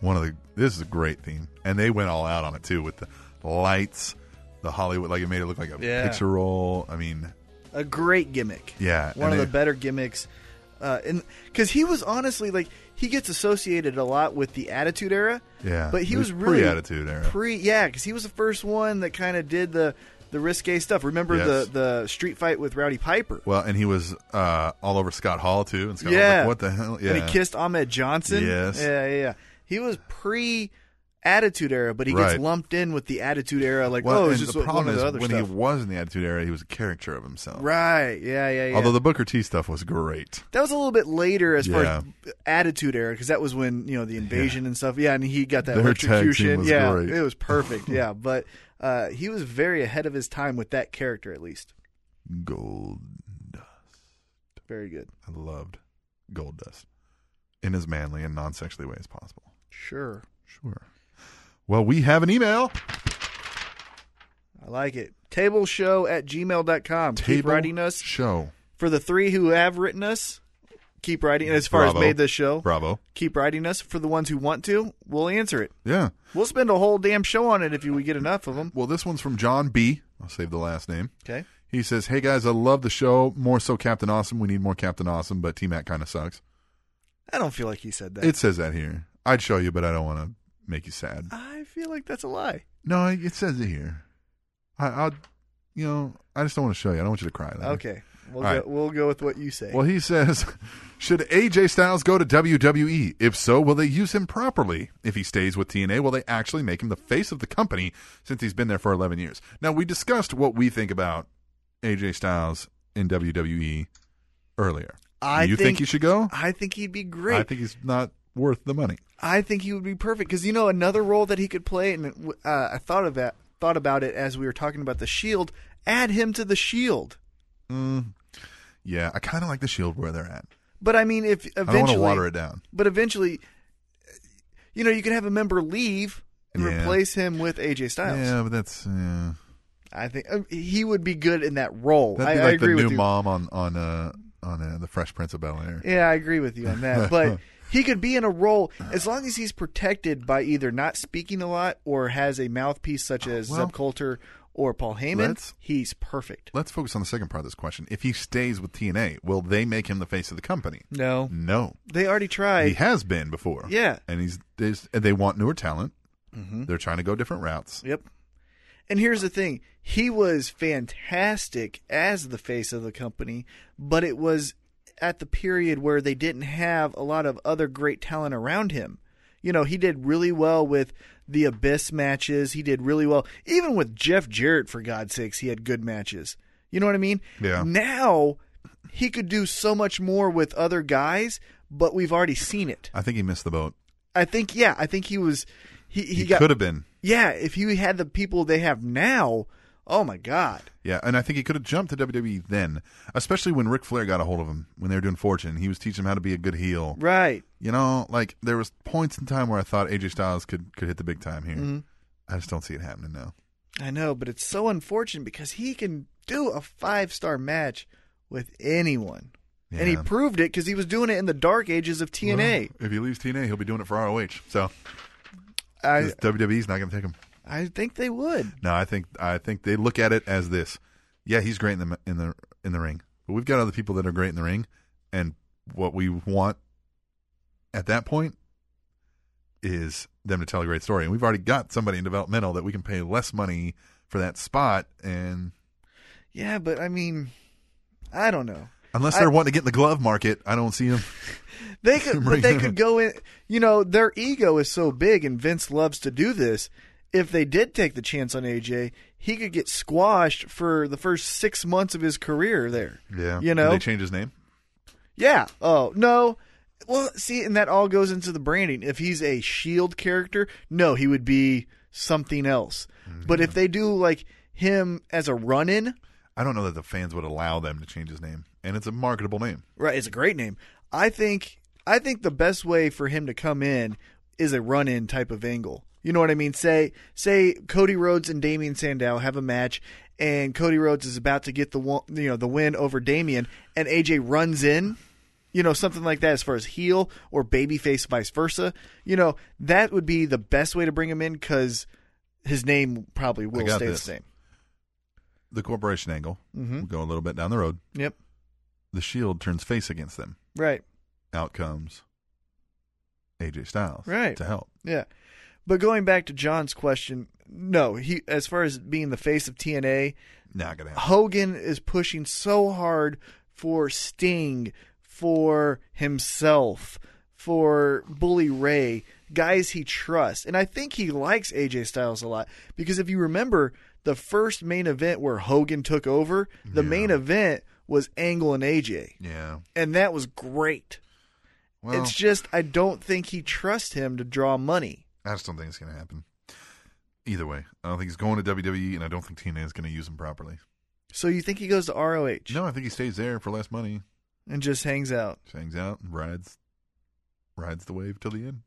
One of the this is a great theme, and they went all out on it too with the lights, the Hollywood, like it made it look like a Yeah. picture roll. I mean, A great gimmick. yeah, one of and the they- better gimmicks. Uh, and because he was honestly like he gets associated a lot with the Attitude Era. Yeah, but he it was, was really pre-Attitude Era. Pre, yeah, because he was the first one that kind of did the the risque stuff. Remember Yes. the the street fight with Rowdy Piper? Well, and he was uh, all over Scott Hall too, and Scott yeah, was like, "What the hell?" Yeah, and he kissed Ahmed Johnson. Yes. yeah, yeah. yeah. He was pre. Attitude era, but he Right. gets lumped in with the Attitude era, like Well, oh, and it's just the one problem of is the other when stuff. he was in the Attitude Era, he was a character of himself. right? Yeah, yeah, yeah. Although the Booker T stuff was great. That was a little bit later as far Yeah. as attitude era because that was when you know the invasion and stuff. Yeah, and he got that Their tag team electrocution. was yeah, great. it was perfect. yeah, but uh, he was very ahead of his time with that character at least. Gold Very good. I loved Gold Dust in as manly and non sexually way as possible. Sure, Sure. Well, we have an email. I like it. Tableshow at gmail.com. Keep Table writing us Show. for the three who have written us. Keep writing as far Bravo. as made this show. Bravo. Keep writing us for the ones who want to. We'll answer it. Yeah. We'll spend a whole damn show on it if we get enough of them. Well, this one's from John B. I'll save the last name. Okay. He says, Hey guys, I love the show. More so Captain Awesome. We need more Captain Awesome, but T Mac kind of sucks. I don't feel like he said that. It says that here. I'd show you, but I don't want to make you sad. I feel like that's a lie. No, it says it here. I, I'll, you know, I just don't want to show you. I don't want you to cry. later. Okay. We'll Hmm. All go, right. we'll go with what you say. Well, he says, should AJ Styles go to WWE? If so, will they use him properly? If he stays with TNA, will they actually make him the face of the company since he's been there for 11 years? Now, we discussed what we think about AJ Styles in WWE earlier. I you think, think- he should go? I think he'd be great. I think he's not worth the money. he would be perfect because you know another role that he could play, and uh, I thought of that, thought about it as we were talking about the Shield. Add him to the Shield, Mm, yeah, I kind of like the Shield where they're at. but I mean, if I don't want eventually, to water it down. but eventually, you know, you can have a member leave and Yeah. replace him with AJ Styles. Yeah, but that's yeah. I think uh, he would be good in that role. That'd I, be I like agree the new with you. mom on on uh, on uh, the Fresh Prince of Bel Air. Yeah, I agree with you on that. But he could be in a role as long as he's protected by either not speaking a lot or has a mouthpiece such as Well, Zeb Coulter or Paul Heyman. let's- He's perfect. Let's focus on the second part of this question. If he stays with TNA, will they make him the face of the company? No, No, they already tried. he has been before. Yeah. and he's they, they want newer talent. Mhm. They're trying to go different routes. Yep. And here's the thing: he was fantastic as the face of the company, but it was at the period where they didn't have a lot of other great talent around him. You know, he did really well with the Abyss matches. He did really well, even with Jeff Jarrett. For God's sakes, he had good matches. You know what I mean? Yeah. Now he could do so much more with other guys, but we've already seen it. I think he missed the boat. I think, yeah, I think he was. He, he, He, got could have been. yeah, if he had the people they have now, oh my god. Yeah, and I think he could have jumped to WWE then, especially when Ric Flair got a hold of him when they were doing Fortune. He was teaching him how to be a good heel. Right. You know, like there was points in time where I thought AJ Styles could could hit the big time here. Mhm. I just don't see it happening now. I know, but it's so unfortunate because he can do a five star match with anyone. And he Yeah. proved it because he was doing it in the dark ages of TNA. Well, if he leaves TNA, he'll be doing it for ROH. So I this WWE's not going to take him. I think they would. No, I think I think they look at it as this. Yeah, he's great in the in the in the ring, but we've got other people that are great in the ring, and what we want at that point is them to tell a great story. And we've already got somebody in developmental that we can pay less money for that spot, and Yeah, but I mean I don't know. unless they're I- wanting to get in the glove market, I don't see them. They could, Bring but they it up. could go in. You know, their ego is so big, and Vince loves to do this. If they did take the chance on AJ, he could get squashed for the first six months of his career there. Yeah, you know, Did they change his name. yeah. Oh no. Well, see, and that all goes into the branding. If he's a Shield E character, no, he would be something else. Mm-hmm. But if they do like him as a run-in, I don't know that the fans would allow them to change his name, and it's a marketable name. Right, it's a great name. I think I think the best way for him to come in is a run in type of angle. You know what I mean? Say say Cody Rhodes and Damian Sandow have a match and Cody Rhodes is about to get the one, you know the win over Damian and AJ runs in you know, something like that as far as heel or babyface, vice versa. You know, that would be the best way to bring him in because his name probably will got stay this. the same. The corporation angle. Mhm. We'll go a little bit down the road. Yep. The shield turns face against them. Right. Out comes AJ Styles. Right. To help. Yeah. But going back to John's question, no, he as far as being the face of TNA, Not gonna happen. Hogan is pushing so hard for Sting, for himself, for Bully Ray, guys he trusts. And I think he likes AJ Styles a lot because if you remember the first main event where Hogan took over, the main event was Angle and AJ. Yeah. And that was great. Well- it's just I don't think he trusts him to draw money. I just don't think it's going to happen. Either way, I don't think he's going to WWE, and I don't think TNA is going to use him properly. So you think he goes to ROH No, I think he stays there for less money, and just hangs out? just hangs out, and rides, rides the wave till the end.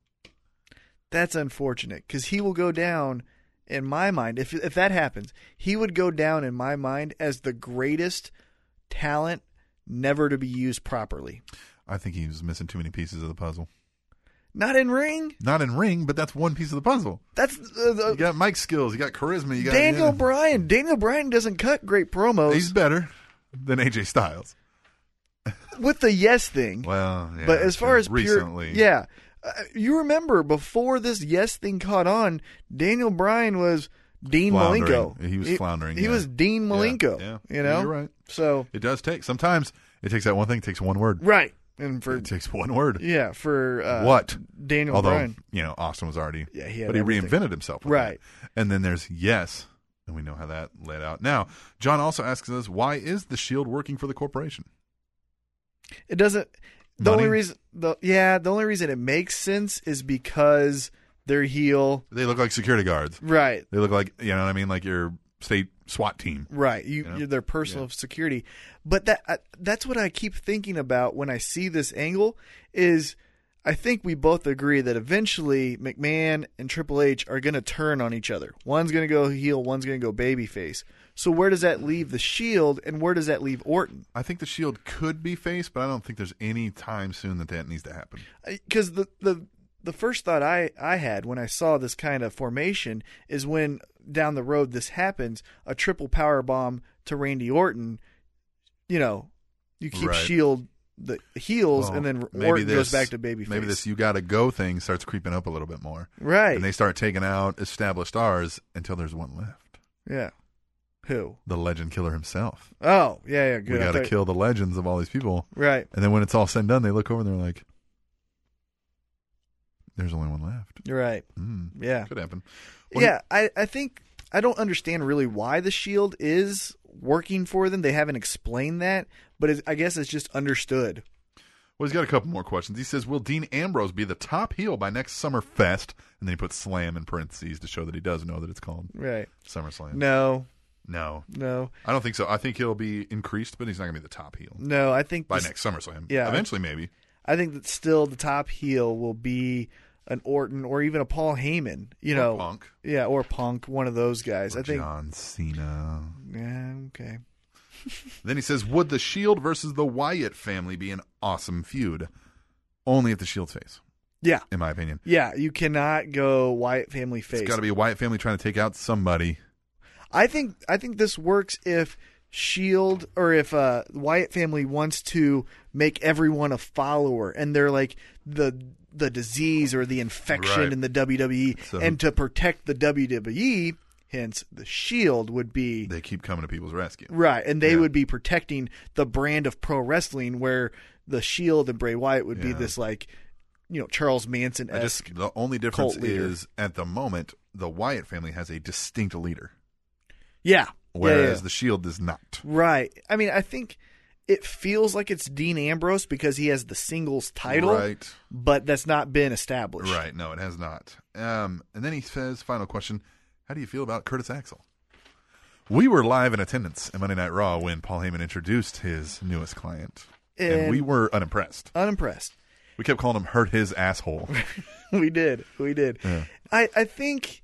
That's unfortunate because he will go down in my mind. If if that happens, he would go down in my mind as the greatest talent never to be used properly. I think he was missing too many pieces of the puzzle. Not in ring. Not in ring, but that's one piece of the puzzle. That's uh, the, You got mic skills, you got charisma, you got Daniel yeah. Bryan. Daniel Bryan doesn't cut great promos He's better than AJ Styles. with the yes thing. Well, yeah, but as far as pure- recently, yeah, uh, you remember before this yes thing caught on, Daniel Bryan was Dean Floundering. Malenko. He was floundering, He yeah. was Dean Yeah, Malenko. yeah. you know, You're right. So it does take. Sometimes it takes that one thing. It takes one word. right, and for It takes one word. yeah, for uh, what Daniel Although, Bryan. You know, Austin was already, Yeah, he had but he everything. reinvented himself, with Right. that. And then there's yes, and we know how that led out. Now, John also asks us, why is the Shield working for the corporation? It doesn't. The Money? only reason, the yeah, the only reason it makes sense is because they're heel. They look like security guards. Right, They look like you know what I mean, like your state SWAT team. Right, you, You know? you're their personal security, but that I, that's what I keep thinking about when I see this angle. Is I think we both agree that eventually McMahon and Triple H are going to turn on each other. One's going to go heel, one's going to go babyface. So where does that leave the Shield, and where does that leave Orton? I think the Shield could be faced, but I don't think there's any time soon that that needs to happen. because the the the first thought I, I had when I saw this kind of formation is when down the road this happens a triple power bomb to Randy Orton, you know, you keep Right. Shield E the heels Well, and then maybe Orton goes this- back to babyface. Maybe this "you got to go" thing starts creeping up a little bit more, Right. And they start taking out established stars until there's one left, yeah. Who? the Legend Killer himself. Oh yeah yeah good. we I got to thought- kill the legends of all these people. Right. And then when it's all said and done, they look over and they're like, there's only one left. You're right. Mm. Yeah. Could happen. yeah, I, I think I don't understand really why the shield E is working for them. They haven't explained that, but it, I guess it's just understood. Well, he's got a couple more questions. He says, Will Dean Ambrose be the top heel by next Summer Fest? And then he puts slam in parentheses to show that he does know that it's called Right. SummerSlam. No, No. no, I don't think so. I think he'll be increased, but he's not going to be the top heel no. I think by this- next SummerSlam. Yeah. Eventually, maybe. I think that still the top heel will be an Orton or even a Paul Heyman. You Or know, Punk. Yeah, or Punk, one of those guys. I think. John Cena. Yeah. Okay. Then he says, Would the Shield versus the Wyatt family be an awesome feud? Only if the Shield's face, Yeah. in my opinion. Yeah. You cannot go Wyatt family face. It's got to be a Wyatt family trying to take out somebody. I think I think this works if Shield E or if uh, Wyatt family wants to make everyone a follower, and they're like the the disease or the infection Right. in the WWE, So- and to protect the WWE, hence the Shield E would be They keep coming to people's rescue. right, and they would be protecting the brand of pro wrestling, where the Shield E and Bray Wyatt would be Yeah. this like you know Charles Manson I just, esque. the only difference cult leader. is at the moment the Wyatt family has a distinct leader, Yeah, whereas yeah, yeah. the Shield does not. Right. I mean, I think it feels like it's Dean Ambrose because he has the singles title, Right. but that's not been established. Right? No, it has not. Um, and then he says, final question: How do you feel about Curtis Axel? We were live in attendance at Monday Night Raw when Paul Heyman introduced his newest client, and, And- we were unimpressed. Unimpressed. We kept calling him "hurt his asshole." we did. We did. Yeah. I, I think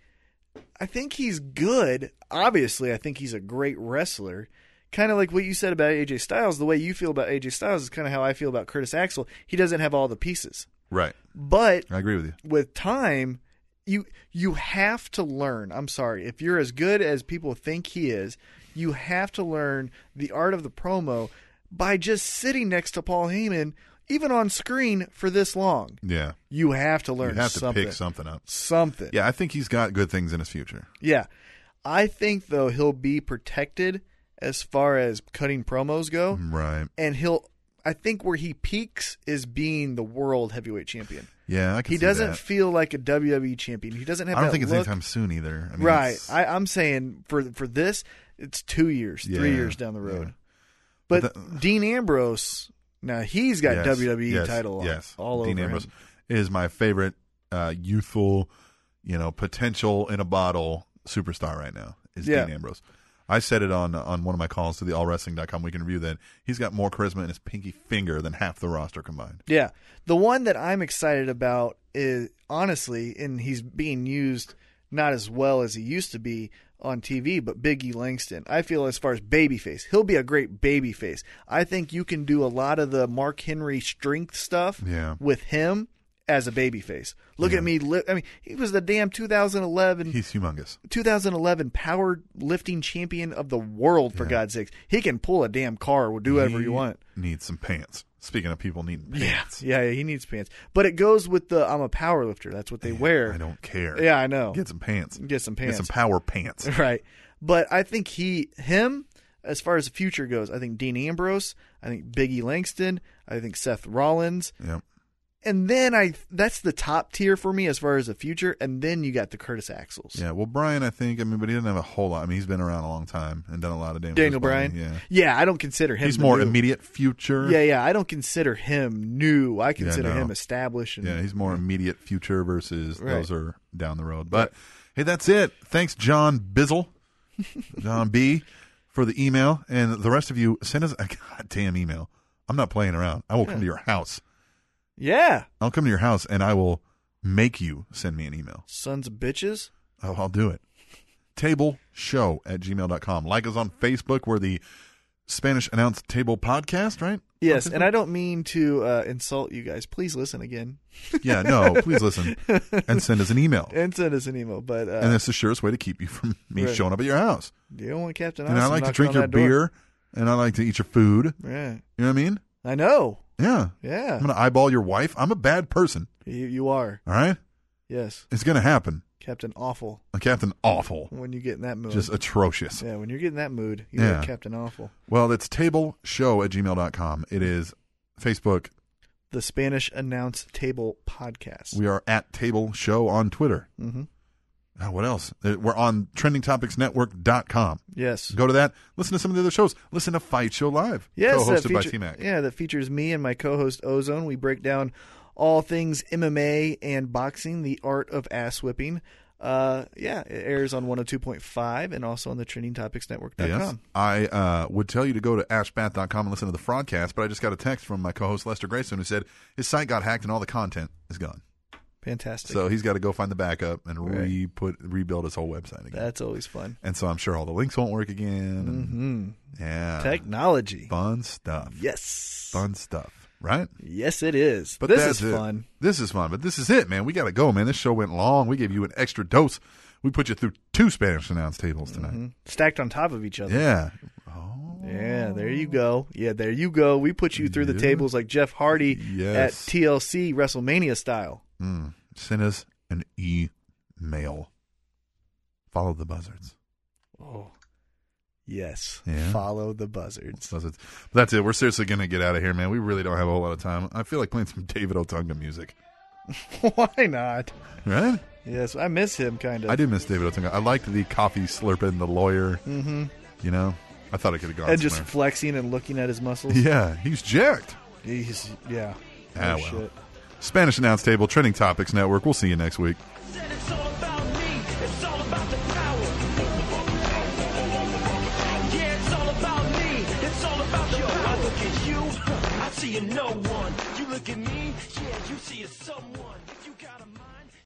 I think he's good. Obviously, I think he's a great wrestler kind of like what you said about AJ Styles, the way you feel about AJ Styles is kind of how I feel about Curtis Axel. He doesn't have all the pieces. Right. But I agree with you. With time, you you have to learn. I'm sorry. If you're as good as people think he is, you have to learn the art of the promo by just sitting next to Paul Heyman even on screen for this long. Yeah. You have to learn You have to something. pick something up. Something. Yeah, I think he's got good things in his future. Yeah. I think though he'll be protected as far as cutting promos go. Right. And he'll I think where he peaks is being the world heavyweight champion. Yeah, I can he see doesn't that. feel like a WWE champion. He doesn't have I don't that think it's look. anytime soon either. I mean, right. it's- I, I'm saying for for this, it's two years, three Yeah, years down the road. yeah. But, But Dean Ambrose, now he's got Yes, WWE yes, E title on- yes. all Dean over Ambrose him. is my favorite uh, youthful, you know, potential in a bottle superstar right now. Is Yeah. Dean Ambrose. I said it on on one of my calls to the allwrestling.com weekend review that he's got more charisma in his pinky finger than half the roster combined. Yeah. The one that I'm excited about is honestly, and he's being used not as well as he used to be on TV, but Biggie Langston. I feel as far as babyface, he'll be a great babyface. I think you can do a lot of the Mark Henry strength stuff Yeah. with him as a babyface. Look at me. Li- I mean, he was the damn 2011 He's humongous. 2011 power lifting champion of the world for God's sakes. He can pull a damn car, will do whatever He you want. Needs some pants. Speaking of people needing pants. Yeah, yeah, he needs pants. But it goes with the I'm a power lifter. That's what they wear. I don't care. Yeah, I know. Get some pants. Get some pants. Get some power pants. Right. But I think he him as far as the future goes, I think Dean Ambrose, I think Biggie Langston, I think Seth Rollins. Yep. And then I that's the top tier for me as far as the future and then you got the Curtis Axels. Yeah, well, Brian, I think, I mean, but he doesn't have a whole lot. I mean, he's been around a long time and done a lot of damage. Daniel His body, Bryan. Yeah. Yeah, I don't consider him He's the more new- immediate future. Yeah, yeah, I don't consider him new. I consider no. him established and Yeah, he's more immediate future versus Right. those are down the road. But hey, that's it. Thanks, John Bizzle, John B, for the email, and the rest of you send us a goddamn email. I'm not playing around. I will Yeah. come to your house. Yeah. I'll come to your house and I will make you send me an email. Sons of bitches. Oh, I'll do it. Table show at gmail.com. Like us on Facebook. We're the Spanish announced table podcast, right? Yes, and I don't mean to uh, insult you guys. Please listen again. Yeah, no, please listen and send us an email. and send us an email. But uh, and that's the surest way to keep you from me Right. showing up at your house. you don't want Captain. and I Awesome like to knocking drink on your that door. beer and I like to eat your food. Yeah, You know what I mean? I know. Yeah. Yeah. I'm going to eyeball your wife. I'm a bad person. You you are. All right? Yes, It's going to happen. Captain Awful. A Captain Awful. When you get in that mood, Just atrocious. Yeah, when you're getting that mood, you Yeah. are Captain Awful. Well, it's tableshow at gmail.com. It is Facebook. The Spanish Announce Table Podcast. We are at Table Show on Twitter. Mm-hmm. Uh, what else? Uh, We're on trendingtopicsnetwork.com. Yes. Go to that. Listen to some of the other shows. Listen to Fight Show Live, Yes, co-hosted that by feature- T-Mac. Yeah, that features me and my co-host Ozone. We break down all things MMA and boxing, the art of ass whipping. Uh, yeah, it airs on 102.5 and also on the trendingtopicsnetwork.com. Yes. I uh, would tell you to go to ashbath.com and listen to the broadcast, but I just got a text from my co-host Lester Grayson who said his site got hacked and all the content is gone. Fantastic. So he's got to go find the backup and Right. re-put, rebuild his whole website again. That's always fun. and so I'm sure all the links won't work again. Mm-hmm. Yeah. Technology. Fun stuff. Yes. Fun stuff. Right? Yes, it is. But this that's is it. fun. This is fun. But this is it, man. We got to go, man. This show went long. We gave you an extra dose. We put you through two Spanish announced tables tonight. Mm-hmm. Stacked on top of each other. Yeah. Yeah, there you go. Yeah, there you go. We put you through the Yeah. tables like Jeff Hardy at Yes. TLC WrestleMania style. Mm. Send us an email. Follow the buzzards. Oh. Yes. Yeah. Follow the buzzards. buzzards. But that's it. We're seriously going to get out of here, man. We really don't have a whole lot of time. I feel like playing some David Otunga music. Why not? Right? Yes, I miss him kind of. I do miss David Otunga. I liked the coffee slurping, the lawyer. Mm-hmm. You know, I thought it could have gone And just somewhere. flexing and looking at his muscles. yeah, he's jacked. He's yeah. Ah, Oh, well. shit. Spanish Announce Table, Trending Topics Network. We'll see you next week. Yeah, it's all about me. It's all about you. I look at you, I see a no one. You look at me, yeah, you see a someone. If you got a mind.